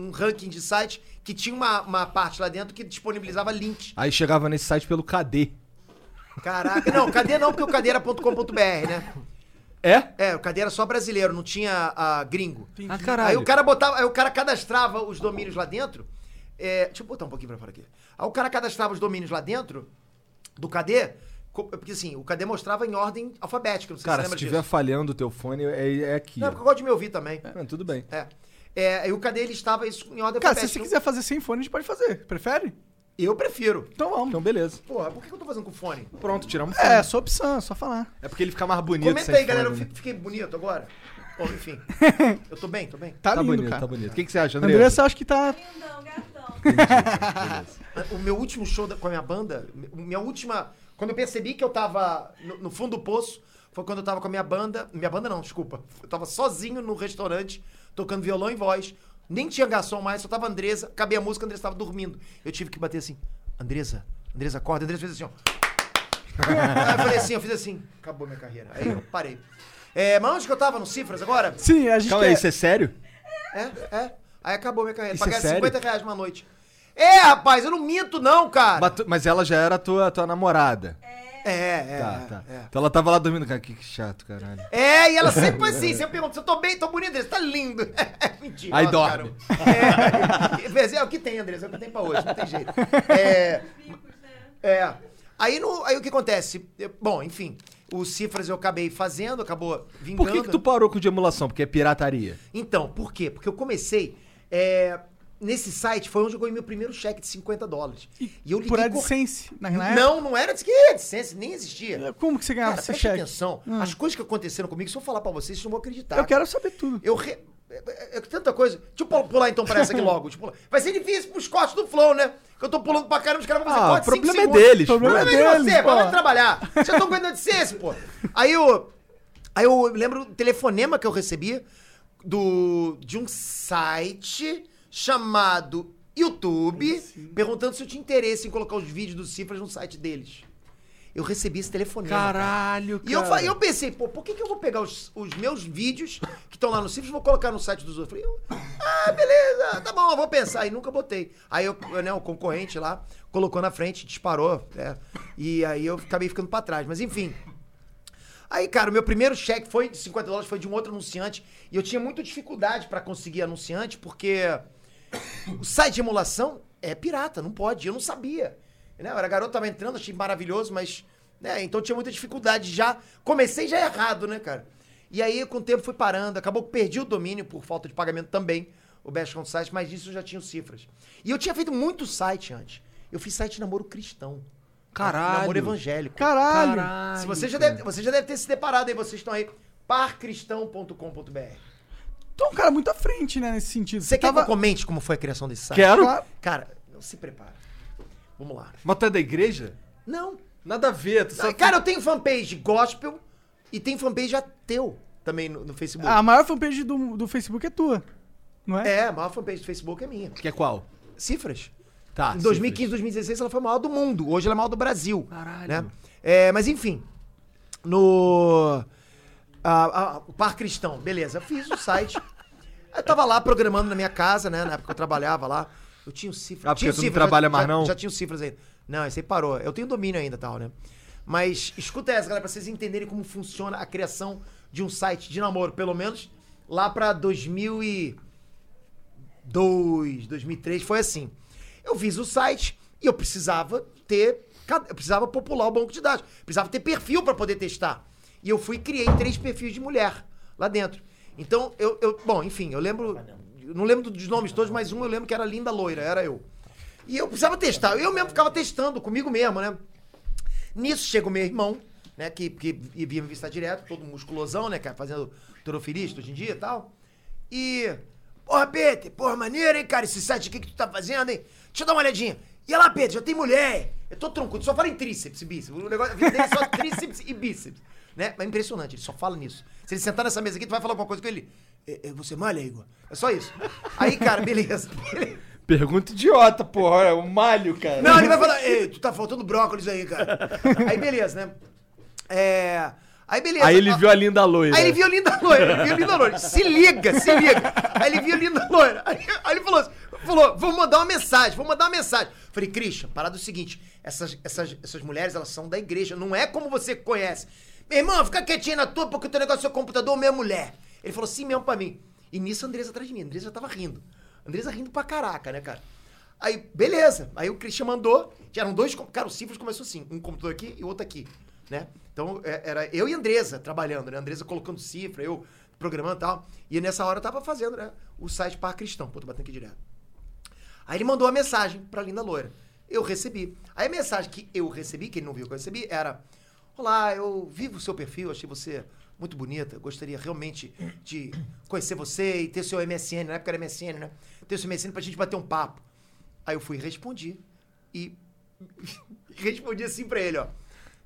um- um ranking de site que tinha uma, uma parte lá dentro que disponibilizava links. Aí chegava nesse site pelo KD. Caraca, não, cadê não, porque o cadeira.com.br, né? É? É, o Cadê era só brasileiro, não tinha ah, gringo. Ah, Aí o cara botava, aí o cara cadastrava os domínios lá dentro. É, deixa eu botar um pouquinho pra fora aqui. Aí o cara cadastrava os domínios lá dentro do Cadê, co- porque assim, o Cadê mostrava em ordem alfabética, não sei Cara, se se você tiver lembra disso. falhando o teu fone, é, é aqui. Não, ó. porque eu gosto de me ouvir também. Ah, tudo bem. É. É, e o Cadê ele estava isso em ordem Cara, se alfabética. você quiser fazer sem fone, a gente pode fazer. Prefere? Eu prefiro. Então vamos. Então, beleza. Porra, por que eu tô fazendo com fone? Pronto, tiramos o fone. é, sua opção, é só falar. É porque ele fica mais bonito Comenta sem aí, galera, eu fone, né? fi- fiquei bonito agora. Bom, enfim. Eu tô bem, tô bem. Tá, Tá lindo, bonito, cara. tá bonito. O que, que você acha, André? Andressa, acho que tá... Lindão, gatão. O meu último show da- com a minha banda, minha última. Quando eu percebi que eu tava no, no fundo do poço, foi quando eu tava com a minha banda. Minha banda não, desculpa. Eu tava sozinho no restaurante, tocando violão e voz. Nem tinha garçom mais, só tava a Andresa. Acabei a música, a Andresa tava dormindo. Eu tive que bater assim: Andresa, Andresa, acorda. A Andresa fez assim, ó. Aí eu falei assim, eu fiz assim, acabou minha carreira. Aí eu parei. É, mas onde que eu tava? No Cifras agora? Sim, a gente Calma aí, quer- isso é sério? É, é. Aí acabou minha carreira. Isso é Pagar sério? 50 reais uma noite. É, rapaz, eu não minto, não, cara. Mas, tu- mas ela já era tua, tua namorada. É, é. tá, é, tá. É. Então ela tava lá dormindo. Cara, que que chato, caralho. É, e ela sempre foi assim, sempre pergunta, se eu tô bem, tô bonito, Andressa, tá lindo. Mentira. Aí nossa, dorme. cara. É, mas é o que tem, Andressa, é o que tem pra hoje, não tem jeito. É, é. Aí, no, aí o que acontece? Eu- Bom, enfim, os cifras eu acabei fazendo, acabou vingando. Por que, que tu parou com o de emulação? Porque é pirataria. Então, por quê? Porque eu comecei... é, nesse site foi onde eu ganhei meu primeiro cheque de 50 dólares. E eu liguei... Por cor- AdSense, na, né? na época. Não, não era de que AdSense, nem existia. Como que você ganhava Cara, esse preste cheque? atenção. tá? As coisas que aconteceram comigo, se eu falar pra vocês, vocês não vão acreditar. Eu quero saber tudo. Eu re... é- é- é tanta coisa. Deixa eu pu- pular então pra essa aqui logo. Deixa eu pular. Vai ser difícil pros cortes do Flow, né? Que eu tô pulando pra caramba, os caras vão fazer Ah, corte o problema cinco é segundos. deles, O pô. problema é de Problema é você, deles, vai pô. lá trabalhar. Vocês estão aguentando de ciência, pô. Aí eu. Aí eu lembro do telefonema que eu recebi do, de um site chamado YouTube perguntando se eu tinha interesse em colocar os vídeos dos cifras no site deles. Eu recebi esse telefonema. cara. Caralho, cara. E eu, falei- eu pensei, pô, por que, que eu vou pegar os, os meus vídeos que estão lá no Simples e vou colocar no site dos outros? Eu Falei, eu, ah, beleza, tá bom, eu vou pensar. E nunca botei. Aí eu, eu, né, o concorrente lá colocou na frente, disparou. né? E aí eu acabei ficando pra trás. Mas enfim. Aí, cara, o meu primeiro cheque foi de 50 dólares, foi de um outro anunciante. E eu tinha muita dificuldade pra conseguir anunciante, porque o site de emulação é pirata, não pode. Eu não sabia. Né? Eu era garoto, tava entrando, achei maravilhoso, mas. Né? Então eu tinha muita dificuldade. Já comecei já errado, né, cara? E aí, com o tempo, fui parando. Acabou que perdi o domínio por falta de pagamento também, o Best Count Site, mas disso eu já tinha cifras. E eu tinha feito muito site antes. Eu fiz site de namoro cristão. Caralho. Namoro evangélico. Caralho. Se você, já deve, você já deve ter se deparado aí, vocês estão aí. Parcristão.com.br. Tu é um cara muito à frente, né, nesse sentido. Você quer que eu comente como foi a criação desse site? Quero. Claro. Cara, não se prepara. Vamos lá. Mas tu é da igreja? Não. Nada a ver, tu só... Cara, eu tenho fanpage gospel e tem fanpage ateu também no, no Facebook. A maior fanpage do, do Facebook é tua, não é? É, a maior fanpage do Facebook é minha. Que é qual? Cifras. Tá. em cifras. 2015, 2016 ela foi a maior do mundo. Hoje ela é a maior do Brasil. Caralho. Né? É, mas enfim. No. ah, ah, o Par Cristão, beleza. Fiz o site. eu tava lá programando na minha casa, né? Na época que eu trabalhava lá. Eu tinha o cifras. Ah, porque tinha o tu não cifras, trabalha já, mais, já- não? Já tinha o cifras ainda. Não, esse aí parou. Eu tenho domínio ainda tal, né? Mas escuta essa, galera, pra vocês entenderem como funciona a criação de um site de namoro, pelo menos lá pra 2000 e... 2002, 2003, foi assim. Eu fiz o site e eu precisava ter, cad- eu precisava popular o banco de dados, precisava ter perfil para poder testar. E eu fui e criei três perfis de mulher lá dentro. Então, eu, eu- bom, enfim, eu lembro, eu não lembro dos nomes todos, mas um eu lembro que era linda loira, era eu. E eu precisava testar, eu mesmo ficava testando comigo mesmo, né? Nisso chega o meu irmão, né? Que, que vinha me visitar direto, todo musculosão, né, cara? Fazendo torofilista hoje em dia e tal. E. Porra, Peter, porra, maneiro, hein, cara? Esse site aqui que tu tá fazendo, hein? Deixa eu dar uma olhadinha. E olha lá, Pedro, já tem mulher. Eu tô troncudo, só fala em tríceps e bíceps. O negócio a vida dele é só tríceps e bíceps. Né? Mas é impressionante, ele só fala nisso. Se ele sentar nessa mesa aqui, tu vai falar alguma coisa com ele. "É, é, Você malha, Igor? É só isso. Aí, cara, beleza. Pergunta idiota, porra. É um malho, cara. Não, ele vai falar, ei, tu tá faltando brócolis aí, cara. Aí beleza, né? É. Aí beleza. Aí ele Ah, viu a linda loira. Aí ele viu linda loira, ele viu linda loira. Se liga, se liga. Aí ele viu linda loira. Aí, aí ele falou assim, falou, vou mandar uma mensagem, vou mandar uma mensagem. Falei, Christian, parada é o seguinte, essas, essas, essas mulheres, elas são da igreja, não é como você conhece. Meu irmão, fica quietinho na tua, porque o teu negócio é seu computador, minha mulher. Ele falou assim mesmo pra mim. E nisso a Andresa atrás de mim, a Andresa já tava rindo. A Andresa rindo pra caraca, né, cara? Aí, beleza. Aí o Christian mandou. Já eram dois. com- Cara, o Cifras começou assim: um computador aqui e o outro aqui. Né? Então é- era eu e a Andresa trabalhando, né? A Andresa colocando cifra, eu programando e tal. E nessa hora eu tava fazendo, né? O site para cristão. Pô, tô batendo aqui direto. Aí ele mandou uma mensagem pra linda loira. Eu recebi. Aí a mensagem que eu recebi, que ele não viu que eu recebi, era: Olá, eu vivo o seu perfil, achei você muito bonita, gostaria realmente de conhecer você e ter seu MSN, na época era MSN, né? Ter seu MSN pra gente bater um papo. Aí eu fui e respondi. E respondi assim pra ele, ó.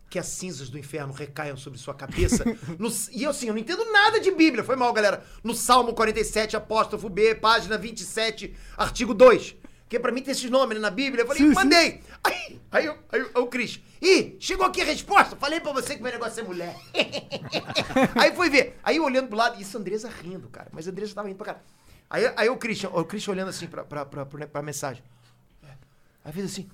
Que as cinzas do inferno recaiam sobre sua cabeça. No- e eu assim, eu não entendo nada de Bíblia. Foi mal, galera. No Salmo 47, apóstrofo B, página 27, artigo 2. Porque pra mim tem esses nomes né, na Bíblia. Eu falei, Sim, sim. mandei. Aí, aí, eu- aí, eu- o Cris. Ih, chegou aqui a resposta. Falei pra você que meu negócio é mulher. aí fui ver. Aí eu olhando pro lado, isso a Andresa rindo, cara. Mas a Andresa tava rindo pra caralho. Aí, aí o Christian, o Christian olhando assim pra, pra, pra, pra, pra mensagem. Aí fez assim,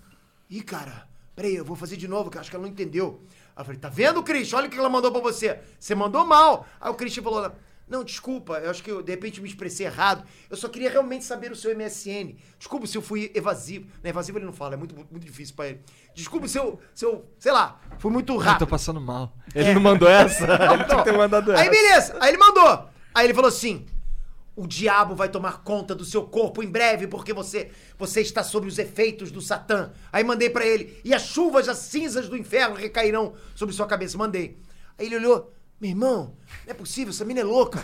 ih, cara, peraí, eu vou fazer de novo, cara, acho que ela não entendeu. Aí eu falei, tá vendo, Christian? Olha o que ela mandou pra você. Você mandou mal. Aí o Christian falou, não, desculpa, eu acho que eu, de repente me expressei errado. Eu só queria realmente saber o seu MSN. Desculpa se eu fui evasivo. Não, evasivo ele não fala, é muito, muito difícil pra ele. Desculpa se eu, se eu, sei lá, fui muito Eu Ah, tô rápido. passando mal. Ele não mandou essa? É. ele tinha que ter um mandado Aí essa. beleza, aí ele mandou. Aí ele falou assim: O diabo vai tomar conta do seu corpo em breve, porque você você está sob os efeitos do Satã. Aí mandei pra ele: E as chuvas, as cinzas do inferno recairão sobre sua cabeça. Mandei. Aí ele olhou: Meu irmão, não é possível, essa mina é louca.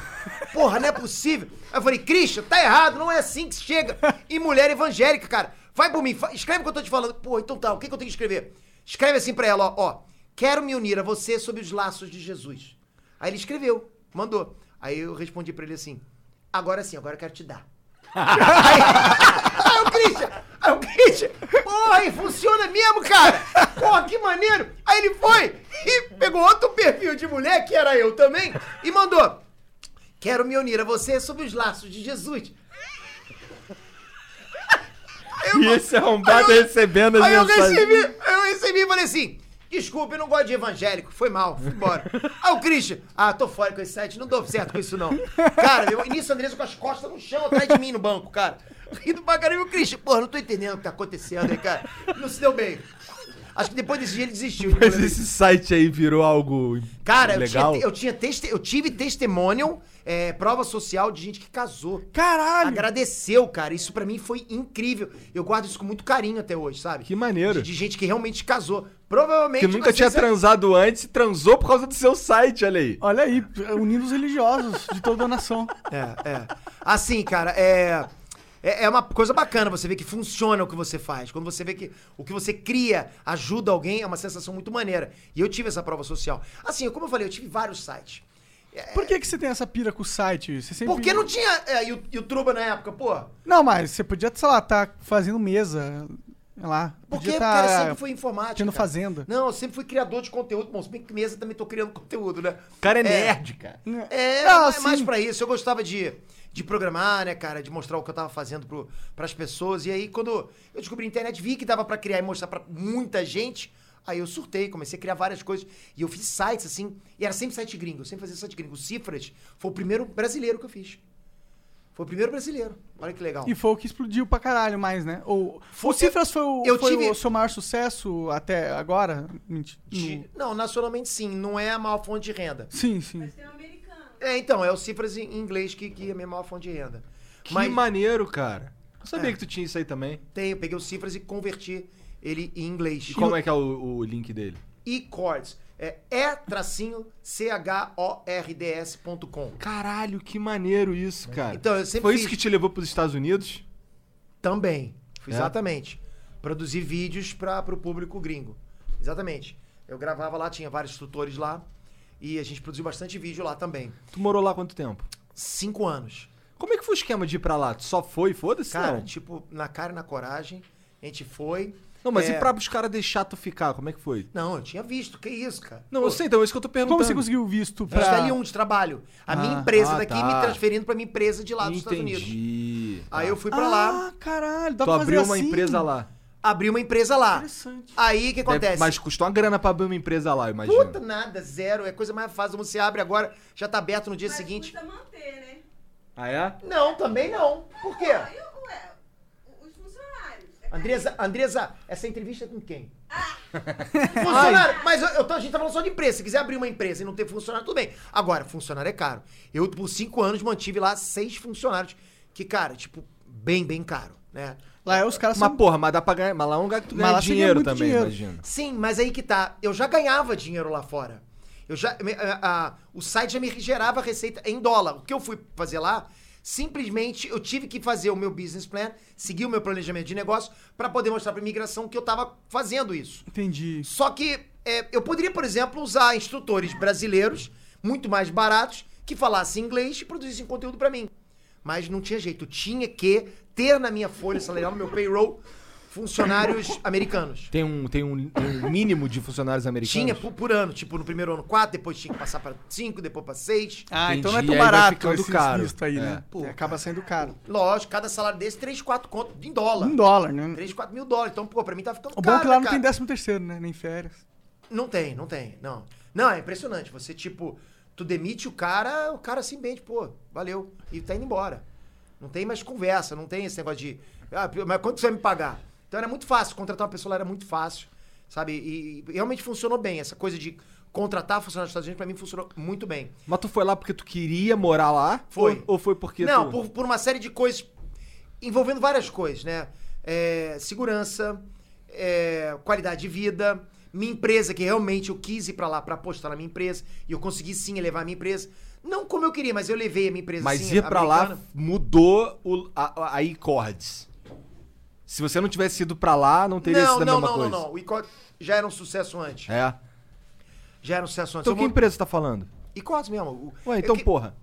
Porra, não é possível. Aí eu falei: Christian, tá errado, não é assim que se chega. E mulher evangélica, cara, vai por mim, fa- escreve o que eu tô te falando. Pô, então tá, o que, que eu tenho que escrever? Escreve assim pra ela: Ó, ó quero me unir a você sob os laços de Jesus. Aí ele escreveu, mandou. Aí eu respondi pra ele assim: agora sim, agora eu quero te dar. aí, aí o Christian, Aí o Christian, porra, aí funciona mesmo, cara? Porra, que maneiro! Aí ele foi e pegou outro perfil de mulher, que era eu também, e mandou: Quero me unir a você sob os laços de Jesus. Aí eu- E esse arrombado recebendo as Aí eu mensagens. recebi, eu recebi e falei assim: desculpe, eu não gosto de evangélico, foi mal, fui embora. Aí o Christian, ah, tô fora com esse site, não dou certo com isso não. Cara, eu início Andressa com as costas no chão atrás de mim no banco, cara. Rindo pra caramba, e o Christian, porra, não tô entendendo o que tá acontecendo aí, cara. Não se deu bem. Acho que depois desse dia ele desistiu. de Mas fazer esse site aí virou algo Cara, eu, legal. Tinha, eu, tinha teste- eu tive testemunho, é, prova social de gente que casou. Caralho! Agradeceu, cara. Isso pra mim foi incrível. Eu guardo isso com muito carinho até hoje, sabe? Que maneiro. De, de gente que realmente casou. Provavelmente. é- Que nunca você tinha se- transado antes e transou por causa do seu site, olha aí. Olha aí, unindo os religiosos de toda a nação. É, é. Assim, cara, é. É é uma coisa bacana você ver que funciona o que você faz. Quando você vê que o que você cria ajuda alguém, é uma sensação muito maneira. E eu tive essa prova social. Assim, como eu falei, eu tive vários sites. Por que, que você tem essa pira com o site? Você sempre... Porque não tinha é, Yu- YouTube na época, pô. Não, mas você podia, sei lá, tá fazendo mesa. Sei lá. Porque podia o tá, cara é, sempre foi informático. tendo cara. fazenda. Não, eu sempre fui criador de conteúdo. Bom, se bem que mesa também tô criando conteúdo, né? O cara é, É. nerd, cara. É, Ah, é sim. mais pra isso. Eu gostava de, de programar, né, cara? De mostrar o que eu tava fazendo pro, pras pessoas. E aí, quando eu descobri a internet, vi que dava pra criar e mostrar pra muita gente. Aí eu surtei, comecei a criar várias coisas. E eu fiz sites, assim. E era sempre site gringo. Eu sempre fazia site gringo. O Cifras foi o primeiro brasileiro que eu fiz. Foi o primeiro brasileiro. Olha que legal. E foi o que explodiu pra caralho mais, né? Ou, Foi- o Cifras foi, o, eu foi tive- o seu maior sucesso até agora? Menti- De- no- Não, nacionalmente sim. Não é a maior fonte de renda. Sim, sim. Tem um americano. É, então, é o Cifras em inglês que, que é a minha maior fonte de renda. Que Mas É. maneiro, cara. Não sabia que tu tinha isso aí também. tem, eu peguei o Cifras e converti ele em inglês. E como é que é o, o link dele? E-Chords. É e-chords.com. Caralho, que maneiro isso, cara. Então, eu sempre Foi fiz- isso que te levou pros Estados Unidos? Também. É? Exatamente. Produzi vídeos para o público gringo. Exatamente. Eu gravava lá, tinha vários tutores lá. E a gente produziu bastante vídeo lá também. Tu morou lá quanto tempo? Cinco anos. Como é que foi o esquema de ir pra lá? Tu só foi, foda-se? Cara, não. tipo, na cara e na coragem, a gente foi. não, mas é- e pra os caras deixar tu ficar? Como é que foi? Não, eu tinha visto. Que isso, cara? Não, Pô, eu sei, então é isso que eu tô perguntando. Como você conseguiu o visto Pra... pra... L1 de trabalho. A minha Ah, empresa ah, daqui tá. me transferindo pra minha empresa de lá dos Estados Unidos. Entendi. tá. Aí eu fui pra Ah, lá, caralho, dá Tu pra fazer abriu uma assim? empresa lá. abri uma empresa lá. Interessante. Aí o que Deve- acontece? mas custou uma grana pra abrir uma empresa lá, eu imagino. Puta nada, zero. É coisa mais fácil. Você abre agora, já tá aberto no dia Mas seguinte. custa manter, né? Ah, é? Não, também não. Por quê? Aí, ué, os funcionários. É Andresa, Andresa, essa entrevista é com quem? funcionário, mas eu, eu tô- a gente tá falando só de empresa. Se quiser abrir uma empresa e não ter funcionário, tudo bem. Agora, funcionário é caro. Eu, por cinco anos, mantive lá seis funcionários. Que, cara, tipo, bem, bem caro, né? Lá é os caras Mas são... porra, mas dá pra ganhar. Mas lá é um lugar que tu Mas ganha lá você ganha dinheiro muito também, dinheiro. imagino. Sim, mas aí que tá. Eu já ganhava dinheiro lá fora. Eu já, me- a- a- o site já me gerava receita em dólar. O que eu fui fazer lá, simplesmente eu tive que fazer o meu business plan, seguir o meu planejamento de negócio pra poder mostrar pra imigração que eu tava fazendo isso. Entendi. Só que é, eu poderia, por exemplo, usar instrutores brasileiros, muito mais baratos, que falassem inglês e produzissem conteúdo pra mim. Mas não tinha jeito. Eu tinha que ter na minha folha salarial, no meu payroll, funcionários americanos. Tem um, tem um, tem um mínimo de funcionários americanos? Tinha por, por ano, tipo, no primeiro ano 4, depois tinha que passar pra 5, depois pra 6. Ah, então não é Entendi, tão aí vai barato ficando esse caro. visto aí, É. né? Pô, É, acaba saindo caro. Lógico, cada salário desse, 3, 4 conto em dólar. Um dólar, né? 3, 4 mil dólares. Então, pô, pra mim tá ficando O bom caro. é que lá né, não cara? tem décimo terceiro, né? Nem férias. Não tem, não tem, não. Não, é impressionante. Você, tipo, tu demite o cara, o cara se embende, pô, valeu. E tá indo embora. Não tem mais conversa, não tem esse negócio de. Ah, mas quanto você vai me pagar? Então era muito fácil, contratar uma pessoa lá era muito fácil, sabe? E, e realmente funcionou bem. Essa coisa de contratar funcionários dos Estados Unidos, pra mim, funcionou muito bem. Mas tu foi lá porque tu queria morar lá? Foi. Ou, ou foi porque Não, tu... por, por uma série de coisas. Envolvendo várias coisas, né? É, segurança, é, qualidade de vida, minha empresa, que realmente eu quis ir pra lá pra apostar na minha empresa. E eu consegui sim elevar a minha empresa. Não como eu queria, mas eu levei a minha empresa Mas sim, ir pra lá americana. mudou o, a, a iCords. Se você não tivesse ido pra lá, não teria Não, sido a não, mesma não, não, coisa. não. O Icod já era um sucesso antes. É. Já era um sucesso antes. Então Eu que mon- empresa tu tá falando? Icod mesmo. o- Ué, eu então que- porra.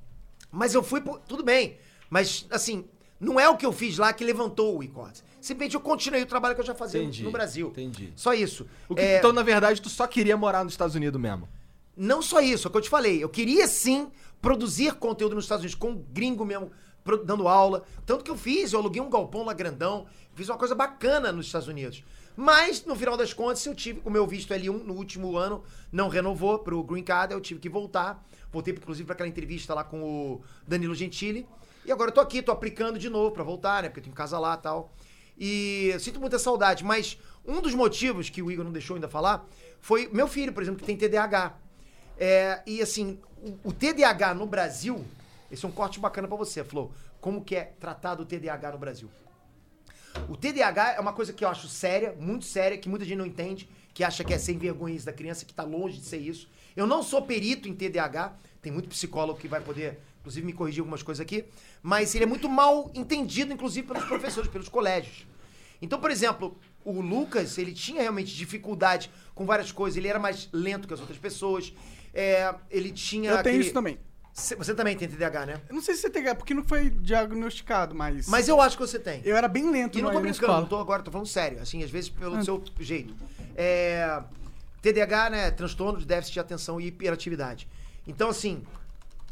Mas eu fui, por... tudo bem. Mas, assim, Não é o que eu fiz lá que levantou o e-commerce. Simplesmente eu continuei o trabalho que eu já fazia no- Entendi, no Brasil. entendi. Só isso. O que- É, Então, na verdade, tu só queria morar nos Estados Unidos mesmo. Não só isso, é o que eu te falei. Eu queria sim produzir conteúdo nos Estados Unidos, com um gringo mesmo, pro- dando aula. Tanto que eu fiz, eu aluguei um galpão lá grandão, fiz uma coisa bacana nos Estados Unidos. Mas, no final das contas, eu tive o meu visto L1 no último ano, não renovou pro Green Card, eu tive que voltar. Voltei, inclusive, para aquela entrevista lá com o Danilo Gentili. E agora eu tô aqui, tô aplicando de novo para voltar, né? Porque eu tenho casa lá e tal. E eu sinto muita saudade, mas um dos motivos que o Igor não deixou ainda falar foi meu filho, por exemplo, que tem TDAH. É, e assim, o, o TDAH no Brasil, esse é um corte bacana pra você, Flo. Como que é tratado o TDAH no Brasil? O TDAH é uma coisa que eu acho séria, muito séria, que muita gente não entende, que acha que é sem vergonha isso da criança, que tá longe de ser isso. Eu não sou perito em TDAH, tem muito psicólogo que vai poder, inclusive, me corrigir algumas coisas aqui, mas ele é muito mal entendido, inclusive, pelos professores, pelos colégios. Então, por exemplo, o Lucas, ele tinha realmente dificuldade com várias coisas, ele era mais lento que as outras pessoas, é, ele tinha... Eu tenho aquele- isso também. Cê- Você também tem TDAH, né? Eu não sei se você tem, é porque não foi diagnosticado, mas. Mas eu acho que você tem. eu era bem lento E não na- tô na brincando, escola. não tô agora, tô falando sério, assim, às vezes pelo seu jeito. É, TDAH, né, transtorno de déficit de atenção e hiperatividade. Então, assim,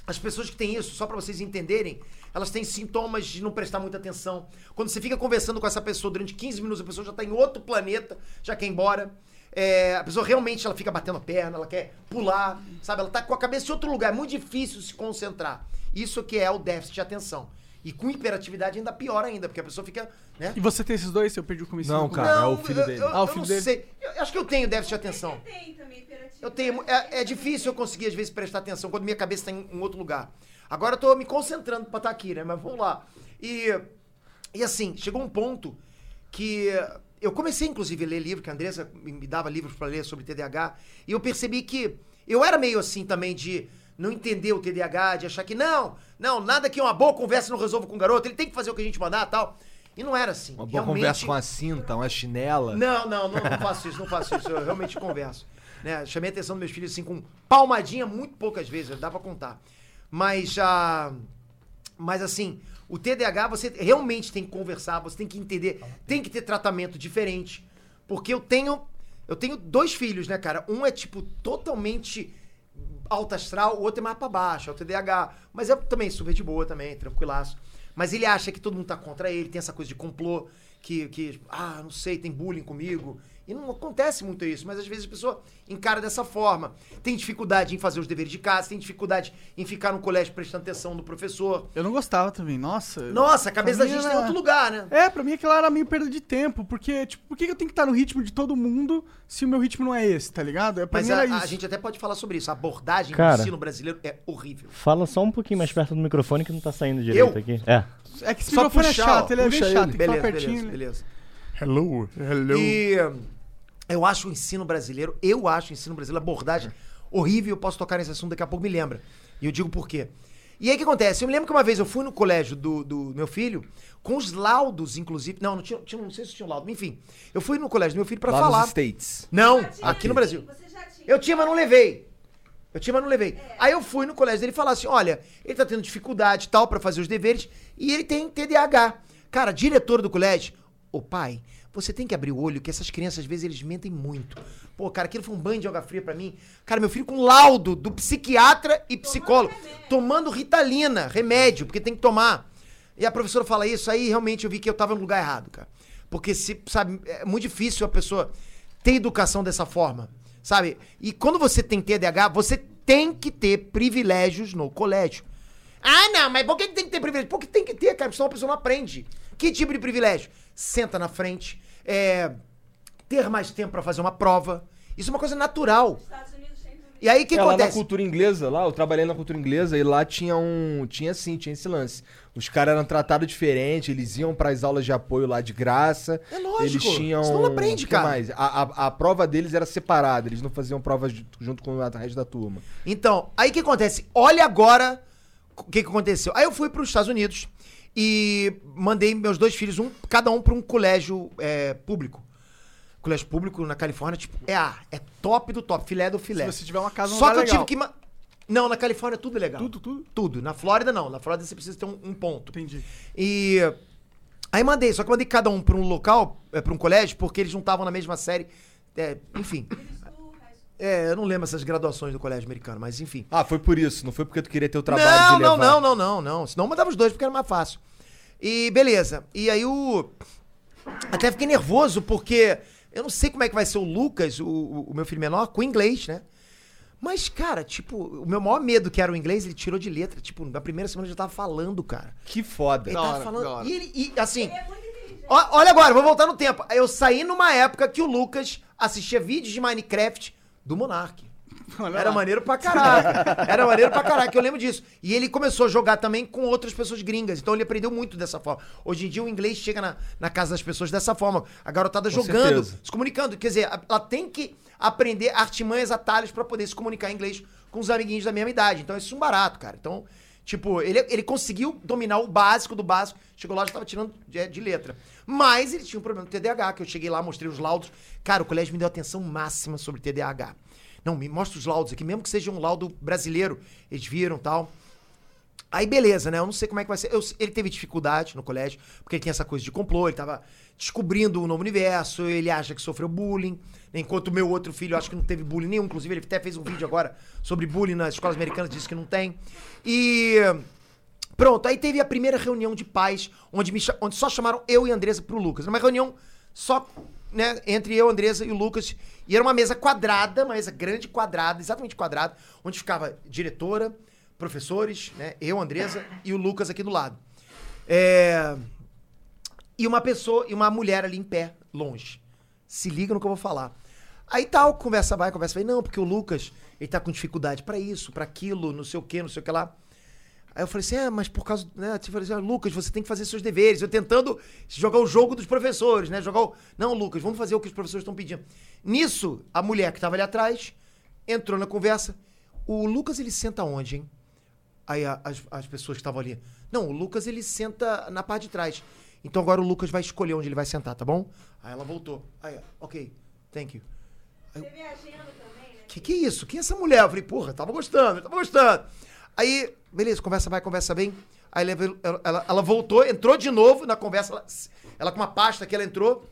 as pessoas que têm isso, só pra vocês entenderem, elas têm sintomas de não prestar muita atenção. Quando você fica conversando com essa pessoa durante 15 minutos, a pessoa já tá em outro planeta, já quer ir embora. É, a pessoa realmente ela fica batendo a perna, ela quer pular, sabe? Ela tá com a cabeça em outro lugar, é muito difícil se concentrar. Isso que é o déficit de atenção. E com hiperatividade ainda pior ainda, porque a pessoa fica, né? E você tem esses dois? Eu perdi o começo. Não, cara. é o filho eu, dele. Eu, Ah, o eu filho não dele. sei. Eu acho que eu tenho déficit de atenção. Você tem também né? hiperatividade. Eu tenho. É, é difícil eu conseguir, às vezes, prestar atenção quando minha cabeça está em um outro lugar. Agora eu tô me concentrando pra estar aqui, né? Mas vamos lá. E, e assim, chegou um ponto que eu comecei, inclusive, a ler livro, que a Andressa me me dava livros pra ler sobre TDAH, e eu percebi que eu era meio assim também de não entender o TDAH, de achar que não, não, nada que uma boa conversa não resolva com o garoto, ele tem que fazer o que a gente mandar tal. E não era assim. Uma boa Realmente- conversa com uma cinta, uma chinela. não, não, não, não faço isso, não faço isso. Eu realmente converso. Né? Chamei a atenção dos meus filhos assim com palmadinha muito poucas vezes, dá pra contar. Mas ah, já. Mas assim, o TDAH você realmente tem que conversar, você tem que entender, tem que ter tratamento diferente. Porque eu tenho. Eu tenho dois filhos, né, cara? Um é, tipo, totalmente alta astral, o outro é mais pra baixo, é o TDAH. Mas é também super de boa também, tranquilaço. Mas ele acha que todo mundo tá contra ele, tem essa coisa de complô, que, que ah, não sei, tem bullying comigo. E não acontece muito isso, mas às vezes a pessoa encara dessa forma. Tem dificuldade em fazer os deveres de casa, tem dificuldade em ficar no colégio prestando atenção no professor. Eu não gostava também, nossa. Nossa, a cabeça da gente tem Menina. outro lugar, né? É, pra mim aquilo era meio perda de tempo, porque, tipo, por que que eu tenho que estar no ritmo de todo mundo se o meu ritmo não é esse, tá ligado? É, pra Mas mim a, era a isso. gente até pode falar sobre isso. A abordagem Cara. do ensino brasileiro é horrível. Fala só um pouquinho mais perto do microfone que não tá saindo direito aqui. É. É que esse Só microfone é puxar, chato, ó, ele é bem puxa chato, tem que Beleza, falar pertinho. beleza, né? beleza. Hello, hello. E hum, eu acho o ensino brasileiro, eu acho o ensino brasileiro, a abordagem horrível, eu posso tocar nesse assunto daqui a pouco, me lembra. E eu digo por quê. E aí o que acontece? Eu me lembro que uma vez eu fui no colégio do, do meu filho, com os laudos, inclusive. Não, não, tinha, tinha- não sei se tinha um laudo, enfim. Eu fui no colégio do meu filho pra lá falar. nos States. Não, Já tinha, aqui no Brasil. Você já tinha. Eu tinha, mas não levei. Eu tinha, mas não levei. Aí eu fui no colégio dele falar assim: olha, ele tá tendo dificuldade e tal pra fazer os deveres e ele tem TDAH. Cara, diretor do colégio, ô pai, você tem que abrir o olho que essas crianças às vezes eles mentem muito. Pô, cara, aquilo foi um banho de água fria pra mim. Cara, meu filho com laudo do psiquiatra e psicólogo tomando ritalina, remédio, porque tem que tomar. E a professora fala isso, aí realmente eu vi que eu tava no lugar errado, cara. Porque se, sabe, é muito difícil a pessoa ter educação dessa forma, sabe? E quando você tem TDAH, você tem que ter privilégios no colégio. Ah, não, mas por que que tem que ter privilégio? Porque tem que ter, cara, porque senão a pessoa não aprende. Que tipo de privilégio? Senta na frente, é, ter mais tempo pra fazer uma prova. Isso é uma coisa natural. Nos Estados Unidos tem privilégio. E aí o que é, lá na acontece? cultura inglesa, lá, eu trabalhei na cultura inglesa e lá tinha um. Tinha sim, tinha esse lance. Os caras eram tratados diferente, eles iam pras aulas de apoio lá de graça. É lógico, Eles tinham. um senão não aprende, o que cara. Mais? A, a, a prova deles era separada, eles não faziam provas ju- junto com o resto da turma. Então, aí o que acontece? Olha agora o que, que aconteceu. Aí eu fui para os Estados Unidos e mandei meus dois filhos, um, cada um para um colégio é, público. Colégio público na Califórnia, tipo, é A, é top do top, filé do filé. Se você tiver uma casa, não Só vai que eu legal. tive que. ma- Não, na Califórnia tudo é legal. Tudo, tudo? Tudo. Na Flórida, não. Na Flórida você precisa ter um, um ponto. Entendi. E aí mandei, só que mandei cada um pra um local, é, pra um colégio, porque eles não estavam na mesma série. É, enfim. É, eu não lembro essas graduações do colégio americano, mas enfim. Ah, foi por isso. Não foi porque tu queria ter o trabalho Não, de não, levar. não, não, não, não. Senão eu mandava os dois porque era mais fácil. E beleza. E aí o. Até fiquei nervoso porque eu não sei como é que vai ser o Lucas, o, o- o meu filho menor, com inglês, né? Mas, cara, tipo, o meu maior medo que era o inglês, ele tirou de letra. Tipo, na primeira semana ele já tava falando, cara. Que foda. Ele Da tava hora, da falando. hora. E ele, e, assim. É muito inteligente. ó- olha agora, vou voltar no tempo. Eu saí numa época que o Lucas assistia vídeos de Minecraft do Monark. Olha Era lá. maneiro pra caraca. Era maneiro pra caraca, eu lembro disso. E ele começou a jogar também com outras pessoas gringas. Então ele aprendeu muito dessa forma. Hoje em dia o inglês chega na, na casa das pessoas dessa forma. A garotada jogando, certeza. se comunicando. Quer dizer, a- ela tem que aprender artimanhas, atalhos pra poder se comunicar em inglês com os amiguinhos da mesma idade. Então isso é um barato, cara. Então, tipo, ele, ele conseguiu dominar o básico do básico. Chegou lá, já tava tirando de, de letra. Mas ele tinha um problema do TDAH, que eu cheguei lá, mostrei os laudos. Cara, o colégio me deu atenção máxima sobre TDAH. Não, me mostra os laudos aqui, mesmo que seja um laudo brasileiro. Eles viram tal. Aí beleza, né? Eu não sei como é que vai ser. Eu- ele teve dificuldade no colégio, porque ele tinha essa coisa de complô, ele tava descobrindo o novo universo, ele acha que sofreu bullying, né? enquanto o meu outro filho acha que não teve bullying nenhum. Inclusive, ele até fez um vídeo agora sobre bullying nas escolas americanas, disse que não tem. E. Pronto, aí teve a primeira reunião de pais, onde, me cha- onde só chamaram eu e a Andresa pro Lucas. Era uma reunião só, né, entre eu, a Andresa e o Lucas. E era uma mesa quadrada, uma mesa grande quadrada, exatamente quadrada, onde ficava diretora, professores, né, eu, a Andresa e o Lucas aqui do lado. É, E uma pessoa, e uma mulher ali em pé, longe. Se liga no que eu vou falar. Aí tal, conversa vai, conversa vai. Não, porque o Lucas, ele tá com dificuldade pra isso, pra aquilo, não sei o que, não sei o que lá. Aí eu falei assim, é, mas por causa, né? Eu falei assim, ah, Lucas, você tem que fazer seus deveres. Eu tentando jogar o jogo dos professores, né? Jogar o... Não, Lucas, vamos fazer o que os professores estão pedindo. Nisso, a mulher que estava ali atrás entrou na conversa. O Lucas, ele senta onde, hein? Aí a- as, as pessoas que estavam ali. Não, o Lucas, ele senta na parte de trás. Então agora o Lucas vai escolher onde ele vai sentar, tá bom? Aí ela voltou. Aí, ok, thank you. Teve agenda também, né? Que que é isso? Quem é essa mulher? Eu falei, porra, tava gostando, eu tava gostando. Aí, beleza, conversa vai, conversa bem. Aí ela, ela- ela- ela voltou, entrou de novo na conversa. Ela, ela com uma pasta que ela entrou.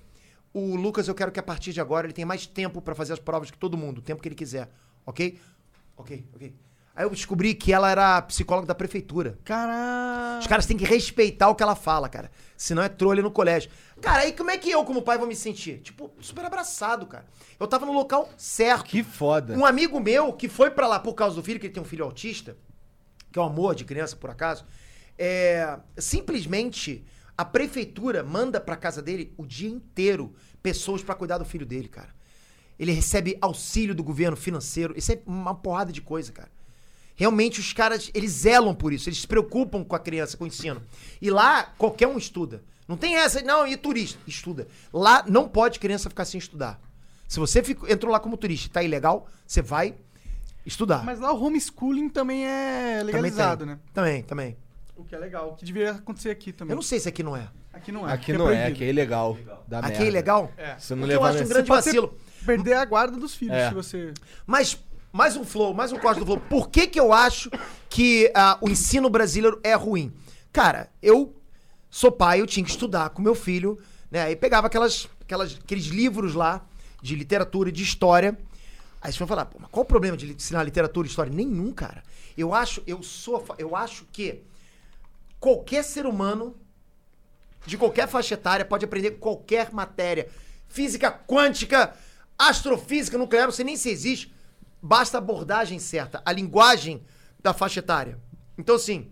O Lucas, eu quero que a partir de agora ele tenha mais tempo pra fazer as provas que todo mundo, o tempo que ele quiser, ok? Ok, ok. Aí eu descobri que ela era psicóloga da prefeitura. Caralho. Os caras têm que respeitar o que ela fala, cara. Senão é trolha no colégio. Cara, aí como é que eu, como pai, vou me sentir? Tipo, super abraçado, cara. Eu tava no local certo. Que foda. Um amigo meu que foi pra lá por causa do filho, que ele tem um filho autista, que é um amor de criança, por acaso, é, simplesmente a prefeitura manda pra casa dele o dia inteiro pessoas pra cuidar do filho dele, cara. Ele recebe auxílio do governo financeiro, isso é uma porrada de coisa, cara. Realmente os caras, eles zelam por isso, eles se preocupam com a criança, com o ensino. E lá, qualquer um estuda. Não tem essa, não, e turista? Estuda. Lá não pode criança ficar sem estudar. Se você ficou- entrou lá como turista e tá ilegal, você vai estudar. Mas lá o homeschooling também é Também tem. legalizado, né? Também, também. O que é legal. O que deveria acontecer aqui também. Eu não sei se aqui não é. Aqui não é. Aqui não é, proibido. aqui é ilegal. Dá aqui merda. é ilegal? É. Se não O que eu levar acho um nesse... grande pode ter- vacilo. Perder a guarda dos filhos É. se você... Mas, mais um flow, mais um corte do flow. Por que que eu acho que ah, o ensino brasileiro é ruim? Cara, eu sou pai, eu tinha que estudar com meu filho, né? Aí pegava aquelas, aquelas, aqueles livros lá de literatura e de história. Aí você vai falar, Pô, mas qual o problema de ensinar literatura e história? Nenhum, cara. Eu acho, eu sou, a fa- eu acho que qualquer ser humano de qualquer faixa etária pode aprender qualquer matéria. Física quântica, astrofísica, nuclear, não sei nem se existe. Basta a abordagem certa, a linguagem da faixa etária. Então, assim,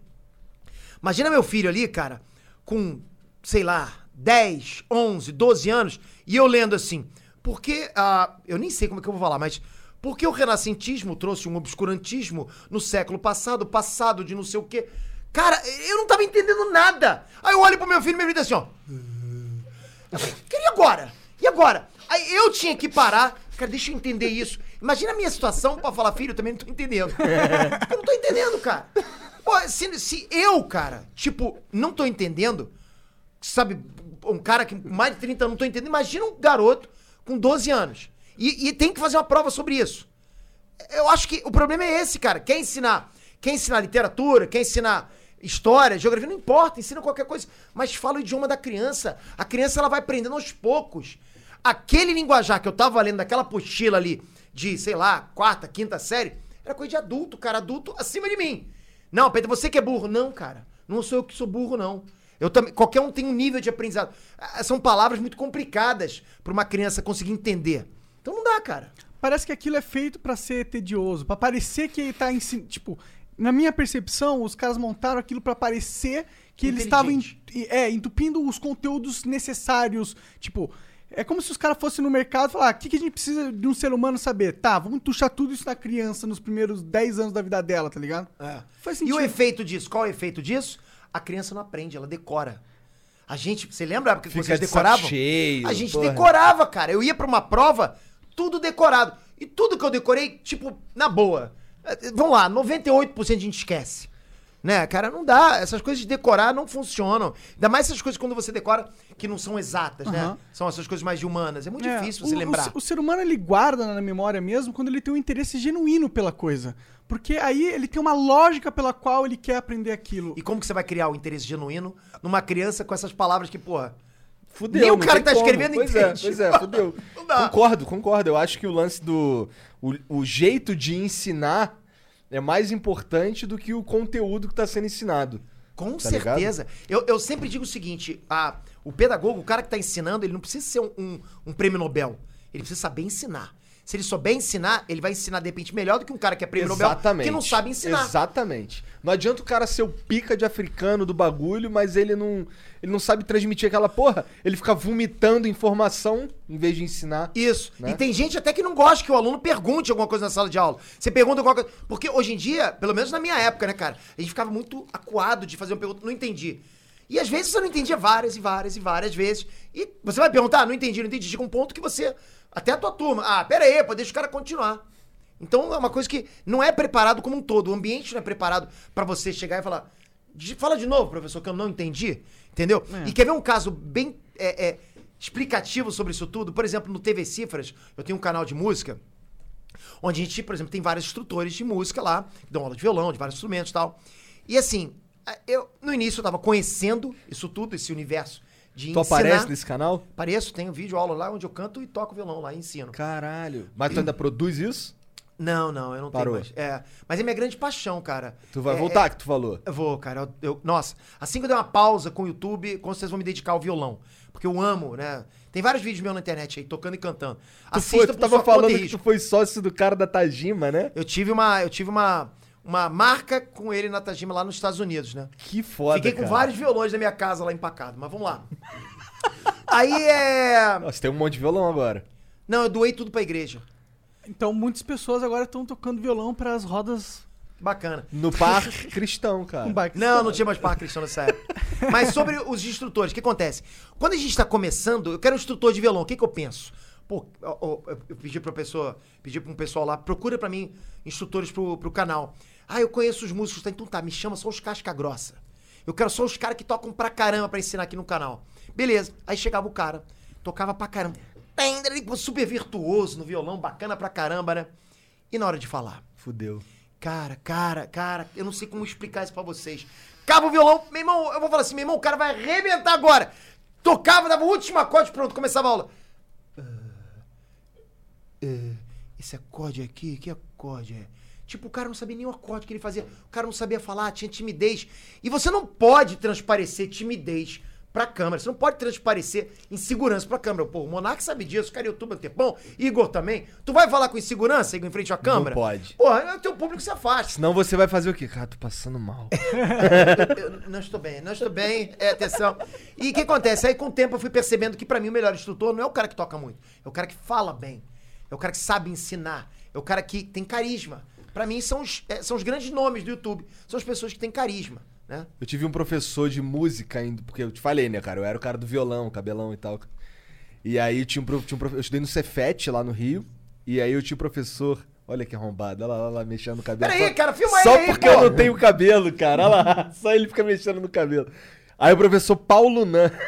imagina meu filho ali, cara, com, sei lá, 10, 11, 12 anos, e eu lendo assim, porque, ah, eu nem sei como é que eu vou falar, mas porque o renascentismo trouxe um obscurantismo no século passado, passado de não sei o quê. Cara, eu não tava entendendo nada. Aí eu olho pro meu filho e me grita assim, ó. Queria agora. E agora? Aí eu tinha que parar. Cara, deixa eu entender isso. Imagina a minha situação pra falar, filho, eu também não tô entendendo. Eu não tô entendendo, cara. Pô, se, se eu, cara, tipo, não tô entendendo, sabe, um cara que com mais de 30 anos não tô entendendo, imagina um garoto com 12 anos. E, e tem que fazer uma prova sobre isso. Eu acho que o problema é esse, cara. Quer ensinar? Quer ensinar literatura? Quer ensinar história, geografia? Não importa, ensina qualquer coisa. Mas fala o idioma da criança. A criança ela vai aprendendo aos poucos. Aquele linguajar que eu tava lendo naquela apostila ali de, sei lá, quarta, quinta série, era coisa de adulto, cara. Adulto acima de mim. Não, Pedro, você que é burro. Não, cara. Não sou eu que sou burro, não. Eu também, qualquer um tem um nível de aprendizado. Ah, São palavras muito complicadas para uma criança conseguir entender. Então não dá, cara. Parece que aquilo é feito pra ser tedioso, pra parecer que ele tá ensin... tipo, na minha percepção, os caras montaram aquilo pra parecer que eles estavam en- é, entupindo os conteúdos necessários, tipo, é como se os caras fossem no mercado e falar, "Ah, o que, que a gente precisa de um ser humano saber? Tá, vamos tuchar tudo isso na criança nos primeiros 10 anos da vida dela, tá ligado? É. Faz E sentido. o efeito disso? Qual é o efeito disso? A criança não aprende, ela decora. A gente, você lembra a época que Fica vocês de saco decoravam? cheio, a gente porra. decorava, cara. Eu ia pra uma prova, tudo decorado. E tudo que eu decorei, tipo, na boa. Eh, Vamos lá, 98% a gente esquece. Né, cara, não dá. Essas coisas de decorar não funcionam. Ainda mais essas coisas quando você decora que não são exatas, né? Aham. São essas coisas mais humanas. É muito É, difícil o- você o lembrar. se- O, ser humano ele guarda na memória mesmo quando ele tem um interesse genuíno pela coisa. Porque aí ele tem uma lógica pela qual ele quer aprender aquilo. E como que você vai criar o interesse genuíno numa criança com essas palavras que, porra, Fudeu. Nem o não tem cara que tá como. escrevendo pois entende. É, pois é, fudeu. Não dá. Concordo, concordo. Eu acho que o lance do. O, o jeito de ensinar é mais importante do que o conteúdo que tá sendo ensinado. Com Tá ligado? certeza. Eu, eu sempre digo o seguinte: a, o pedagogo, o cara que tá ensinando, ele não precisa ser um, um, um prêmio Nobel. Ele precisa saber ensinar. Se ele souber ensinar, ele vai ensinar, de repente, melhor do que um cara que é prêmio Nobel que não sabe ensinar. Exatamente. Não adianta o cara ser o pica de africano do bagulho, mas ele não, ele não sabe transmitir aquela porra. Ele fica vomitando informação em vez de ensinar. Isso. Né? E tem gente até que não gosta que o aluno pergunte alguma coisa na sala de aula. Você pergunta alguma coisa. Porque hoje em dia, pelo menos na minha época, né, cara? A gente ficava muito acuado de fazer uma pergunta, não entendi. E às vezes você não entendia várias e várias e várias vezes. E você vai perguntar, ah, não entendi, não entendi. Chega um ponto que você. Até a tua turma. Ah, pera aí, pô, deixa o cara continuar. Então é uma coisa que não é preparado como um todo. O ambiente não é preparado pra você chegar e falar. "De- Fala de novo, professor, que eu não entendi. Entendeu? É. E quer ver um caso bem é, é, explicativo sobre isso tudo? Por exemplo, no TV Cifras, eu tenho um canal de música onde a gente, por exemplo, tem vários instrutores de música lá, que dão aula de violão, de vários instrumentos e tal. E assim, a- eu no início eu tava conhecendo isso tudo, esse universo de Tu ensinar. aparece nesse canal? Apareço, tenho vídeo aula lá onde eu canto e toco violão lá e ensino. Caralho. Mas tu ainda produz isso? Não, não, eu não Parou. tenho mais. É, mas é minha grande paixão, cara. Tu vai É- voltar é- que tu falou. eu vou, cara. Eu, eu- nossa, assim que eu der uma pausa com o YouTube, com certeza vou me dedicar ao violão. Porque eu amo, né? Tem vários vídeos meus na internet aí, tocando e cantando. Tu, foi, tu por tava sua conta falando e que tu risco. foi sócio do cara da Tajima, né? Eu tive uma, eu tive uma, uma marca com ele na Tajima lá nos Estados Unidos, né? Que foda, Fiquei com cara. vários violões na minha casa lá empacado, mas vamos lá. aí é. Nossa, tem um monte de violão agora. Não, eu doei tudo pra igreja. Então muitas pessoas agora estão tocando violão para as rodas Bacana. No par cristão, cara. Um com bike. Não, não tinha mais par cristão nessa época. Mas sobre os instrutores, o que acontece? Quando a gente está começando, eu quero um instrutor de violão, o que, que eu penso? Pô, ó, ó, eu, pedi pra pessoa, pedi pra um pessoal lá, procura pra mim instrutores pro, pro canal. Ah, eu conheço os músicos, tá? Então tá, me chama só os casca grossa. Eu quero só os caras que tocam pra caramba pra ensinar aqui no canal. Beleza. Aí chegava o cara, tocava pra caramba. Super virtuoso no violão, bacana pra caramba, né? E na hora de falar? Fudeu. Cara, cara, cara, eu não sei como explicar isso pra vocês. Cava o violão, meu irmão, eu vou falar assim, meu irmão, o cara vai arrebentar agora. Tocava, dava o último acorde, pronto, começava a aula. Ah, ah, esse acorde aqui, que acorde é? Tipo, o cara não sabia nem o acorde que ele fazia, o cara não sabia falar, tinha timidez. E você não pode transparecer timidez pra câmera, você não pode transparecer insegurança pra câmera. Pô, o Monark sabe disso, o cara é YouTube Antepão, Igor também. Tu vai falar com insegurança, Igor, em frente à câmera? pode. Porra, é o teu público se afasta. Senão você vai fazer o quê? Cara, tô passando mal. Eu- eu não estou bem, não estou bem, é atenção. E o que acontece? Aí com o tempo eu fui percebendo que pra mim o melhor instrutor não é o cara que toca muito, é o cara que fala bem, é o cara que sabe ensinar, é o cara que tem carisma. Pra mim são os, é, são os grandes nomes do YouTube, são as pessoas que têm carisma, né? Eu tive um professor de música ainda, porque eu te falei, né, cara? Eu era o cara do violão, cabelão e tal. E aí tinha um, pro- tinha um prof- eu estudei no Cefet lá no Rio, e aí eu tinha um professor, olha que arrombado, olha lá, olha lá mexendo no cabelo. Peraí, Só- cara, filma Só ele aí, porque pô. eu não tenho cabelo, cara, olha lá, só ele fica mexendo no cabelo. Aí o professor Paulo Nan.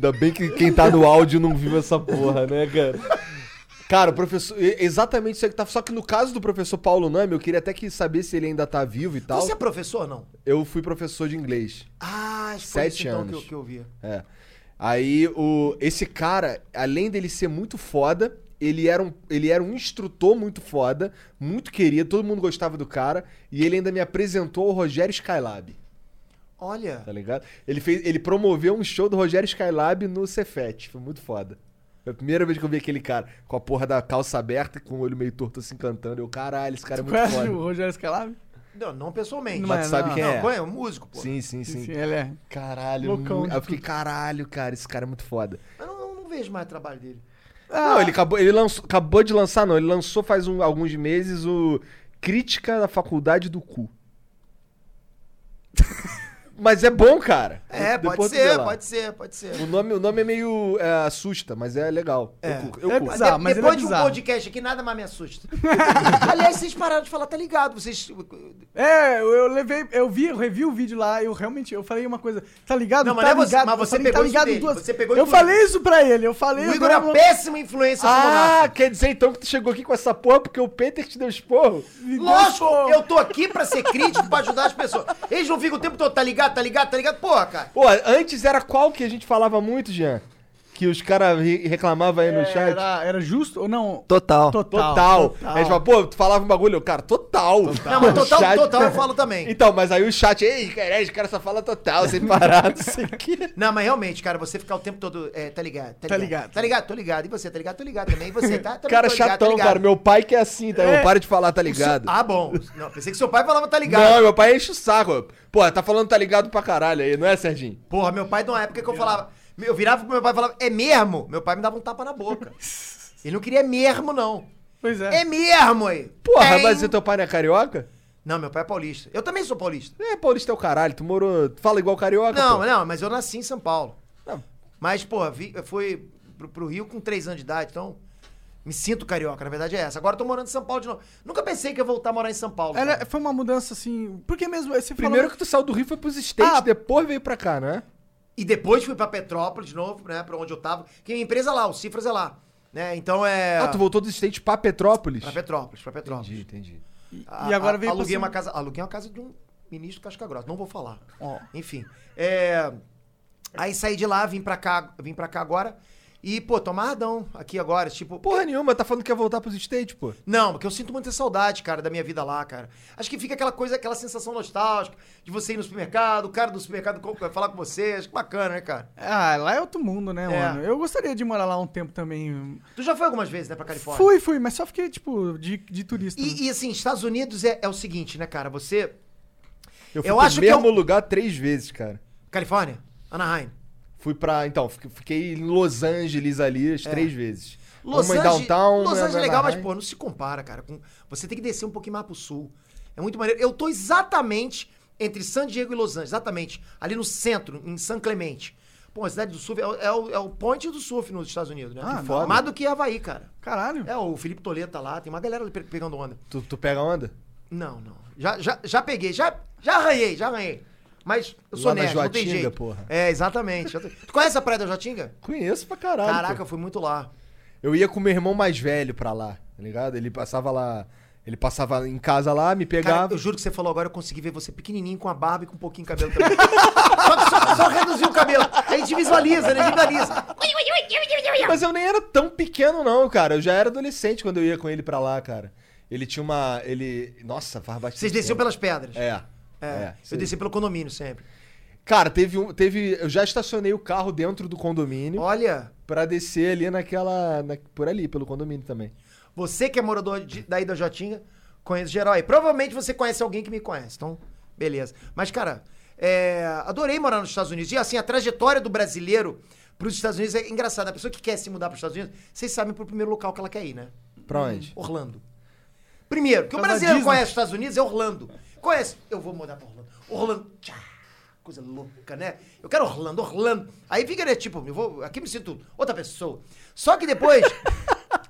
Ainda bem que quem tá no áudio não viu essa porra, né, cara? Cara, o professor. e- Exatamente isso aí que tá. Só que no caso do professor Paulo Nami, eu queria até que saber se ele ainda tá vivo e tal. Você é professor, não? Eu fui professor de inglês. Ah, acho que Sete isso, então, anos. Que, eu, que eu vi. É. Aí o, esse cara, além dele ser muito foda, ele era, um, ele era um instrutor muito foda, muito querido, todo mundo gostava do cara, e ele ainda me apresentou o Rogério Skylab, Olha, tá ligado? Ele, fez, ele promoveu um show do Rogério Skylab no Cefet, foi muito foda. Foi a primeira vez que eu vi aquele cara com a porra da calça aberta, com o olho meio torto assim cantando. Eu, caralho, esse cara é muito Conhece o foda. Rogério Scalab? não, não pessoalmente. Não Mas tu sabe quem não, é? qual é? Um músico, pô. Sim, sim, Sim, sim. sim, ele é. Caralho, Loucão muito- de Aí eu fiquei, caralho, cara, esse cara é muito foda. Eu não, eu não vejo mais trabalho dele. Não, ele acabou, ele lançou, acabou de lançar, não. Ele lançou faz um- alguns meses o Crítica da Faculdade do Cu. Mas é bom, cara. É, Depois pode tu vê ser, lá. pode ser, pode ser. O nome, o nome é meio é, assusta, mas é legal. É. Eu, cu- eu É curto. bizarro, De- mas ele é depois de um bizarro. podcast aqui, nada mais me assusta. Aliás, vocês pararam de falar, tá ligado? Vocês. É, eu eu levei, eu vi, eu revi o vídeo lá, eu realmente, eu falei uma coisa, tá ligado? Não, mas tá não é você- ligado, mas eu você falei, pegou tá isso ligado dele, duas- você pegou Eu tudo. falei isso pra ele, eu falei. O eu Igor é uma não- péssima influência do Ah, monarca. quer dizer então que tu chegou aqui com essa porra porque o Peter que te deu esporro? Lógico, eu tô aqui pra ser crítico, pra ajudar as pessoas. Eles não ficam o tempo todo, tá ligado, tá ligado, tá ligado? Porra, cara. Pô, antes era qual que a gente falava muito, Jean? Que os caras re- reclamavam aí no chat. É, Era, era justo ou não? Total. Total. Total. Aí tipo, pô, tu falava um bagulho, eu, cara, total. Não, mas O Tá total, chat- total eu falo também. Então, mas aí o chat, ei, cara, esse cara só fala total, sem parar, não sei o quê. Não, mas realmente, cara, você ficar o tempo todo, é, tá ligado, Tá tá ligado, tá ligado. ligado, tô ligado, e você, tá ligado, tô ligado também, e você, tá, também Cara tô ligado, chatão, tá ligado. cara. Meu pai que é assim, tá? É. Eu paro de falar, tá ligado? Ah, bom, não, pensei que seu pai falava tá ligado. Não, meu pai enche o saco. Pô, tá falando tá ligado pra caralho aí, não é, Serginho? Porra, meu pai, de uma época que eu falava. Eu virava pro meu pai e falava, é mesmo? Meu pai me dava um tapa na boca. Ele não queria mesmo, não. Pois é. É mesmo, aí. Porra, Tem- mas o teu pai não é carioca? Não, meu pai é paulista. Eu também sou paulista. É, paulista é o caralho, tu morou. tu Fala igual carioca? Não, pô. não, mas eu nasci em São Paulo. Não. Mas, porra, vi, eu fui pro, pro Rio com 3 anos de idade, então. Me sinto carioca, na verdade é essa. Agora eu tô morando em São Paulo de novo. Nunca pensei que ia voltar a morar em São Paulo. Era, cara. foi uma mudança assim. Porque mesmo. Você Primeiro falou, que tu saiu do Rio foi pros States, Ah. depois veio pra cá, né? E depois fui pra Petrópolis de novo, né? Pra onde eu tava. Que minha empresa é lá, o Cifras é lá. Né? Então é. Ah, tu voltou dos States pra Petrópolis? Pra Petrópolis, pra Petrópolis. Entendi, entendi. A- E agora veio aluguei passando- uma casa, aluguei uma casa de um ministro casca grossa, não vou falar. Ó. Enfim, é, aí saí de lá, vim pra cá, vim para cá agora e pô, tô amarradão aqui agora, tipo, Porra nenhuma, tá falando que ia voltar pros States, pô. não, porque eu sinto muita saudade, cara, da minha vida lá, cara. Acho que fica aquela coisa, aquela sensação nostálgica de você ir no supermercado, o cara do supermercado co- falar com você, acho que bacana, né, cara? Ah, lá é outro mundo, né, É. mano? Eu gostaria de morar lá um tempo também. Tu já foi algumas vezes, né, pra Califórnia? Fui, fui, mas só fiquei, tipo, de, de turista. né? E, e, assim, Estados Unidos é, é o seguinte, né, cara? Você. Eu fui Eu pro acho que mesmo eu- lugar três vezes, cara. Califórnia? Anaheim. Fui pra. Então, fi- fiquei em Los Angeles ali as três vezes. É. Los uma em Angeles, downtown. Los uma Angeles é na legal, mas, Anaheim. pô, não se compara, cara. com- Você tem que descer um pouquinho mais pro sul. É muito maneiro. Eu tô exatamente entre San Diego e Los Angeles, exatamente. Ali no centro, em San Clemente. Pô, a cidade do surf é, o- é o, é o point do surf nos Estados Unidos, né? Ah, Que não. foda. Mais do que Havaí, cara. Caralho. É, o Felipe Toledo tá lá, tem uma galera ali pe- pegando onda. Tu, tu pega onda? Não, não. Já, já, já peguei, já, já arranhei, já arranhei. Mas eu sou Lá na nerd, não tem Joatinga, jeito. porra. É, exatamente. Tu conhece a praia da Joatinga? Conheço pra caralho. Caraca, pô. eu fui muito lá. Eu ia com meu irmão mais velho pra lá, tá ligado? Ele passava lá. Ele passava em casa lá, me pegava. Cara, eu juro que você falou agora, eu consegui ver você pequenininho com a barba e com um pouquinho de cabelo também. só, que só, só reduziu o cabelo. A gente visualiza, né? A gente Visualiza. Mas eu nem era tão pequeno, não, cara. Eu já era adolescente quando eu ia com ele pra lá, cara. Ele tinha uma. Ele. Nossa, faz bastante. Vocês desciam tempo. pelas pedras. É. É, É. eu sim. desci pelo condomínio sempre. Cara, teve um. Teve. Eu já estacionei o carro dentro do condomínio. Olha, Pra descer ali naquela. na- por ali, pelo condomínio também. você que é morador de- daí da Jotinha, conhece geral aí. Provavelmente você conhece alguém que me conhece, então, beleza. Mas, cara, é, adorei morar nos Estados Unidos. E assim, a trajetória do brasileiro pros Estados Unidos é engraçada. A pessoa que quer se mudar pros Estados Unidos, vocês sabem pro primeiro local que ela quer ir, né? Pra onde? Orlando. Primeiro, que o Casa brasileiro Disney. conhece os Estados Unidos é Orlando. Conhece, eu vou mudar pra Orlando. Orlando, tchá, coisa louca, né? Eu quero Orlando, Orlando. Aí fica, né, tipo, eu vou, aqui me sinto outra pessoa. Só que depois,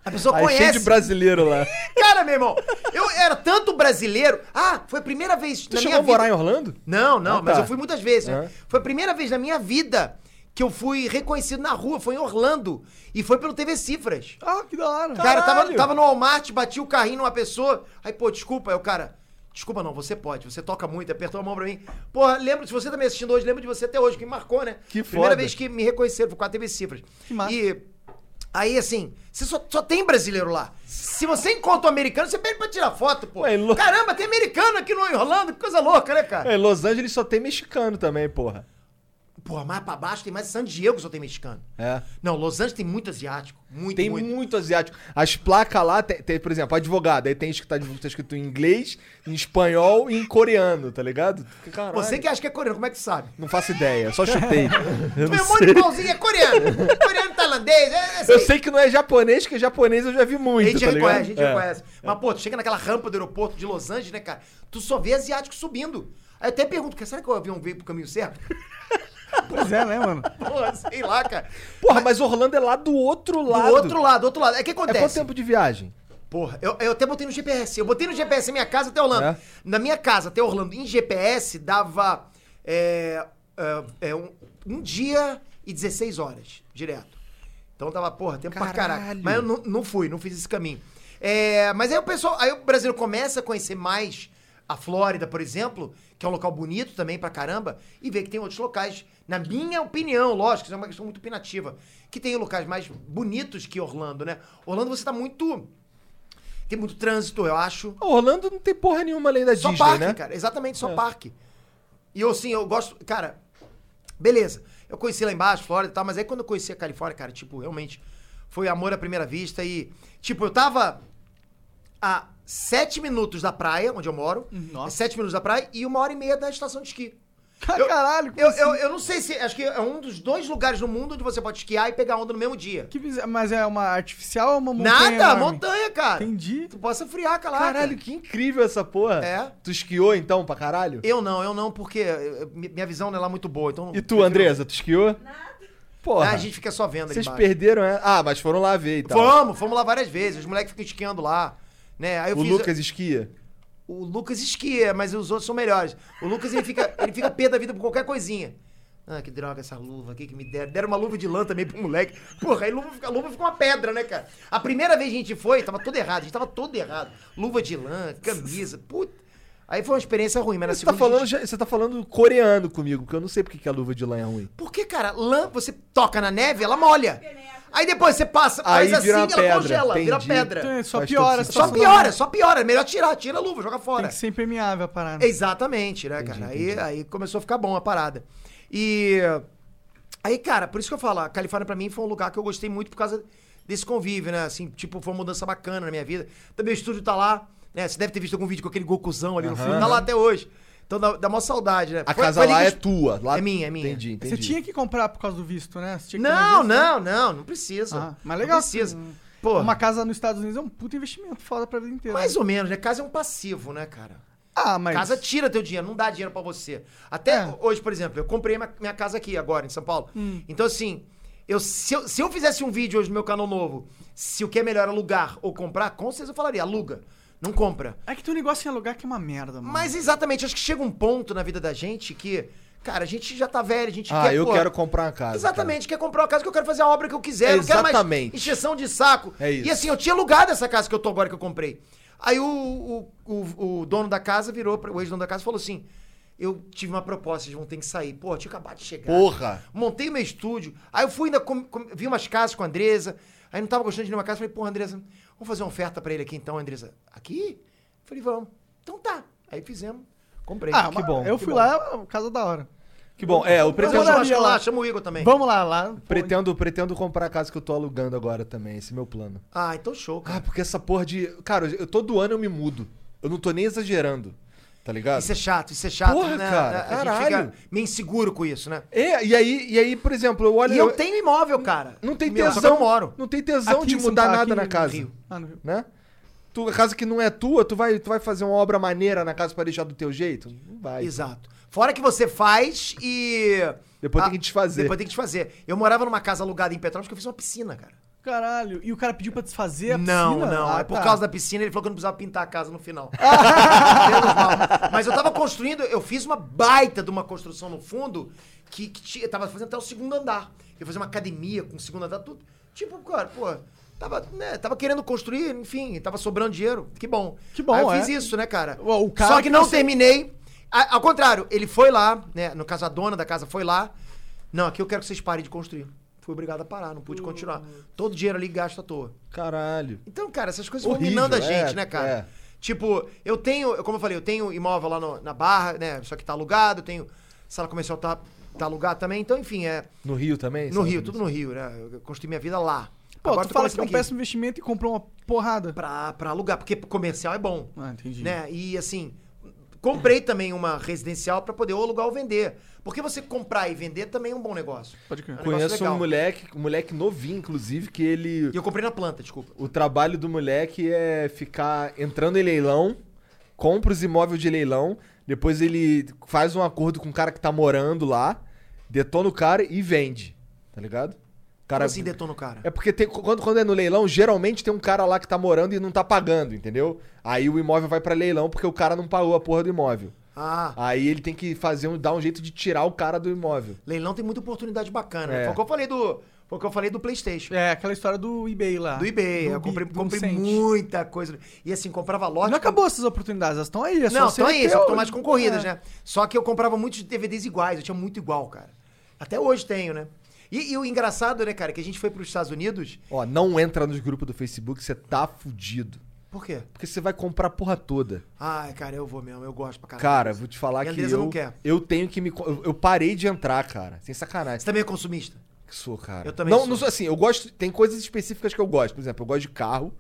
a pessoa Aí Ah, é cheio conhece. de brasileiro lá. Cara, meu irmão, eu era tanto brasileiro. Ah, foi a primeira vez Tu na chegou minha a morar vida. em Orlando? Não, não, Ah, mas tá. eu fui muitas vezes, né? É. Foi a primeira vez na minha vida que eu fui reconhecido na rua, foi em Orlando. E foi pelo TV Cifras. Ah, que da hora. Cara, tava, tava no Walmart, bati o carrinho numa pessoa. Aí, pô, desculpa. Aí o cara, desculpa não, você pode, você toca muito. Apertou a mão pra mim. Porra, lembro, se você tá me assistindo hoje, lembro de você até hoje, que me marcou, né? Que Primeira foda. vez que me reconheceram, foi com a TV Cifras. Que massa. E aí, assim, você só, só tem brasileiro lá. Se você encontra um americano, você pede pra tirar foto, pô. Ué, É lou- Caramba, tem americano aqui no Orlando, que coisa louca, né, cara? É, Los Angeles só tem mexicano também, porra. Porra, mais pra baixo tem mais San Diego, só tem mexicano. É. Não, Los Angeles tem muito asiático. Muito, Tem muito. muito. asiático. As placas lá, tem, tem, por exemplo, advogado. Aí tem que tá, tá escrito em inglês, em espanhol e em coreano, tá ligado? Caralho. Você que acha que é coreano, como é que tu sabe? Não faço ideia, só chutei. eu, Meu não monte de sei. pãozinho é coreano. coreano tailandês, é, é assim. eu sei que não é japonês, que japonês eu já vi A muito, gente tá ligado? reconhece, a gente É. reconhece. Mas, pô, tu chega naquela rampa do aeroporto de Los Angeles, né, cara? Tu só vê asiático subindo. Aí eu até pergunto, cara, será que o avião veio pro caminho certo? Pois é, né, mano? Pô, sei lá, cara. Porra, mas Orlando é lá do outro Do lado. outro lado, do outro lado. É o que É quanto acontece. tempo de viagem? Porra, eu, eu até botei no GPS. Eu botei no GPS minha casa até Orlando. É. Na minha casa até Orlando, em GPS, dava é, é, é, um, um dia e 16 horas, direto. Então tava, porra, tempo pra caraca. Mas eu não, não fui, não fiz esse caminho. É, mas aí o pessoal, aí o brasileiro começa a conhecer mais a Flórida, por exemplo, que é um local bonito também pra caramba, e vê que tem outros locais, na minha opinião, lógico, isso é uma questão muito opinativa, que tem locais mais bonitos que Orlando, né? Orlando você tá muito tem muito trânsito, eu acho. Ah, Orlando não tem porra nenhuma além da Só Disney, parque, né? cara. Exatamente, só parque. E eu, assim, eu gosto. Cara, beleza. Eu conheci lá embaixo, Flórida e tal, mas aí quando eu conheci a Califórnia, cara, tipo, realmente foi amor à primeira vista. E, tipo, eu tava a sete minutos da praia, onde eu moro. Uhum, Nossa. Sete minutos da praia e uma hora e meia da estação de esqui. Ca- Caralho, como Eu, assim? eu, eu não sei se. Acho que é um dos dois lugares no mundo onde você pode esquiar e pegar onda no mesmo dia. Que bizar- Mas é uma artificial ou uma montanha? Nada, enorme? montanha, cara. Entendi. Tu possa friaca lá. Caralho, que incrível essa porra. É. Tu esquiou então pra caralho? Eu não, eu não, porque eh, mi- minha visão não é lá muito boa. Então E tu, Andresa, tu esquiou? Nada. Porra. Ah, a gente fica só vendo ali Vocês embaixo. perderam, é? Ah, mas foram lá ver e tal. Vamos, fomos lá várias vezes. Os moleques ficam esquiando lá. Né? Aí eu O fiz- Lucas esquia. o Lucas esquia, mas os outros são melhores. O Lucas, ele fica, ele fica pé da vida por qualquer coisinha. Ah, que droga essa luva aqui que me deram. Deram uma luva de lã também pro moleque. Porra, aí luva fica, luva fica uma pedra, né, cara? A primeira vez que a gente foi, tava tudo errado. A gente tava todo errado. Luva de lã, camisa, puta. Aí foi uma experiência ruim, mas na Você tá, segunda... a falando, gente- já- você tá falando coreano comigo, porque eu não sei porque que a luva de lã é ruim. Porque, cara, lã, você toca na neve, ela molha. Aí depois você passa, Aí faz assim, vira uma ela pedra, congela, vira entendi. pedra. É, Só Faz piora. todo a Só situação. piora, só piora. É melhor tirar, tira a luva, joga Tem fora. que ser impermeável a parada. Exatamente, né, cara? Aí, aí começou a ficar bom a parada. E. Aí, cara, por isso que eu falo, a Califórnia pra mim foi um lugar que eu gostei muito por causa desse convívio, né? Assim, tipo, foi uma mudança bacana na minha vida. Também o estúdio tá lá, né? Você deve ter visto algum vídeo com aquele Gokuzão ali no fundo, tá lá até hoje. Então dá, dá uma saudade, né? A Foi- casa foi lá ali é que eu- tua. Lá... É minha, é minha. Entendi, entendi. Você tinha que comprar por causa do visto, né? Você tinha que tomar Não, visto, né? não, não, não precisa. Ah, mas legal. Não precisa. assim, Pô, Uma casa nos Estados Unidos é um puto investimento foda pra vida inteira. mais ou menos, né? Casa é um passivo, né, cara? Ah, mas. Casa tira teu dinheiro, não dá dinheiro pra você. Até É. hoje, por exemplo, eu comprei minha, minha casa aqui agora, em São Paulo. Hum. Então, assim, eu, se, eu, se eu fizesse um vídeo hoje no meu canal novo, se o que é melhor alugar ou comprar, com certeza eu falaria, aluga, não compra. É que tem um negócio em alugar que é uma merda, mano. Mas exatamente, acho que chega um ponto na vida da gente que, cara, a gente já tá velho, a gente Ah, quer. eu pô, quero comprar uma casa. Exatamente, quer comprar uma casa que eu quero fazer a obra que eu quiser, É não quero mais exatamente. encheção de saco. É isso. E assim, eu tinha alugado essa casa que eu tô agora que eu comprei. Aí o, o, o- o dono da casa virou, pra- o ex-dono da casa falou assim: Eu tive uma proposta, vocês vão ter que sair. Pô, eu tinha acabado de chegar. cara. Porra. Montei meu estúdio. Aí eu fui ainda, com- com- vi umas casas com a Andresa. Aí não tava gostando de nenhuma casa. Falei, porra, Andresa, vamos fazer uma oferta pra ele aqui então, Andresa. Aqui? Falei, vamos. Então tá. Aí fizemos. Comprei. Ah, Que que bom. bom, Eu que fui bom. lá, casa da hora. Que bom. É, eu Pretendo pretendo, moraria churrasco lá. lá, chama o Igor também. Vamos lá, lá. pô, pretendo, pretendo comprar a casa que eu tô alugando agora também. Esse é meu plano. Ah, então show, cara. Ah, porque essa porra de. Cara, eu, todo ano eu me mudo. Eu não tô nem exagerando. Tá ligado? Isso é chato, isso é chato, Porra, né? cara, a gente caralho. fica meio inseguro com isso, né? É, e aí, e aí, por exemplo, eu olho. E eu tenho imóvel, cara. Não tem Meu, só que tesão. eu moro. Não tem tesão Aqui de em São mudar Paulo, nada aqui na no casa. Rio. Ah, não viu? né? Tu, a casa que não é tua, tu vai, tu vai fazer uma obra maneira na casa pra deixar do teu jeito? Não vai. Exato. Fora que você faz e. Depois Ah, tem que desfazer. Depois tem que desfazer. Eu morava numa casa alugada em Petrópolis que eu fiz uma piscina, cara. Caralho. E o cara pediu pra desfazer a não, piscina? não. Ah, é por tá. causa da piscina, ele falou que eu não precisava pintar a casa no final. Menos mal. Mas eu tava construindo, eu fiz uma baita de uma construção no fundo que, que tinha, tava fazendo até o segundo andar. Ia fazer uma academia com o segundo andar, tudo. Tipo, cara, pô, tava, né, tava querendo construir, enfim, tava sobrando dinheiro. Que bom. Que bom, Aí eu é. fiz isso, né, cara? Ué, o cara Só que, que não você- terminei. A- ao contrário, ele foi lá, né? No caso, a dona da casa foi lá. Não, aqui eu quero que vocês parem de construir. Fui obrigado a parar, não pude continuar. Todo o dinheiro ali gasto à toa. Caralho. Então, cara, essas coisas Horrível, vão minando a é, gente, né, cara? é. Tipo, eu tenho, eu- como eu falei, eu tenho imóvel lá no- na Barra, né? Só que tá alugado, eu tenho sala comercial tá, tá alugado também. Então, enfim, é No Rio também? no sabe? Rio, tudo no Rio, né? Eu construí minha vida lá. Pô, Agora tu tô fala que é um começando aqui péssimo investimento e comprou uma porrada. pra, pra alugar, porque comercial é bom Ah, entendi. né? E assim, comprei também uma residencial pra poder ou alugar ou vender. Porque você comprar e vender também é um bom negócio. Pode crer. É um negócio Conheço legal. um moleque, um moleque novinho, inclusive, que ele. E eu comprei na planta, desculpa. O trabalho do moleque é ficar entrando em leilão, compra os imóveis de leilão, depois ele faz um acordo com o cara que tá morando lá, detona o cara e vende. Tá ligado? O Como Cara, assim detona o cara? É porque tem- quando, quando é no leilão, geralmente tem um cara lá que tá morando e não tá pagando, entendeu? Aí o imóvel vai pra leilão porque o cara não pagou a porra do imóvel. Ah, Aí ele tem que fazer um, dar um jeito de tirar o cara do imóvel. leilão tem muita oportunidade bacana. né? É. Foi o que eu falei do, foi o que eu falei do PlayStation. É, aquela história do eBay lá. Do eBay, Do eu bi- comprei, do comprei cent. muita coisa. E assim, comprava lote. Não é acabou essas oportunidades, elas estão aí. É só Não, você então é ter isso, o- eu tô mais concorridas, É. né? Só que eu comprava muitos DVDs iguais, eu tinha muito igual, cara. Até hoje tenho, né? E, e o engraçado, né, cara, que a gente foi pros Estados Unidos. Ó, não entra nos grupos do Facebook, você tá fudido. Por quê? Porque você vai comprar a porra toda. Ai, cara, eu vou mesmo, eu gosto pra caralho. Cara, vou te falar Minha que Andresa eu, não quer. eu tenho que me. co- Eu, eu parei de entrar, cara. Sem sacanagem. Você também é consumista? Que sou, cara. Eu também não, sou. Não sou assim, eu gosto. Tem coisas específicas que eu gosto. Por exemplo, eu gosto de carro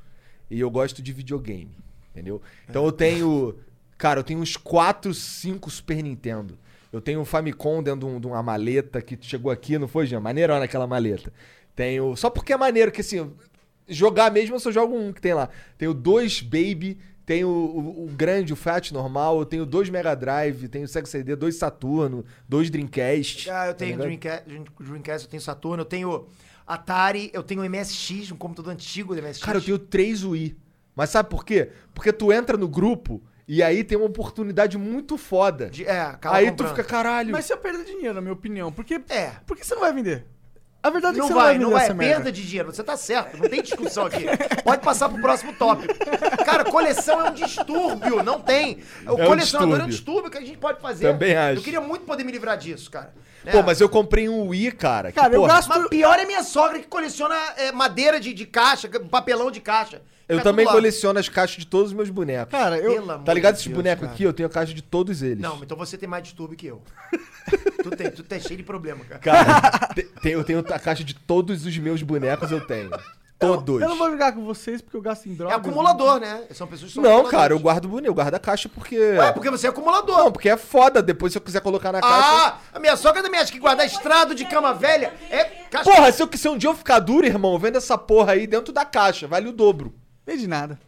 e eu gosto de videogame. Entendeu? Então eu tenho. Cara, eu tenho uns 4, 5 Super Nintendo. Eu tenho um Famicom dentro de, um- de uma maleta que chegou aqui, não foi, Jean? Maneirona aquela maleta. Tenho. Só porque é maneiro, que assim, jogar mesmo eu só jogo um que tem lá. Tenho dois Baby, tenho o, o- o grande, o Fat normal, eu tenho dois Mega Drive, tenho Sega CD, dois Saturno, dois Dreamcast. Ah, eu tá tenho ligado? Dreamcast, Dreamcast, eu tenho Saturno, eu tenho Atari, eu tenho MSX, um computador antigo do MSX. Cara, eu tenho três UI. Mas sabe por quê? Porque tu entra no grupo e aí tem uma oportunidade muito foda. De- é, acaba aí tu comprando. fica, caralho. Mas isso é perda de dinheiro, na minha opinião. Porque, É. por que você não vai vender? A verdade é Não que você vai, não não vai vender vai. É essa merda. perda de dinheiro. Você tá certo. Não tem discussão aqui. Pode passar pro próximo tópico. Cara, coleção é um distúrbio. Não tem. O É um colecionador é um distúrbio. distúrbio que a gente pode fazer. Também acho. Eu queria muito poder me livrar disso, cara. Pô, É. mas eu comprei um UI, cara. Cara, que, eu porra, gasto- Mas pior é minha sogra que coleciona é, madeira de, de caixa, papelão de caixa. Eu Fica tudo também lá. coleciono as caixas de todos os meus bonecos. Cara, eu. Pelo amor tá ligado de esses Deus, bonecos cara. aqui? Eu tenho a caixa de todos eles. Não, então você tem mais distúrbio que eu. tu, tem, tu tá cheio de problema, cara. Cara, te- tem- eu tenho a caixa de todos os meus bonecos, eu tenho. Todos. Eu não vou brigar com vocês porque eu gasto em droga. É acumulador, né? São pessoas que são Não, acumuladores. cara, eu guardo boneco, eu guardo a caixa porque. Ué, porque você é acumulador. Não, porque é foda. Depois se eu quiser colocar na caixa. Ah, a minha sogra também acha que guardar estrado de cama velha é caixa. Porra, se, eu, se um dia eu ficar duro, irmão, eu vendo essa porra aí dentro da caixa, vale o dobro. Vem de nada.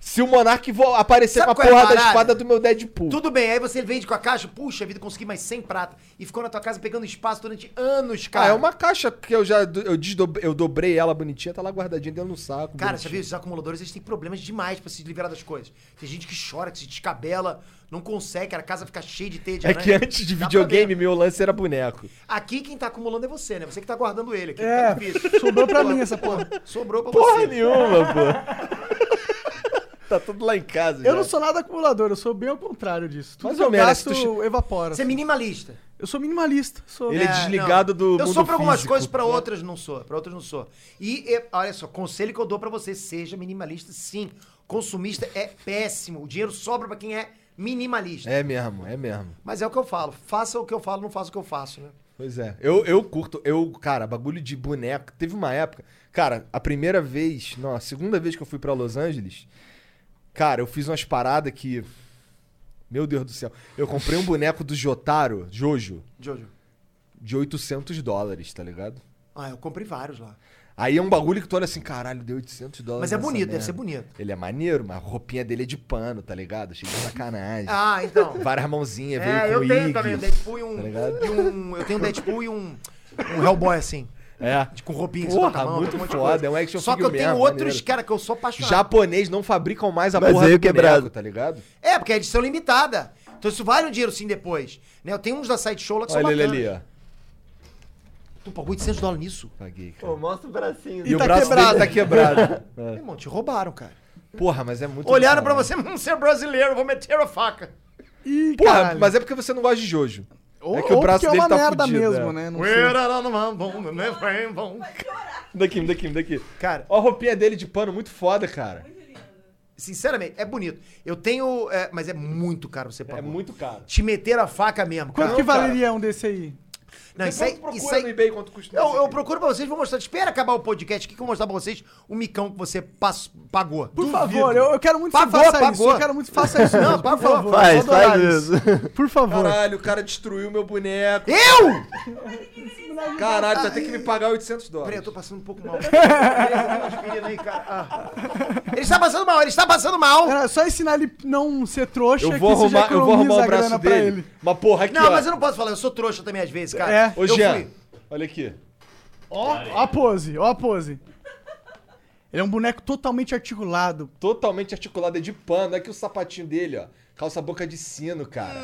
Se o Monark vo- aparecer Sabe com a qual é a porra da parada? espada do meu Deadpool. Tudo bem, aí você vende com a caixa, puxa vida, consegui mais 100 prata. E ficou na tua casa pegando espaço durante anos, Ah, cara. é uma caixa que eu já do- eu, desdob- eu dobrei ela bonitinha, tá lá guardadinha dentro do saco. Cara, bonitinha. você viu? Esses acumuladores, eles têm problemas demais pra se liberar das coisas. Tem gente que chora, que se descabela, não consegue, cara, a casa fica cheia de teia de É aranha. que antes de Né? Dá pra videogame, ver. meu lance era boneco. Aqui quem tá acumulando é você, né? Você que tá guardando ele aqui. É, tá difícil. sobrou pra Pô, mim essa porra. Sobrou pra Porra você. nenhuma, pô. tá tudo lá em casa. Eu já. é. não sou nada acumulador, eu sou bem ao contrário disso. Tudo Mais que ou eu menos, gasto tu- evapora. Você é minimalista. Eu sou minimalista. Sou... Ele é desligado do Eu mundo sou pra algumas físico, coisas, pra né? outras não sou. Pra outras não sou. E, e, olha só, conselho que eu dou pra você: seja minimalista, sim. Consumista é péssimo. O dinheiro sobra pra quem é minimalista. É mesmo, é mesmo. Mas é o que eu falo. Faça o que eu falo, não faça o que eu faço, né? Pois é. Eu, eu curto, eu, cara, bagulho de boneco. Teve uma época. Cara, a primeira vez, não, a segunda vez que eu fui pra Los Angeles, cara, eu fiz umas paradas que. Meu Deus do céu. Eu comprei um boneco do Jotaro, Jojo, Jojo. de 800 dólares, tá ligado? Ah, eu comprei vários lá. Aí é um bagulho que tu olha assim, caralho, deu 800 dólares. Mas é nessa bonito, deve merda. ser bonito. Ele é maneiro, mas a roupinha dele é de pano, tá ligado? Cheio de sacanagem. Ah, então. Várias mãozinhas, veio É, com eu tenho Iggy, também o Deadpool e um, tá ligado? e um- Eu tenho um Deadpool e um, um Hellboy assim. É. de- Com roupinha que Porra, bota a mão, muito tem de foda, coisa. é um action Só que eu figure tenho mesmo, outros, maneiro. cara, que eu sou apaixonado. Japonês não fabricam mais a Mas porra veio do boneco, quebrado. tá ligado? É, porque é edição limitada. Então isso vale um dinheiro sim depois. Né? Eu tenho uns da Sideshow lá que são Olha ele bacanas. ali, ó. Tu pagou 800 dólares nisso? Paguei, cara. Pô, mostra o bracinho. E o tá braço dele quebrado. tá quebrado. É. Meu irmão, te roubaram, cara. Porra, mas é muito. Olharam pra legal, né? você, hum, você é brasileiro, vou meter a faca. Ih, Porra, caralho. mas é porque você não gosta de Jojo. Ou, é que o ou braço porque é dele uma tá merda fudido, mesmo, é. né? Não sei. Cara, Daqui, daqui, daqui. né, Cara, Ó a roupinha dele de pano, muito foda, cara. sinceramente, é bonito. Eu tenho. é, mas é muito caro você pagar. É muito caro. Te meter a faca mesmo. Quanto cara. que Não, cara. valeria um desse aí? Não, isso Depois aí. tu procura Isso aí no eBay quanto custa. eu, isso eu aqui. procuro pra vocês, vou mostrar. Espera acabar o podcast aqui que eu vou mostrar pra vocês o micão que você pas- pagou. Por favor, eu, eu quero muito que Pagou, você faça isso. pagou. Eu quero muito que você faça isso. Não, mesmo, por favor. Faz, vou adorar faz isso. Por favor. Caralho, o cara destruiu meu boneco. Eu? Caralho, vai ter que me pagar 800 dólares. Peraí, eu tô passando um pouco mal. Beleza, menino aí, cara. Ah. Ele está passando mal, ele está passando mal. Era é só ensinar ele não ser trouxa Eu vou que isso já arrumar, eu vou arrumar economiza o a grana braço pra dele. ele. Mas porra, aqui, Não, ó. mas eu não posso falar, eu sou trouxa também às vezes, cara. É. Ô, eu Jean, fui. olha aqui. Ó, ó a pose, ó a pose. Ele é um boneco totalmente articulado. Totalmente articulado, é de pano. Olha aqui o sapatinho dele, ó. Calça boca de sino, cara.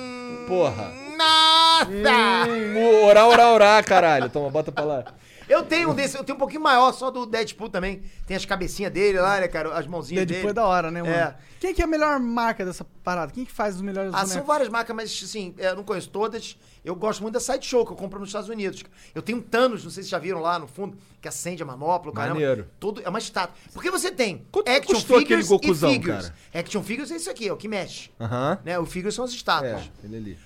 Porra. Nossa! Hum, orar, orar, orar, caralho. Toma, bota pra lá. Eu tenho um desse, eu tenho um pouquinho maior, só do Deadpool também. Tem as cabecinhas dele lá, né, cara? As mãozinhas Depois dele. é da hora, né, mano? É. Quem que é a melhor marca dessa parada? Quem é que faz os melhores Ah, né? são bonecos? várias marcas, mas assim, eu não conheço todas. Eu gosto muito da Sideshow, que eu compro nos Estados Unidos. Eu tenho um Thanos, não sei se vocês já viram lá no fundo, que acende a manopla, o caramba. Maneiro. Todo, é uma estátua. Porque você tem Quanto que action custou aquele figures Gokuzão, e figures. cara? Action figures é isso aqui, é o que mexe. Aham. Né? O figures são as estátuas. É, ele ali.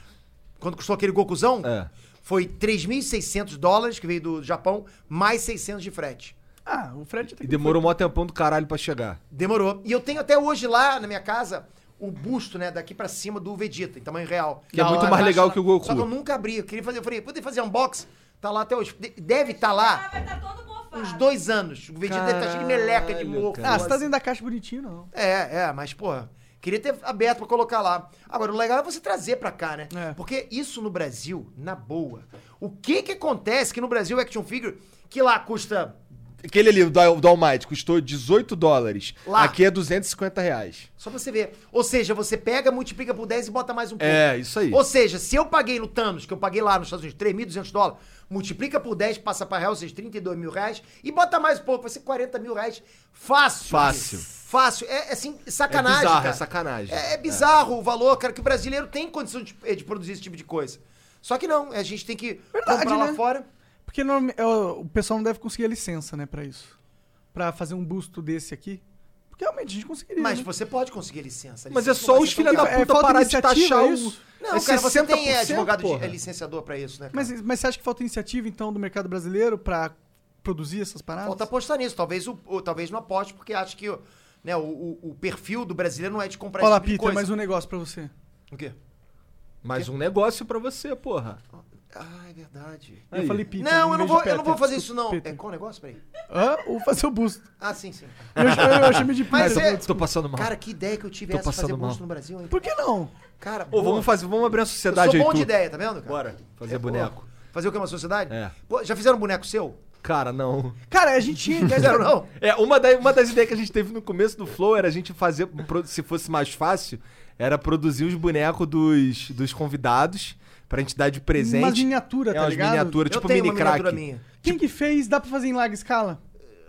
Quanto custou aquele Gokuzão? É. Foi 3.600 dólares, que veio do Japão, mais 600 de frete. Ah, o Fred tem E demorou mó tempão do caralho pra chegar. Demorou. E eu tenho até hoje lá na minha casa o busto, né, daqui pra cima do Vegeta, em tamanho real. Que é Da muito hora. mais legal Só- que o Goku. Só que eu nunca abri. Eu queria fazer, eu falei, poder fazer unboxing? Tá lá até hoje. De- Deve estar tá lá Ah, Vai estar todo mofado. uns dois anos. O Vegeta deve estar cheio de meleca, de Caralho, mofo. cara. Ah, você tá dentro da caixa bonitinho, não. É, é, mas, porra, queria ter aberto pra colocar lá. Agora, o legal é você trazer pra cá, né? É. Porque isso no Brasil, na boa. O que que acontece que no Brasil action figure, que lá custa... Aquele ali, o da- o da Almighty, custou 18 dólares. Lá. Aqui é 250 reais. Só pra você ver. Ou seja, você pega, multiplica por 10 e bota mais um pouco. É, isso aí. Ou seja, se eu paguei no Thanos, que eu paguei lá nos Estados Unidos, 3.200 dólares, multiplica por 10, passa pra real, ou seja, 32 mil reais, e bota mais um pouco, vai ser 40 mil reais. Fácil. Fácil. Fácil. É, é assim, sacanagem, É bizarro, cara. é sacanagem. É, é bizarro o valor, cara, que o brasileiro tem condição de, de produzir esse tipo de coisa. Só que não, a gente tem que Verdade, comprar lá né? fora. Porque norma- é, o o pessoal não deve conseguir a licença, né, pra isso. Pra fazer um busto desse aqui. Porque realmente a gente conseguiria. Mas né? você pode conseguir licença. Mas licença é só não os vai ser tão filha da caro. É puta falta parar de iniciativa, taxar é o... isso? Não, é cara, você tem é, 60%, advogado de, porra. é- é licenciador pra isso, né? cara? Mas, mas você acha que falta iniciativa, então, do mercado brasileiro pra produzir essas paradas? Falta apostar nisso. Talvez, o, o- talvez não aposte, porque acho que o- né, o, o- o perfil do brasileiro não é de comprar Olha lá, esse tipo de Peter, coisa. mais um negócio pra você. O quê? Mais um negócio pra você, porra. Ah, é verdade. Aí. Eu falei Peter. não, em eu vez não, de vou, eu Peter. não vou fazer isso, Desculpa, não. É Peter. qual negócio? Peraí. Hã? Ou fazer o busto. Ah, sim, sim. Eu, eu, eu chamei de Mas Peter. é- Tô passando mal. Cara, que ideia que eu tive Tô essa de fazer passando bolso mal. no Brasil, hein? Por que não? Cara, Ô, boa. vamos fazer, vamos abrir uma Eu sociedade sou aí, bom de tu. ideia, tá vendo, cara? Bora, fazer É, boa. boneco. Fazer o que é uma sociedade? É. Pô, já fizeram um boneco seu? Cara, não. Cara, a gente tinha. Fizeram, não? É, uma, da- uma das ideias que a gente teve no começo do Flow era a gente fazer, pro- se fosse mais fácil, era produzir os bonecos dos, dos convidados pra gente dar de presente. Umas miniatura, tipo é, tá umas ligado? miniaturas, Eu tipo tenho mini uma miniatura crack. minha. Quem que fez, dá pra fazer em larga escala?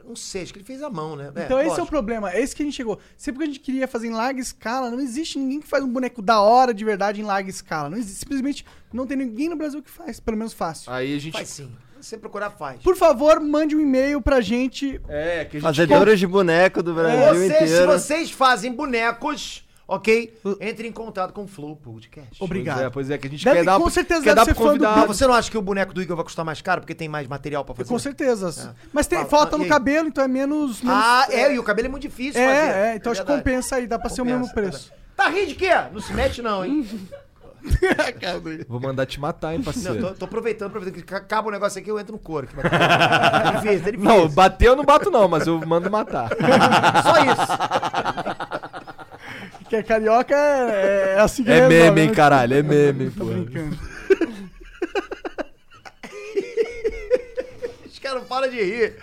Não sei, acho que ele fez a mão, né? então esse é o lógico. problema, é esse que a gente chegou. Sempre que a gente queria fazer em larga escala, não existe ninguém que faz um boneco da hora de verdade em larga escala. Não existe, simplesmente não tem ninguém no Brasil que faz, pelo menos Ah. fácil. Aí a gente. Faz sim. Se você procurar, faz. Por favor, mande um e-mail pra gente. É, que a gente. Fazedores de boneco do Brasil Vocês, se inteiro. vocês fazem bonecos, ok? Entre em contato com o Flow Podcast. Pois Obrigado. é, pois é, que a gente Deve- quer dar com pro- certeza quer deve dar ser pro fã do Mas convidado. você não acha que o boneco do Igor vai custar mais caro porque tem mais material pra fazer? Com certeza. Mas tem, Ah, falta ah, e no aí? cabelo, então é menos. menos- Ah, é, e o cabelo é muito difícil é, fazer. é, então acho que verdade. compensa aí, dá pra ser o mesmo Compensa, preço. Tá rindo de quê? Não se mete não, hein? Vou mandar te matar, hein, Não, parceiro. tô, tô aproveitando, aproveitando que acaba o negócio aqui, eu entro no couro. Que bacana. Tá difícil, tá difícil. Não, bater eu não bato, não, mas eu mando matar. Só isso. Porque carioca é, é assim que É resolve, meme, hein, né? caralho. É meme, pô. Brincando. Os caras não param de rir.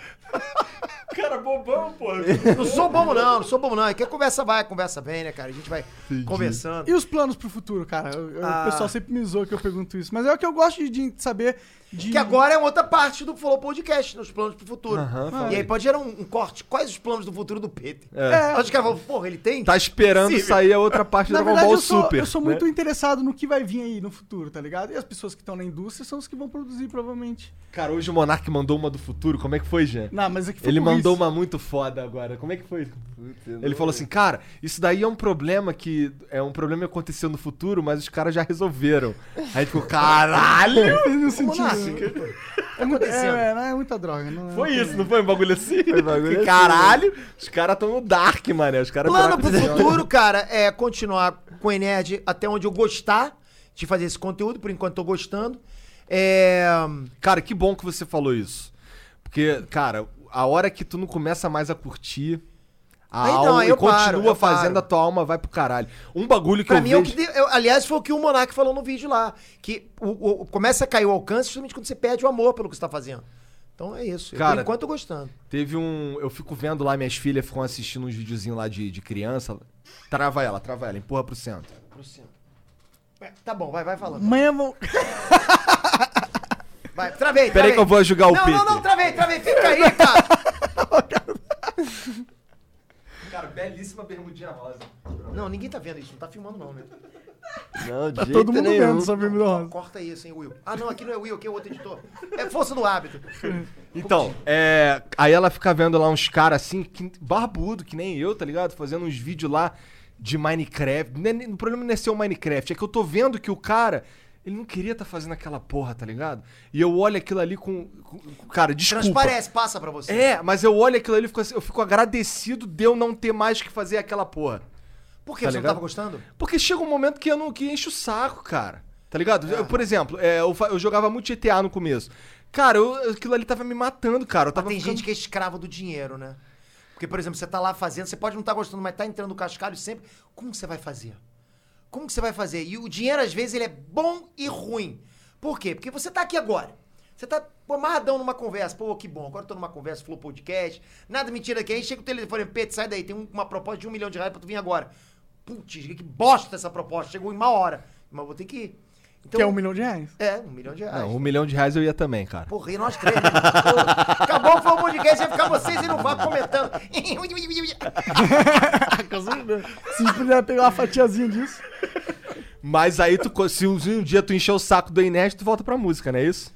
Cara, bom bom, pô. Não sou bobo, não, não sou bobo, não. Aqui a conversa vai, a conversa vem, né, cara? A gente vai conversando. E os planos pro futuro, cara? Eu- eu- Ah. O pessoal sempre me zoa que eu pergunto isso. Mas é o que eu gosto de, de saber de. Que agora é outra parte do Flow Podcast, nos planos pro futuro. Aham, e aí pode gerar um, um corte. Quais os planos do futuro do Peter? É. Acho que o cara falou, porra, ele tem? Tá esperando Sim. sair a outra parte do Na Dragon verdade, Ball eu sou, Super. eu sou né? muito interessado no que vai vir aí no futuro, tá ligado? E as pessoas que estão na indústria são os que vão produzir, provavelmente. Cara, hoje o Monark mandou uma do futuro. Como é que foi, Jean? Não, mas aqui foi Ele por mandou isso. uma muito foda agora. Como é que foi? Putz, eu Ele não- falou assim, cara, isso daí é um problema que. É um problema que aconteceu no futuro, mas os caras já resolveram. Aí ficou, caralho! No um Ô, Monark, sentido. o que tá É, acontecendo? é, não é muita droga. Não é- Foi isso, não foi um bagulho assim? Foi um bagulho Que assim, Caralho, os caras estão no dark, mané. Os caras Plano pro viraram- futuro, cara, é continuar com o Enerd até onde eu gostar de fazer esse conteúdo. Por enquanto, tô gostando. É... Cara, que bom que você falou isso. Porque, cara, a hora que tu não começa mais a curtir a Aí não, alma aí e eu paro, continua eu fazendo, paro. a tua alma vai pro caralho. Um bagulho que Pra eu mim, é o vejo... que de- eu- aliás, foi o que o Monark falou no vídeo lá. Que o- o- começa a cair o alcance justamente quando você perde o amor pelo que você tá fazendo. Então é isso. Eu, Cara, por enquanto, tô gostando. Teve um... Eu fico vendo lá, minhas filhas ficam assistindo uns videozinhos lá de, de criança. Trava ela, trava ela, empurra pro centro. É, Tá bom, vai, vai falando. Amanhã vão. Vai, travei, travei. Peraí que eu vou ajudar o Não, Peter. não, tá- não, travei, travei. Fica aí, cara. Cara, belíssima bermudinha rosa. Não, ninguém tá vendo isso. Não tá filmando, não, né? Não, de Tá jeito todo mundo nenhum. vendo essa vermelha rosa. Corta isso, hein, Will. Ah, não, aqui não é Will, aqui é o outro editor. É força do hábito. Então, é. Aí ela fica vendo lá uns caras assim, que- barbudo, que nem eu, tá ligado? Fazendo uns vídeos lá de Minecraft. Não é nem- O problema não é ser o Minecraft, é que eu tô vendo que o cara. Ele não queria tá fazendo aquela porra, tá ligado? E eu olho aquilo ali com. com- com- cara, desculpa. Transparece, passa pra você. É, mas eu olho aquilo ali e fico assim, eu fico agradecido de eu não ter mais que fazer aquela porra. Por quê? Tá você ligado? não tava gostando? Porque chega um momento que eu não que enche o saco, cara. Tá ligado? Eu, por exemplo, é, eu, fa- eu jogava muito GTA no começo. Cara, eu- aquilo ali tava me matando, cara. Eu Mas tava tem ficando- gente que é escravo do dinheiro, né? Porque, por exemplo, você tá lá fazendo, você pode não estar gostando, mas tá entrando no cascalho sempre. Como que você vai fazer? Como que você vai fazer? E o dinheiro, às vezes, ele é bom e ruim. Por quê? Porque você tá aqui agora. Você tá pô, amarradão numa conversa. Pô, que bom. Agora eu tô numa conversa, flow podcast. Nada me tira daqui. Aí chega o telefone, Pedro, sai daí. Tem um- uma proposta de um milhão de reais pra tu vir agora. Putz, que bosta essa proposta. Chegou em má hora. Mas vou ter que ir. Então, Que é um milhão de reais. É, um milhão de reais. Não, um milhão de reais eu ia também, cara. Porra, e nós três. né? Pô, Acabou o Flow Podcast, ia ficar vocês e não vá comentando. Se a gente puder pegar uma fatiazinha disso. Mas aí, tu, co- se um se um dia tu encher o saco do Inés, tu volta pra música, não é isso?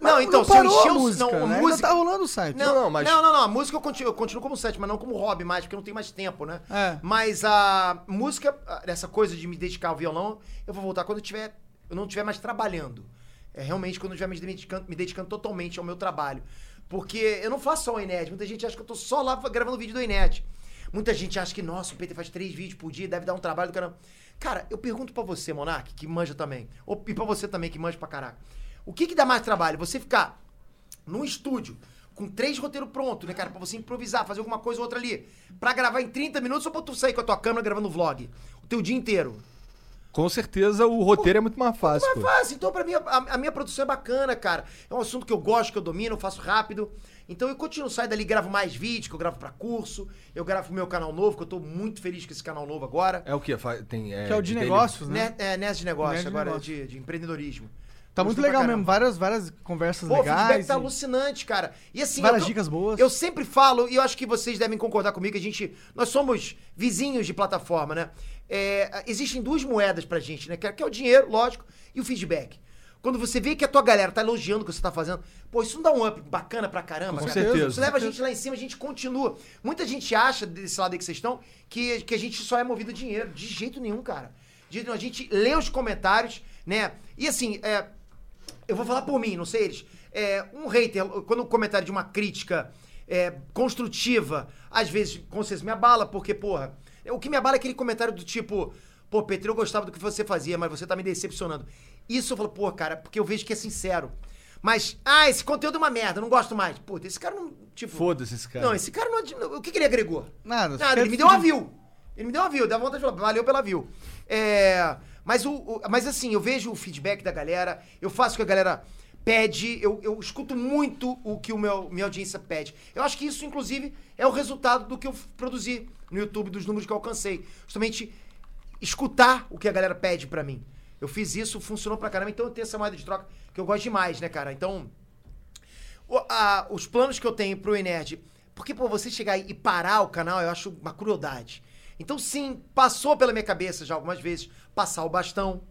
Não, então, se eu parou encher a o música, não, a né? Ainda música- tá rolando o site. Não, não, não, mas- não, não, A música eu continuo, eu continuo como sete, mas não como hobby mais, porque eu não tenho mais tempo, né? É. Mas a música, a- essa coisa de me dedicar ao violão, eu vou voltar quando eu tiver, eu não estiver mais trabalhando. É realmente quando eu estiver me dedicando, me dedicando totalmente ao meu trabalho. Porque eu não faço só o Inet. Muita gente acha que eu tô só lá gravando vídeo do Inet. Muita gente acha que, nossa, o Peter faz três vídeos por dia, deve dar um trabalho do caramba. Cara, eu pergunto pra você, Monark, que manja também. Ou, e pra você também, que manja pra caraca. O que que dá mais trabalho? Você ficar num estúdio, com três roteiros prontos, né, cara? Pra você improvisar, fazer alguma coisa ou outra ali. Pra gravar em 30 minutos ou pra tu sair com a tua câmera gravando vlog? O teu dia inteiro. Com certeza o roteiro é muito mais fácil. Mas é pô. fácil. Então, pra mim, a, a minha produção é bacana, cara. É um assunto que eu gosto, que eu domino, eu faço rápido. Então eu continuo, saio dali, gravo mais vídeo, que eu gravo pra curso, eu gravo pro meu canal novo, que eu tô muito feliz com esse canal novo agora. É o quê? Fa- Tem, Que é o de daily- negócios, né? Né? É, Nerd de negócio, Nerd de agora, negócio. De, de empreendedorismo. Tá Gostei muito pra legal caramba. mesmo. Várias, várias conversas Pô, o feedback legais. tá e alucinante, cara. E assim, várias eu tô- dicas boas. Eu sempre falo, e eu acho que vocês devem concordar comigo, que a gente. Nós somos vizinhos de plataforma, né? É, existem duas moedas pra gente, né? Que é, que é o dinheiro, lógico, e o feedback. Quando você vê que a tua galera tá elogiando o que você tá fazendo, pô, isso não dá um up bacana pra caramba, Com cara. certeza. Isso leva a gente lá em cima, a gente continua. Muita gente acha, desse lado aí que vocês estão, que, que a gente só é movido a dinheiro. De jeito nenhum, cara. De jeito nenhum. A gente lê os comentários, né? E assim, é, eu vou falar por mim, não sei eles. É, um hater, quando o comentário de uma crítica é, construtiva, às vezes, com certeza, me abala, porque, porra, o que me abala é aquele comentário do tipo, pô, Petri, eu gostava do que você fazia, mas você tá me decepcionando. Isso eu falo, pô, cara, porque eu vejo que é sincero. Mas, ah, esse conteúdo é uma merda, eu não gosto mais. Pô, esse cara não. Tipo. Foda-se esse cara. Não, esse cara não. adi- O que, que ele agregou? Nada. Nada, ele me deu uma view. Ele me deu uma view, dá vontade de falar, valeu pela view. É, mas, o, o- mas assim, eu vejo o feedback da galera, eu faço que a galera. pede, eu, eu escuto muito o que o meu, minha audiência pede. Eu acho que isso, inclusive, é o resultado do que eu produzi no YouTube, dos números que eu alcancei. Justamente escutar o que a galera pede pra mim. Eu fiz isso, funcionou pra caramba, então eu tenho essa moeda de troca que eu gosto demais, né, cara? Então, o- a- os planos que eu tenho pro Inerd. Porque, pô, você chegar e parar o canal, eu acho uma crueldade. Então, sim, passou pela minha cabeça já algumas vezes passar o bastão.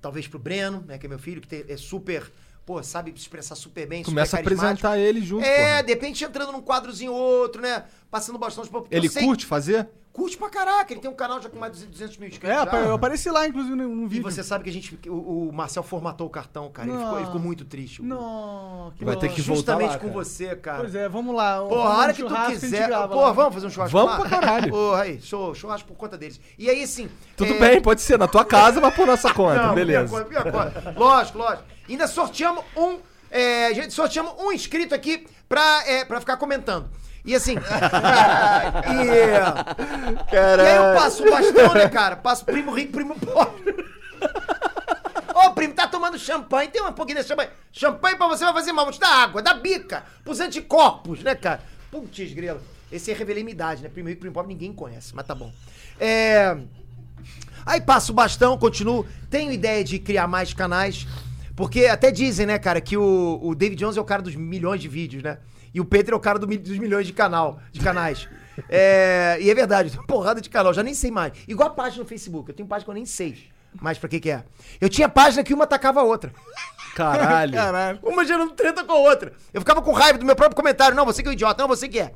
Talvez pro Breno, né, que é meu filho, que tem- é super. Pô, sabe se expressar super bem. super Começa a é carismático. apresentar ele junto. É, porra. de repente entrando num quadrozinho ou outro, né? Passando bastão de papo. Ele Eu sei- curte fazer? Curte pra caraca. Ele tem um canal já com mais de 200 mil inscritos. É, já. eu apareci lá, inclusive, num num E vídeo. você sabe que a gente. que O, o Marcel formatou o cartão, cara. Ele Não. ficou, ele ficou muito triste. Não, que Vai ter bom. que voltar Justamente lá, com cara. você, cara. Pois é, vamos lá. Porra, a hora que tu quiser. Porra, vamos fazer um churrasco Vamos lá? pra caralho. Porra, aí, show, churrasco por conta deles. E aí, assim. Tudo é, bem, pode ser na tua casa, mas por nossa conta, não, beleza. Pior coisa, pior coisa. Lógico, lógico. Ainda sorteamos um. É, gente, sorteamos um inscrito aqui pra, é, pra ficar comentando. E assim. e, e aí eu passo o bastão, né, cara? Passo primo rico, primo pobre. Ô, primo, tá tomando champanhe, tem uma pouquinho de champanhe. Champanhe pra você vai fazer mal, vou te dar água, da bica, pros anticorpos, né, cara? Putz, grelo. Esse é revelei minha idade, né? Primo rico, primo pobre, ninguém conhece, mas tá bom. É... Aí passo o bastão, continuo. Tenho ideia de criar mais canais. Porque até dizem, né, cara, que o, o David Jones é o cara dos milhões de vídeos, né? E o Pedro é o cara do mi- dos milhões de, canal, de canais. É, e é verdade, tem uma porrada de canal, já nem sei mais. Igual a página no Facebook, eu tenho página que eu nem sei mais pra que que é. Eu tinha página que uma atacava a outra. Caralho. Caralho. Uma gerando treta com a outra. Eu ficava com raiva do meu próprio comentário. Não, você que é um idiota, não, você que é.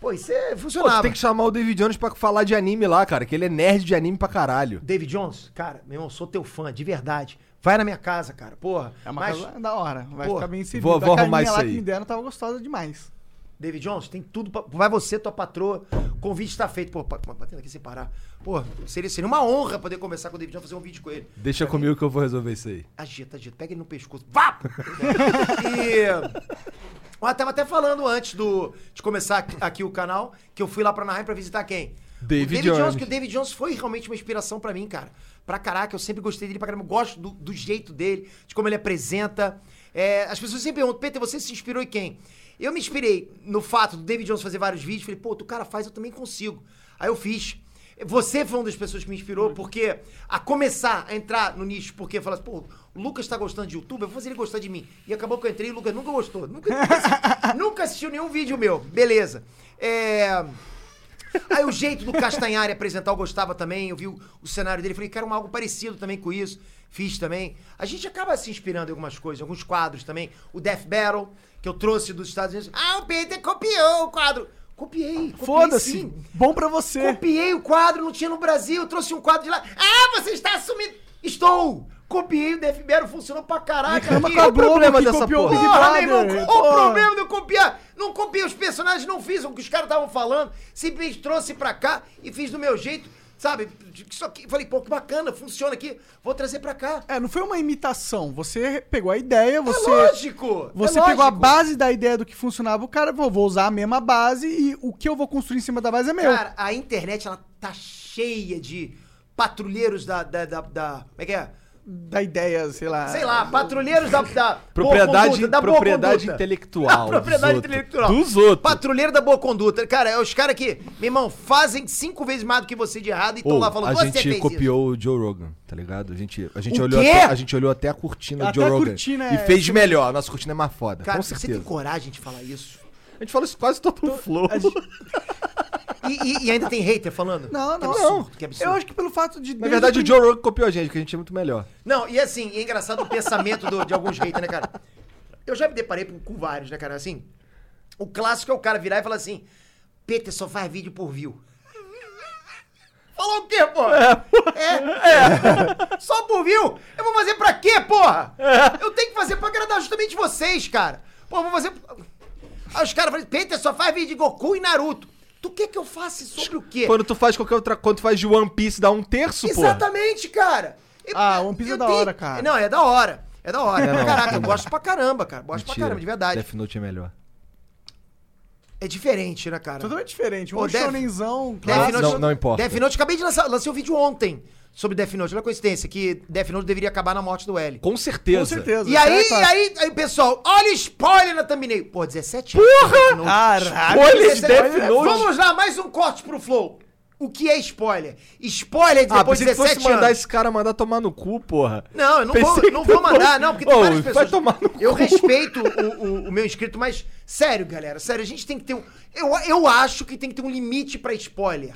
Pô, isso é, Pô, funcionava. tu tem que chamar o David Jones pra falar de anime lá, cara, que ele é nerd de anime pra caralho. David Jones, cara, meu irmão, sou teu fã, de verdade. Vai na minha casa, cara, porra. É uma Mas, casa da hora. Vai Pô, ficar bem servido. vou- A vou arrumar carninha isso lá aí. que me deram tava gostosa demais. David Jones, tem tudo pra... Vai você, tua patroa, convite tá feito. Pô, pa- pa- batendo aqui sem parar. Pô, seria, seria uma honra poder conversar com o David Jones, fazer um vídeo com ele. Deixa comigo que eu vou resolver isso aí. Agita, agita, pega ele no pescoço. Vá! e... Eu tava até falando antes do, de começar aqui, aqui o canal, que eu fui lá pra Anaheim pra visitar quem? David o David Jones. Jones. que o David Jones foi realmente uma inspiração pra mim, cara. Pra caraca, eu sempre gostei dele pra caramba. Eu Gosto do, do jeito dele, de como ele apresenta. É, as pessoas sempre perguntam, Peter, você se inspirou em quem? Eu me inspirei no fato do David Jones fazer vários vídeos. Falei, pô, o cara faz, eu também consigo. Aí eu fiz. Você foi uma das pessoas que me inspirou, porque a começar a entrar no nicho, porque falar assim, pô, o Lucas tá gostando de YouTube, eu vou fazer ele gostar de mim. E acabou que eu entrei e o Lucas nunca gostou. Nunca, nunca assistiu nenhum vídeo meu. Beleza. É... Aí o jeito do Castanhari apresentar eu gostava também, eu vi o, o cenário dele, falei, quero um algo parecido também com isso, fiz também. A gente acaba se inspirando em algumas coisas, em alguns quadros também. O Death Battle, que eu trouxe dos Estados Unidos. Ah, o Peter copiou o quadro. Copiei, copiei Foda-se. sim. Bom pra você. Copiei o quadro, não tinha no Brasil, trouxe um quadro de lá. Ah, você está assumindo. Estou! Copiei o Death Battle, funcionou pra caraca. Reclama aqui. com a Qual o Globo problema que dessa copiou o porra? Big Porra, Brother, meu irmão, qual porra. o problema de eu copiar? Não copiei os personagens, não fiz o que os caras estavam falando. Simplesmente trouxe pra cá e fiz do meu jeito, sabe? Só que falei, pô, que bacana, funciona aqui, vou trazer pra cá. É, não foi uma imitação. Você pegou a ideia, você. é lógico! Você é pegou a lógico. base da ideia do que funcionava, o cara falou, vou usar a mesma base e o que eu vou construir em cima da base é meu. Cara, a internet, ela tá cheia de patrulheiros da. da, da, da- como é que é? da ideia, sei lá. Sei lá, patrulheiros da, da boa Propriedade, conduta, da boa propriedade conduta. intelectual. A dos propriedade outros. intelectual. Dos outros. Patrulheiro da boa conduta. Cara, é os caras que, meu irmão, fazem cinco vezes mais do que você de errado e estão Ou, lá falando, a você gente fez copiou o Joe Rogan, tá ligado? A gente, a gente, O olhou, quê? até, a gente olhou até a cortina do Até Joe a Rogan. cortina e é- fez de melhor. A nossa cortina é mais foda. isso. Cara, com você tem certeza. coragem de falar isso? A gente fala isso quase todo o flow. E, e- e ainda tem hater falando? Não, não, que absurdo, não. Que absurdo. Eu acho que pelo fato de. Na verdade, o desde Joe Rogan copiou a gente, porque a gente é muito melhor. Não, e assim, é engraçado o pensamento do- de alguns haters, né, cara? Eu já me deparei com, com vários, né, cara? Assim, o clássico é o cara virar e falar assim: Peter só faz vídeo por view. Falou o quê, porra? É, é. Só por view? Eu vou fazer pra quê, porra? Eu tenho que fazer pra agradar justamente vocês, cara. Pô, eu vou fazer. Aí os caras falam: Peter só faz vídeo de Goku e Naruto. Tu quer que eu faça sobre o quê? Quando tu faz qualquer outra. Quando tu faz de One Piece, dá um terço, pô. Exatamente, cara. Eu- Ah, One Piece é eu da hora, cara. Não, é da hora. É da hora. É, não, Caraca, não. eu gosto pra caramba, cara. Gosto pra caramba, de verdade. Death Note é melhor. É diferente, né, cara? Totalmente diferente. Um Pô, deve- shonenzão, Death clássico. Não, não importa. Death Note, acabei de lançar, lancei um vídeo ontem sobre Death Note. Olha a coincidência, que Death Note deveria acabar na morte do L. Com certeza. Com certeza. E aí, Cara, e aí, aí, pessoal, olha o spoiler na thumbnail. Pô, 17 anos. Caraca. Spoiler de Death Note. Vamos lá, mais um corte pro Flow. O que é spoiler? Spoiler de Ah, depois pensei de que fosse 17 mandar anos. esse cara mandar tomar no cu, porra. Não, eu não Pensei vou, que não tu vou mandar, fosse- não, porque tem Ô, várias vai pessoas. tomar no eu cu. respeito o, o- o meu inscrito, mas sério, galera, sério, a gente tem que ter um. Eu, eu acho que tem que ter um limite pra spoiler.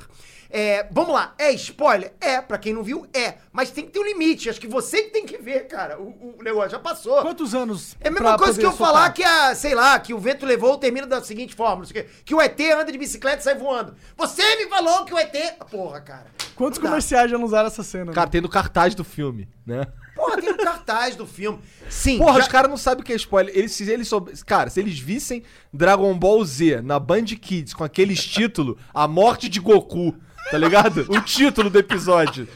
É, vamos lá, é spoiler? É, pra quem não viu, é. Mas tem que ter um limite. Acho que você que tem que ver, cara. O, o negócio já passou. Quantos anos? É a mesma pra coisa poder que eu soltar? falar que a, sei lá, que o vento levou, termina da seguinte forma, não sei o quê. Que o ET anda de bicicleta e sai voando. Você me falou que o ET. Porra, cara. Quantos Não dá. comerciais já não usaram essa cena? né? Cara, tem no cartaz do filme, né? Porra, tem um cartaz do filme. Sim. Porra, os já- caras não sabem o que é spoiler. Eles, se eles soube- Cara, se eles vissem Dragon Ball Z na Band Kids com aqueles títulos, A Morte de Goku, tá ligado? O título do episódio,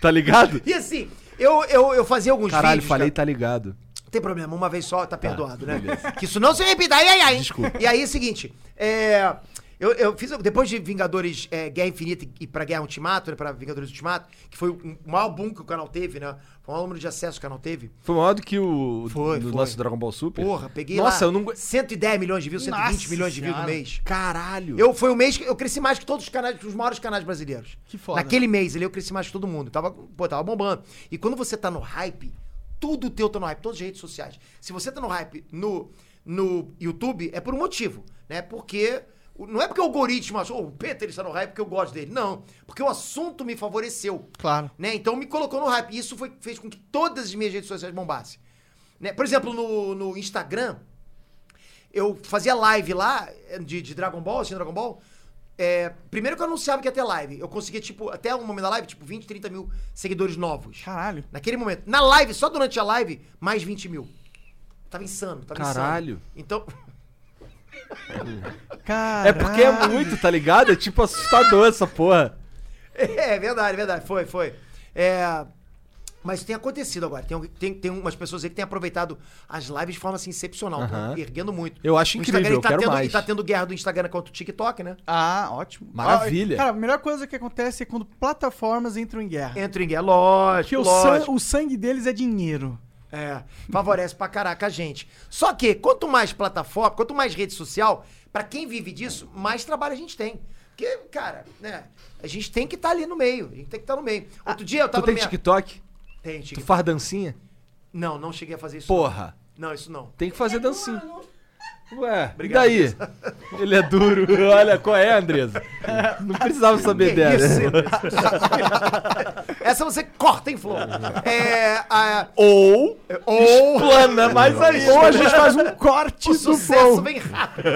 tá ligado? E assim, eu, eu, eu fazia alguns Caralho, vídeos. falei, cara. tá ligado. Não tem problema, uma vez só tá perdoado, né? Que isso não se repita. Ai, ai, ai. Desculpa. E aí é o seguinte, é, eu, eu fiz, depois de Vingadores é, Guerra Infinita e pra Guerra Ultimato, né, pra Vingadores Ultimato, que foi o maior boom que o canal teve, né? Foi o maior número de acesso que o canal teve. Foi maior do que o Foi, do foi. nosso Dragon Ball Super? Porra, peguei Nossa, lá eu não... agu- 110 milhões de views, 120 Nossa milhões de views no Senhora. mês. Caralho. Eu foi o mês que eu cresci mais que todos os canais, os maiores canais brasileiros. Que foda. Naquele mês ali eu cresci mais que todo mundo. Tava, pô, tava bombando. E quando você tá no hype, tudo teu tá no hype, todas as redes sociais. Se você tá no hype no, no YouTube, é por um motivo, né? Porque. Não é porque o algoritmo achou, "Oh, o Peter está no hype porque eu gosto dele. Não. Porque o assunto me favoreceu. Claro. Né? Então me colocou no hype. E isso foi, fez com que todas as minhas redes sociais bombassem. Né? Por exemplo, no, no Instagram, eu fazia live lá eh, de, de Dragon Ball, assim, Dragon Ball. É, primeiro que eu anunciava que ia ter live. Eu conseguia, tipo, até um momento da live, tipo, 20, 30 mil seguidores novos. Caralho. Naquele momento. Na live, só durante a live, mais 20 mil. Tava insano, tava Caralho. insano. Então. É Caralho. porque é muito, tá ligado? É tipo assustador essa porra. É verdade, verdade. Foi, foi. É, Mas tem acontecido agora. Tem, alguém- tem, tem umas pessoas aí que têm aproveitado as lives de forma assim, excepcional, Aham. tá erguendo muito. Eu acho O incrível, Instagram, ele eu quero tendo, mais. E tá tendo guerra do Instagram contra o TikTok, né? Ah, ótimo. Maravilha. Ah, Cara, a melhor coisa que acontece é quando plataformas entram em guerra. Entra em guerra, lógico, Porque o, É, lógico. san- o sangue deles é dinheiro. É, favorece pra caraca a gente. Só que quanto mais plataforma, quanto mais rede social, pra quem vive disso, mais trabalho a gente tem. Porque, cara, né? A gente tem que estar ali no meio. A gente tem que estar no meio. Outro dia eu Ah, Tu tava tem na minha- TikTok? Tem Tu TikTok. faz dancinha? Não, não cheguei a fazer isso. Porra. Não, Não, isso não. Tem que É fazer dancinha. Ué, Obrigado, e daí? Ele é duro. Olha, qual é, Andresa? Não precisava saber Que dessa. isso? Essa você corta, hein, Flor? É, a- Ou, ou plana mais ainda. Ou a gente faz um corte o do sucesso flow. vem rápido.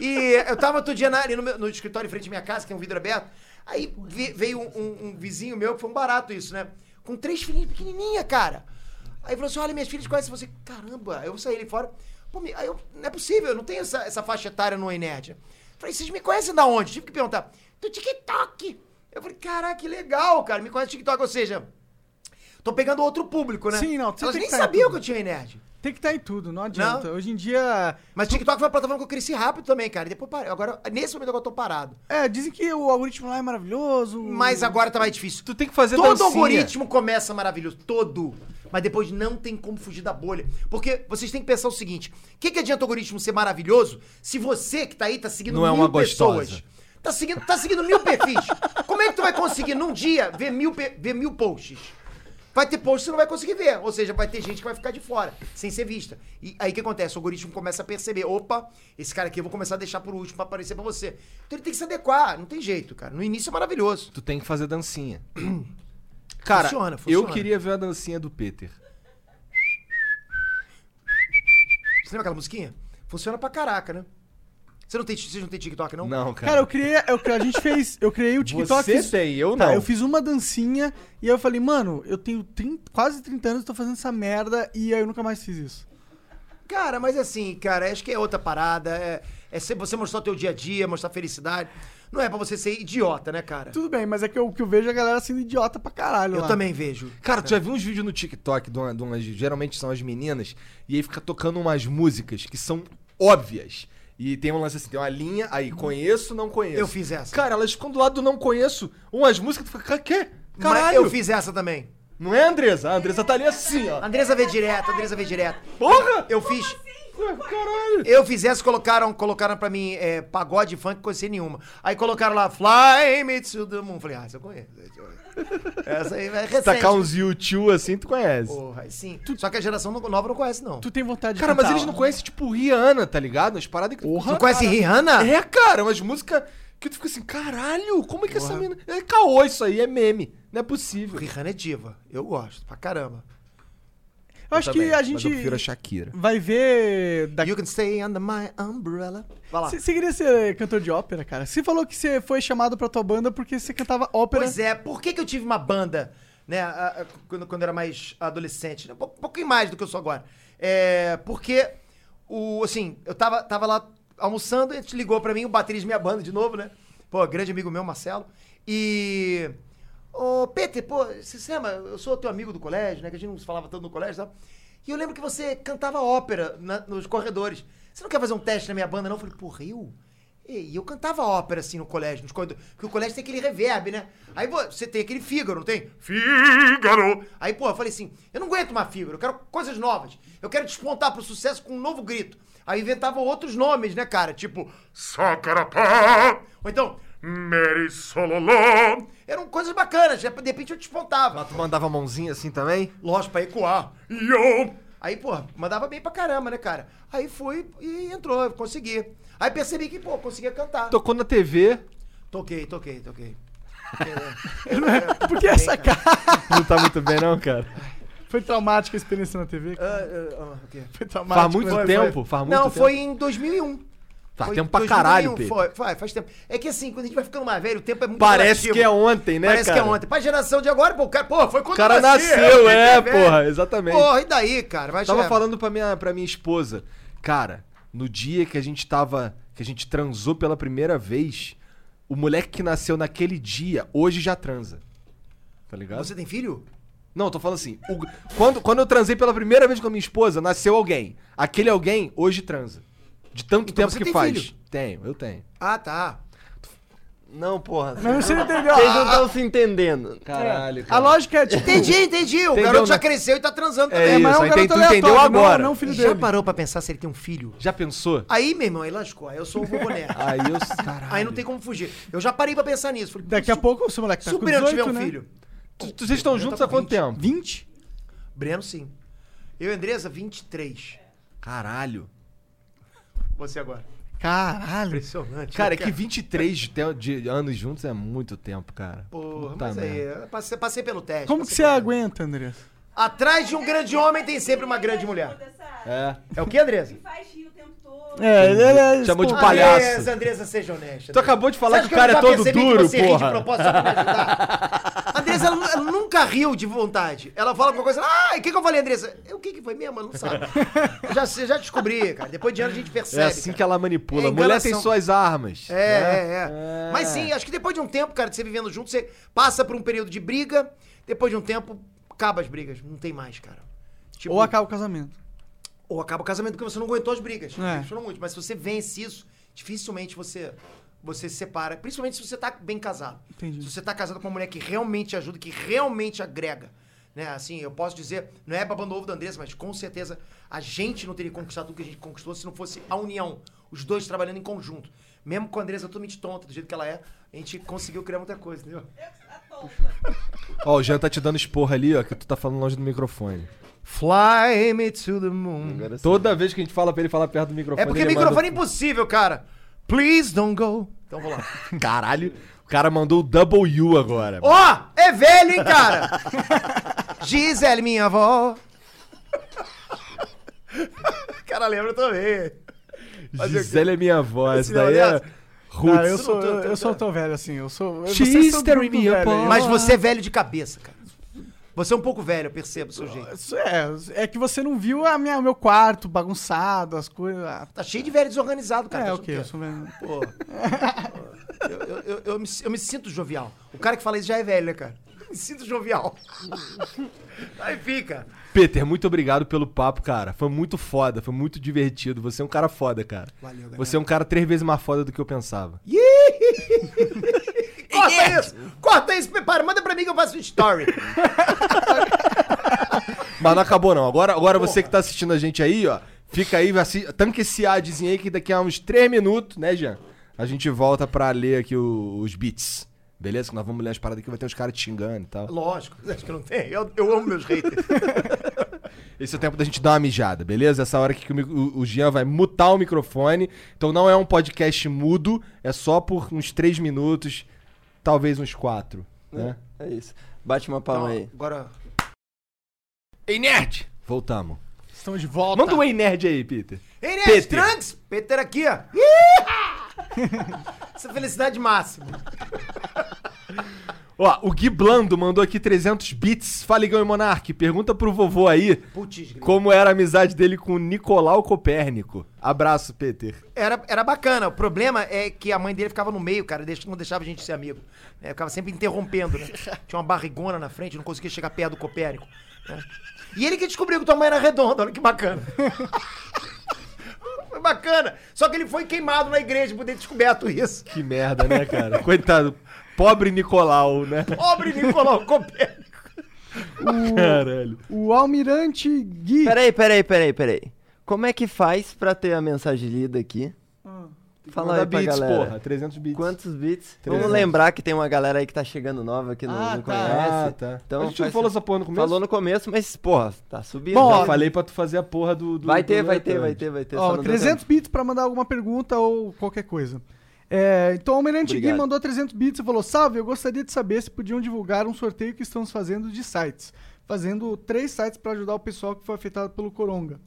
E eu tava outro dia na, ali no, meu- no escritório em frente à minha casa, que tem um vidro aberto. Aí ve- veio um, um- um vizinho meu, que foi um barato isso, né? Com três filhinhas pequenininha, cara. Aí falou assim: olha, minhas filhas conhecem você. Caramba, eu saí ali fora. Pô, me- aí eu, não é possível, eu não tenho essa, essa faixa etária no Enerd. Falei, vocês me conhecem da onde? Tive que perguntar. Do TikTok. Eu falei, caraca, que legal, cara. Me conhece do TikTok, ou seja, tô pegando outro público, né? Sim, não, você Elas tem nem que tá em sabiam tudo. que eu tinha Enerd. Tem que estar em tudo, não adianta. Hoje em dia. Mas TikTok foi uma plataforma que eu cresci rápido também, cara. E depois parei. Agora, nesse momento agora eu tô parado. É, dizem que o algoritmo lá é maravilhoso. Mas agora tá mais difícil. Tu tem que fazer Todo dancinha. algoritmo começa maravilhoso, todo. Mas depois não tem como fugir da bolha. Porque vocês têm que pensar o seguinte: o que, que adianta o algoritmo ser maravilhoso se você que tá aí tá seguindo Não é mil uma gostosa. pessoas? Tá seguindo, tá seguindo mil perfis. Como é que tu vai conseguir num dia ver mil, pe- ver mil posts? Vai ter posts que você não vai conseguir ver. Ou seja, vai ter gente que vai ficar de fora, sem ser vista. E aí o que acontece? O algoritmo começa a perceber: opa, esse cara aqui eu vou começar a deixar por último pra aparecer pra você. Então ele tem que se adequar, não tem jeito, cara. No início é maravilhoso. Tu tem que fazer dancinha. Cara, Funciona, eu funciona. queria ver a dancinha do Peter. Você lembra aquela musiquinha? Funciona pra caraca, né? Você não tem, vocês não tem TikTok, não? Não, Cara, eu cara. criei. Eu, a gente fez. Eu criei o TikTok. Você fiz- tem, eu Tá, então? não. eu fiz uma dancinha e aí eu falei, mano, eu tenho 30 quase 30 anos, tô fazendo essa merda e aí eu nunca mais fiz isso. Cara, mas assim, cara, acho que é outra parada. É, é ser- você mostrar o teu dia a dia, mostrar felicidade. Não é pra você ser idiota, né, cara? Tudo bem, mas é que eu, que eu vejo a galera sendo idiota pra caralho. Eu lá. também vejo. Cara, tu já viu uns vídeos no TikTok de uma- de umas- geralmente são as meninas, e aí fica tocando umas músicas que são óbvias. E tem um lance assim, tem uma linha, aí conheço, não conheço. Eu fiz essa. Cara, elas ficam do lado do não conheço umas músicas, tu fica, "Ca- quê? Mas Caralho. eu fiz essa também. Não é a Andresa? A Andresa tá ali assim, ó. Andresa vê direto, Andresa vê direto. Porra! Eu fiz. Ué, Caralho! Eu fiz essa, colocaram, colocaram pra mim é, pagode, funk, coisa sem nenhuma. Aí colocaram lá, Fly Me to the Moon. Falei, ah, essa eu conheço. Essa aí é recente. Tacar uns YouTube assim, tu conhece. Porra, aí sim. Só que a geração no- nova não conhece, não. Tu tem vontade de Cara, mas cantar, eles Tá. não ó. conhecem, tipo, Rihanna, tá ligado? As paradas que Porra. não conhece Rihanna? É, cara, umas músicas que tu fica assim, caralho, como é que essa mina. É caô isso aí, é meme. Não é possível. Rihanna é diva. Eu gosto, pra caramba. Eu acho que também, a mas gente eu prefiro a Shakira. vai ver daqui. You can stay under my umbrella. Tá. Vai lá. Você você queria ser cantor de ópera, cara? Você falou que você foi chamado pra tua banda porque você cantava ópera. Pois é, por que, que eu tive uma banda, né, a- a- quando, quando eu era mais adolescente? né, Um pouco- pouquinho mais do que eu sou agora. É, porque, o, assim, eu tava, tava lá almoçando e ligou pra mim o baterista de minha banda de novo, né? Pô, grande amigo meu, Marcelo. E... Ô, Peter, pô, você se lembra? Eu sou teu amigo do colégio, né? Que a gente não se falava tanto no colégio e tal. E eu lembro que você cantava ópera na- nos corredores. Você não quer fazer um teste na minha banda, não? Eu falei, porra, eu? E eu cantava ópera assim no colégio, nos corredores. Porque o colégio tem aquele reverb, né? Aí vo- você tem aquele Fígaro, não tem? Fígaro! Aí, pô, eu falei assim: eu não aguento mais Fígaro, eu quero coisas novas. Eu quero despontar pro sucesso com um novo grito. Aí inventava outros nomes, né, cara? Tipo, Sacarapá! Ou então, Mary Sololó! Eram coisas bacanas, de repente eu despontava. Mas Ah, tu mandava a mãozinha assim também? Lógico, pra ecoar. Yo! Aí, pô, mandava bem pra caramba, né, cara? Aí fui e entrou, eu consegui. Aí percebi que, pô, conseguia cantar. Ah, Tocou na TV, Toquei, toquei, toquei. é, Por que essa cara? Não tá muito bem, não, cara. Foi traumática a experiência na TV, cara. Ah, ah, ah, ok. Foi traumática. faz muito Foi, tempo, foi. faz muito Não, tempo. foi em 2001. Faz Foi Tá, tempo pra 2001, caralho, Pedro. Foi, foi, faz tempo. É que assim, quando a gente vai ficando mais velho, o tempo é muito Parece relativo. que é ontem, né, Parece cara? que é ontem. Pra geração de agora, pô, o cara, pô, foi quando O cara eu nasci, nasceu, eu é, fiquei velho. porra, exatamente. Porra, e daí, cara? Mas Tava é, falando pra minha, pra minha esposa, cara, no dia que a gente tava. que a gente transou pela primeira vez, o moleque que nasceu naquele dia, hoje já transa. Tá ligado? Você tem filho? Não, eu tô falando assim. o- quando, quando eu transei pela primeira vez com a minha esposa, nasceu alguém. Aquele alguém hoje transa. De tanto Então tempo você que tem faz. filho? Tenho, eu tenho. Ah, tá. Não, porra. Mas você não entendeu. Vocês não estão se entendendo. Caralho, A lógica é tipo. Entendi, entendi. O Entendeu, garoto já né? cresceu e tá transando É também. isso, mas é um aí tem- garoto tu entendeu aleatório, não- agora. Não, o filho Já dele. parou pra pensar se ele tem um filho? Já pensou? Aí, meu irmão, aí lascou. Aí eu sou o vovô neto. Aí eu. Caralho. Aí não tem como fugir. Eu já parei pra pensar nisso. Falei, Daqui a se- pouco, seu moleque tá Se o com Breno 18, tiver um né? filho. Tu- tu- Vocês estão juntos há quanto tempo? 20? Breno, sim. Eu e Andresa, 23. Caralho. Você agora. Caralho. Impressionante. Cara, é né, que 23 de, te- de anos juntos é muito tempo, cara. Porra, Puta mas aí, é- merda. eu passei, passei pelo teste. Como que passei você pelo- aguenta, André? Atrás de um grande homem tem sempre uma grande mulher. É. É o que, Andresa? Que faz rir o tempo todo. É, ele é. Chamou de Ah, pô, palhaço. Andresa, Andresa, seja honesta. Tu acabou de falar Você que o cara acha é eu já todo percebi que duro, você ri de porra. propósito só pra me ajudar? Andresa, ela, ela nunca riu de vontade. Ela fala alguma coisa, ah, o que, que eu falei, Andresa? "Eu, O que, que foi mesmo? Ela não sabe. Eu já, eu já descobri, cara. Depois de ano a gente percebe. É assim cara. que ela manipula. É Mulher tem enganação. suas armas. É, né? é, é, Mas sim, acho que depois de um tempo, cara, de você vivendo junto, você passa por um período de briga, depois de um tempo, acaba as brigas. Não tem mais, cara. Tipo, Ou acaba o casamento. ou acaba o casamento porque você não aguentou as brigas. É. Isso não muito. Mas se você vence isso, dificilmente você você se separa. Principalmente se você tá bem casado. Entendi. Se você tá casado com uma mulher que realmente ajuda, que realmente agrega. Né? Assim, eu posso dizer, não é babando ovo da Andressa, mas com certeza a gente não teria conquistado o que a gente conquistou se não fosse a união. Os dois trabalhando em conjunto. Mesmo com a Andressa totalmente tonta, do jeito que ela é, a gente conseguiu criar muita coisa, entendeu? Ó, o Jean tá te dando esporra ali, ó, que tu tá falando longe do microfone. Fly me to the moon. Agora sim. Toda vez que a gente fala pra ele falar perto do microfone, É porque ele microfone é manda- impossível, cara. Please don't go. Então vou lá. Caralho, o cara mandou o W agora. Ó, é velho, hein, cara? Gisele, minha avó. O cara lembra também. Gisele é minha voz, Esse Tá, daí não, é... aliás- Roots. Ah, eu sou, tô- eu, tô- eu sou tô- tão velho assim, eu sou. eu- She's vocês são tudo tearing me velho, apart. eu- Mas você é velho de cabeça, cara. Você é um pouco velho, eu percebo o seu jeito. Isso É, é que você não viu a minha, o meu quarto bagunçado, as coisas. ah, Tá cheio de velho desorganizado, cara. é, Tá o que? Eu achando sou velho. quê? Pô. Eu, eu- eu- eu me, eu me sinto jovial. O cara que fala isso já é velho, né, cara? Eu me sinto jovial. Aí fica. Peter, muito obrigado pelo papo, cara. Foi muito foda, foi muito divertido. Você é um cara foda, cara. Valeu, galera. Você é um cara três vezes mais foda do que eu pensava. Ih! Corta Corta isso! Corta isso, prepara, manda pra mim que eu faço um story. Mas não acabou, não. Agora, agora você que tá assistindo a gente aí, ó, fica aí, assi- tanque esse adzinho aí que daqui a uns 3 minutos, né, Jean? A gente volta pra ler aqui o- os beats. Beleza? Que nós vamos ler as paradas aqui, vai ter uns caras te xingando e tal. Lógico, acho que não tem. Eu, eu amo meus haters. Esse é o tempo da gente dar uma mijada, beleza? Essa hora aqui que o, mi- o, o Jean vai mutar o microfone. Então não é um podcast mudo, é só por uns 3 minutos, talvez uns 4. Né? É isso. Bate uma Então, palma aí. agora. Ei, nerd! Voltamos. Estamos de volta. Manda um Ei Nerd aí, Peter. Ei, Peter. Nerd, Trunks! Peter aqui, ó. Ih! Essa felicidade máxima. Ó, o Gui Blando mandou aqui 300 bits. Faligão e Monark, pergunta pro vovô aí Putz, grilo. como era a amizade dele com o Nicolau Copérnico. Abraço, Peter. era, era bacana. O problema é que a mãe dele ficava no meio, cara, deixa- não deixava a gente ser amigo. É, ficava sempre interrompendo, né? Tinha uma barrigona na frente, não conseguia chegar perto do Copérnico. né? E ele que descobriu que tua mãe era redonda, olha que bacana. foi bacana. Só que ele foi queimado na igreja por ter descoberto isso. Que merda, né, cara? Coitado. Pobre Nicolau, né? Pobre Nicolau Copérnico. Caralho. O Almirante Gui. Peraí, peraí, peraí, peraí. Como é que faz pra ter a mensagem lida aqui? Fala Manda aí pra bits, galera. porra. 300 bits. Quantos bits? 300. Vamos lembrar que tem uma galera aí que tá chegando nova que não, Ah, não tá. conhece. Ah, tá. Então a gente não faz- falou essa porra no começo? Falou no começo, mas, porra, tá subindo. Bom, Já ó, falei pra tu fazer a porra do... do- vai, do ter, vai letra ter, vai antes. ter, vai ter, só Ó, não deu 300 bits pra mandar alguma pergunta ou qualquer coisa. É, então o Almirante Gui Obrigado. mandou 300 bits e falou: Salve, eu gostaria de saber se podiam divulgar um sorteio que estamos fazendo de sites. Fazendo três sites pra ajudar o pessoal que foi afetado pelo Coronga.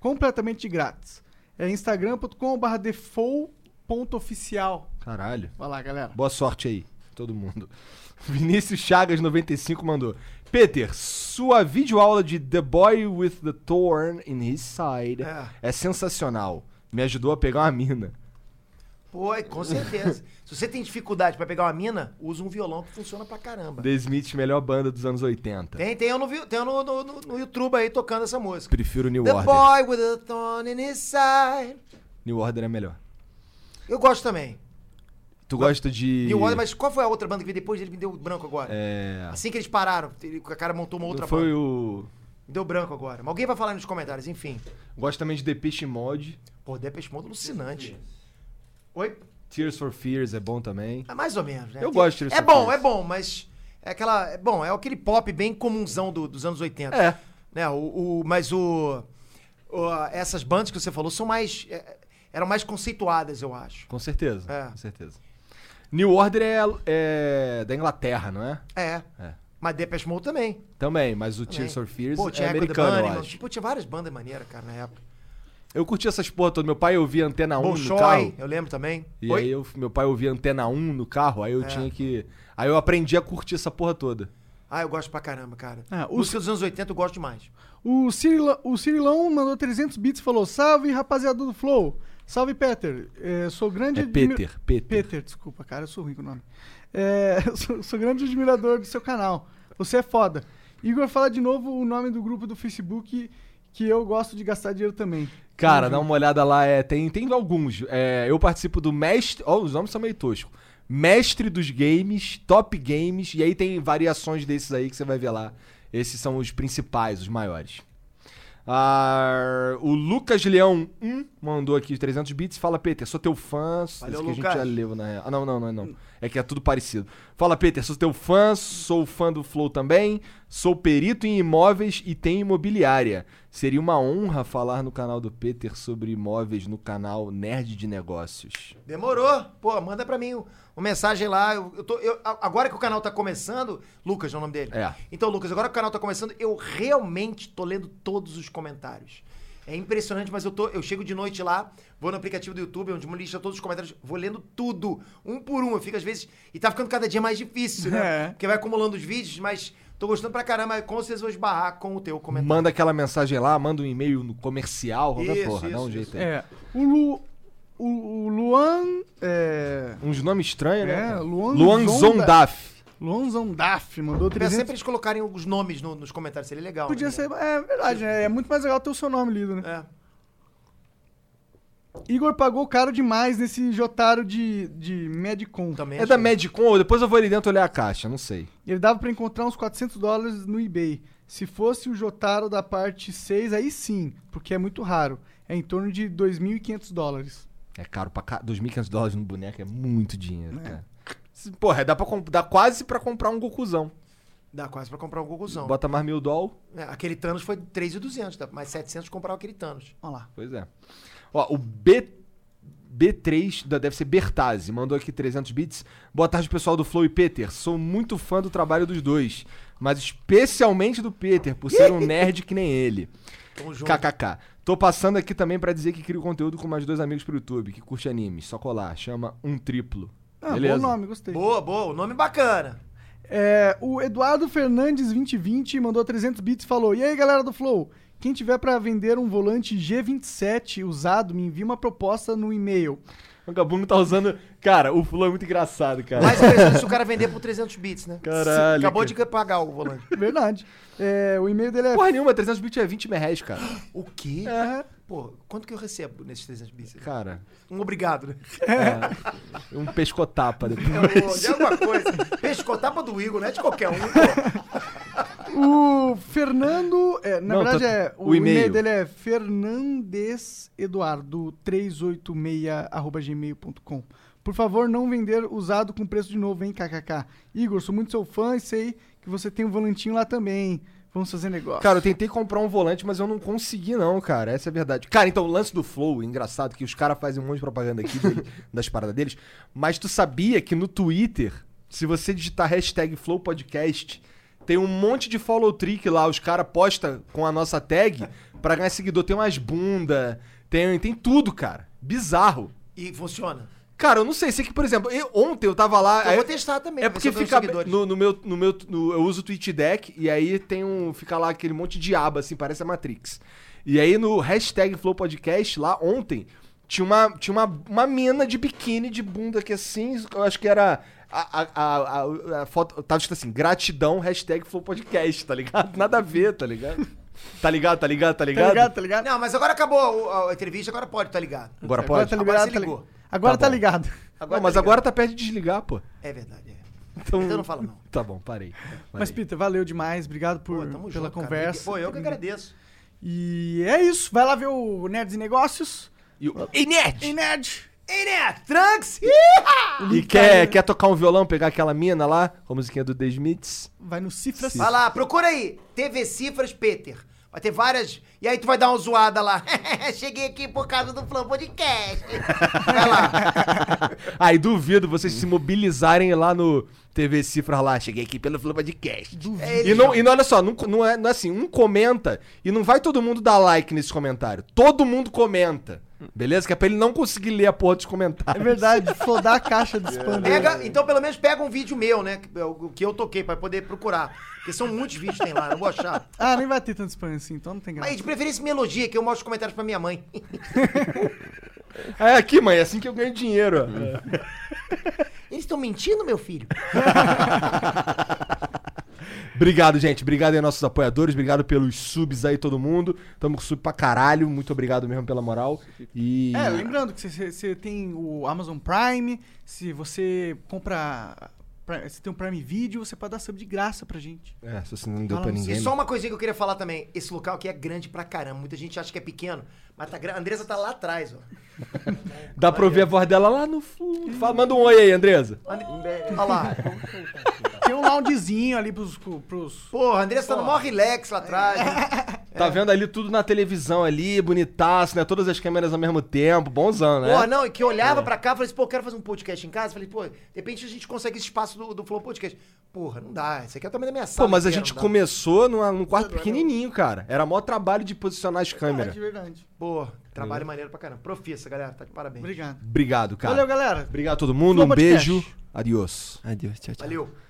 Completamente de grátis. É instagram.com.br default.oficial. Caralho. Vai lá, galera. Boa sorte aí, todo mundo. Vinícius Chagas95 mandou. Peter, sua videoaula de The Boy with the Thorn in His Side É. é, sensacional. Me ajudou a pegar uma mina. Pô, é, com certeza. Se você tem dificuldade pra pegar uma mina, usa um violão que funciona pra caramba. The Smith, melhor banda dos anos 80. Tem, tem eu no, vi- tem eu no, no, no- no YouTube aí tocando essa música. Prefiro New The Order. boy with a thorn in his side. New Order é melhor. Eu gosto também. Tu gosta de... New Order, mas qual foi a outra banda que veio depois? Ele me deu branco agora. É... Assim que eles pararam, ele, o cara montou uma é outra não foi banda. o... Me deu branco agora. Mas alguém vai falar nos comentários, enfim. Gosto também de Depeche Mode. Pô, Depeche Mode é alucinante. Oi? Tears for Fears é bom também. É mais ou menos, né? Eu gosto de Tears É for bom, é Fears. bom, mas é aquela, é bom, é aquele pop bem comunzão do- dos anos 80. É. Né? O, o- mas o, o- essas bandas que você falou são mais é, eram mais conceituadas, eu acho. Com certeza, É. com certeza. New Order é, é da Inglaterra, não é? É. É. Mas Depeche Mode também. Também, mas o Tears Também. for Fears Pô, é tinha Echo the americano, eu Bunnymen, acho. Pô, tinha várias bandas maneiras, cara, na época. Eu curti essas porra todas. Meu pai ouvia Antena 1 Tá no Bolshoi, carro. eu lembro também. E Oi? É. aí eu- meu pai ouvia Antena 1 no carro, aí eu tinha que... Aí eu aprendi a curtir essa porra toda. Ah, eu gosto pra caramba, cara. É, Ah, os- Música dos anos 80 eu gosto demais. O, Cirila, o Cirilão mandou 300 bits e falou: Salve, rapaziada do Flow. Salve, Peter. É, sou grande É admi- Peter, Peter. Peter, desculpa, cara, eu sou ruim com o nome. É, sou, sou grande admirador do seu canal. Você é foda. Igor, fala de novo o nome do grupo do Facebook que eu gosto de gastar dinheiro também. Cara, dá uma olhada lá, é, tem, tem alguns. É, eu participo do Mestre... Ó, os nomes são meio toscos. Mestre dos Games, Top Games, e aí tem variações desses aí que você vai ver lá. Esses são os principais, os maiores. Ah, o Lucas Leão 1 mandou aqui 300 bits. Fala, Peter, sou teu fã. Valeu, Esse que a Lucas. gente já leu, na real. Ah, não, não, não, não. É que é tudo parecido. Fala, Peter, sou teu fã, sou fã do Flow também. Sou perito em imóveis e tenho imobiliária. Seria uma honra falar no canal do Peter sobre imóveis no canal Nerd de Negócios. Demorou. Pô, manda pra mim um- uma mensagem lá. Eu, eu tô, eu- a- agora que o canal tá começando... Lucas é o nome dele. É. Então, Lucas, agora que o canal tá começando, eu realmente tô lendo todos os comentários. É impressionante, mas eu, tô, eu chego de noite lá, vou no aplicativo do YouTube, onde lista todos os comentários, vou lendo tudo, um por um. Eu fico às vezes. E tá ficando cada dia mais difícil, né? É. Porque vai acumulando os vídeos, mas tô gostando pra caramba. É Com certeza eu vou esbarrar com o teu comentário. Manda aquela mensagem lá, manda um e-mail no comercial, qualquer Isso, porra, dá isso, um isso. jeito aí. É, o Lu. O, o Luan. É, Uns nomes estranhos, né? É, cara? Luan Luan Zonda- Zondaf. Luan Zondaf mandou Eu peço 300 sempre eles colocarem os nomes no- nos comentários, seria legal. É, Podia né? ser. É verdade, né? É muito mais legal ter o seu nome lido, né? É. Igor pagou caro demais nesse Jotaro de, de Medicom. Também É acho da que- Medicom, ou depois eu vou ali dentro olhar a caixa, não sei. Ele dava pra encontrar uns 400 dólares no eBay. Se fosse o Jotaro da parte 6, aí sim, porque é muito raro. É em torno de 2.500 dólares. É caro pra caralho. 2.500 dólares no boneco é muito dinheiro, cara. Se- Porra, é, dá, pra comp- dá quase pra comprar um Gokuzão. Dá quase pra comprar um Goguzão. Bota mais mil dólares. É, Aquele Thanos foi 3,200, dá mais 700 comprar aquele Thanos. Olha lá. Pois é. Ó, o B... B3, da- deve ser Bertazzi, mandou aqui 300 bits. Boa tarde, pessoal do Flow e Peter. Sou muito fã do trabalho dos dois, mas especialmente do Peter, por ser um nerd que nem ele. Tamo junto. KKK. Tô passando aqui também pra dizer que crio conteúdo com mais dois amigos pro YouTube, que curte animes. Só colar, chama um triplo. Ah, Beleza. bom nome, gostei. Boa, boa. O nome bacana. É, o Eduardo Fernandes 2020 mandou 300 bits e falou: E aí, galera do Flow? Quem tiver pra vender um volante G27 usado, me envia uma proposta no e-mail. O Gabuno tá usando. Cara, o Flow é muito engraçado, cara. Mais interessante se o cara vender por 300 bits, né? Caralho, Acabou de pagar o volante. Verdade. É, o e-mail dele é. Porra nenhuma, 300 bits é 20 mil reais, cara. O quê? É, Pô, quanto que eu recebo nesses 300 bits? cara. Um obrigado, né? É um pescotapa depois. É o- de alguma coisa. Pescotapa do Igor, não é de qualquer um. O Fernando. é, na Não, verdade, tá- é, o, o e-mail. e-mail. dele é fernandeseduardo386.gmail.com. Por favor, não vender usado com preço de novo, hein, kkk. Igor, sou muito seu fã e sei que você tem um volantinho lá também. Vamos fazer negócio. Tá Cara, eu tentei comprar um volante, mas eu não consegui, não, cara. Essa é a verdade. Cara, então o lance do Flow, engraçado, que os caras fazem um monte de propaganda aqui dele- das paradas deles. Mas tu sabia que no Twitter, se você digitar hashtag Flow Podcast, tem um monte de follow trick lá. Os caras postam com a nossa tag pra ganhar seguidor. Tem umas bunda, tem, tem tudo, cara. Bizarro. E funciona. Cara, eu não sei. Sei que, por exemplo, eu- ontem eu tava lá. Eu aí- vou testar também. é pra ver se porque eu ganho fica seguidores. no, no meu no meu no- eu uso o Twitch Deck e aí tem um fica lá aquele monte de aba assim, parece a Matrix. E aí no hashtag Flow Podcast lá ontem tinha uma tinha uma, uma mina de biquíni de bunda que assim, eu acho que era a, a, a, a- a foto tava escrito assim, gratidão hashtag Flow Podcast, tá ligado? Nada a ver, tá ligado? Tá ligado, tá ligado, tá ligado? tá ligado? Tá ligado? Não, mas agora acabou o- a entrevista, agora pode, tá ligado? Agora Agora pode. tá Agora liberado. se tá ligou. ligado. Agora Tá tá bom. ligado. Não, mas agora tá perto de desligar, pô. É verdade, é. Então, Então não fala não. Tá bom, parei. Mas, Peter, valeu demais. Obrigado por, Pô, tamo pela junto, cara. conversa. Pô, eu que agradeço. E é isso. Vai lá ver o Nerds e Negócios. E o- Ei, nerd! E Nerd! Ei, né? Trunks! E quer, quer tocar um violão, pegar aquela mina lá, com a musiquinha do The Smiths? Vai no Cifras. Vai lá, procura aí. TV Cifras Peter. Vai ter várias. E aí tu vai dar uma zoada lá. Cheguei aqui por causa do Flow Podcast. Vai lá. Aí duvido vocês se mobilizarem lá no TV Cifra lá. Cheguei aqui pelo Flow Podcast. É E não, e não, olha só, não, não, é, não é assim, um comenta e não vai todo mundo dar like nesse comentário. Todo mundo comenta. Beleza? Que é pra ele não conseguir ler a porra dos É comentários. verdade, flodar a caixa de spam. dele. Pega, então, pelo menos pega um vídeo meu, né? que- O que eu toquei, pra poder procurar. Porque são muitos vídeos que tem lá, não vou achar. Ah, nem vai ter tanto spam assim, então não tem graça. Mas de preferência me elogia, que eu mostro os comentários pra minha mãe. É aqui, mãe, é assim que eu ganho dinheiro. ó. Eles estão mentindo, meu filho? Obrigado, gente. Obrigado aí, nossos apoiadores. Obrigado pelos subs aí, todo mundo. Tamo com sub pra caralho. Muito obrigado mesmo pela moral. E. É, lembrando que você- você você tem o Amazon Prime, se você compra. pra- Se tem um Prime Video, você pode dar sub de graça pra gente. É, se você não deu Fala, pra não sei, ninguém. né? E um só uma coisinha que eu queria falar também. Esse local aqui é grande pra caramba. Muita gente acha que é pequeno, mas tá grande. A Andressa tá lá atrás, ó. Dá pra ouvir a voz dela lá no fundo. Fala, manda um oi aí, Andresa. And... Olha lá. Tem um loungezinho ali pros. pros... Porra, a Andressa tá no maior relax lá atrás. né? Tá vendo ali tudo na televisão ali, bonitaço, né? Todas as câmeras ao mesmo tempo, bonzão, né? Porra, não, e que eu olhava pra cá e falei assim, pô, eu quero fazer um podcast em casa. Falei, pô, de repente a gente consegue esse espaço do, do Flow Podcast. Porra, não dá. Isso aqui é também da minha Pô, sala. mas a inteira, gente não dá. começou numa- num quarto pequenininho, cara. Era maior trabalho de posicionar as câmeras. de É verdade. Pô, Uhum. trabalho maneiro pra caramba. Profissa, galera. Tá de parabéns. Obrigado. Obrigado, cara. Valeu, galera. Obrigado a todo mundo. Flow Um beijo. Podcast. Adiós. Adeus, tchau, tchau. Valeu.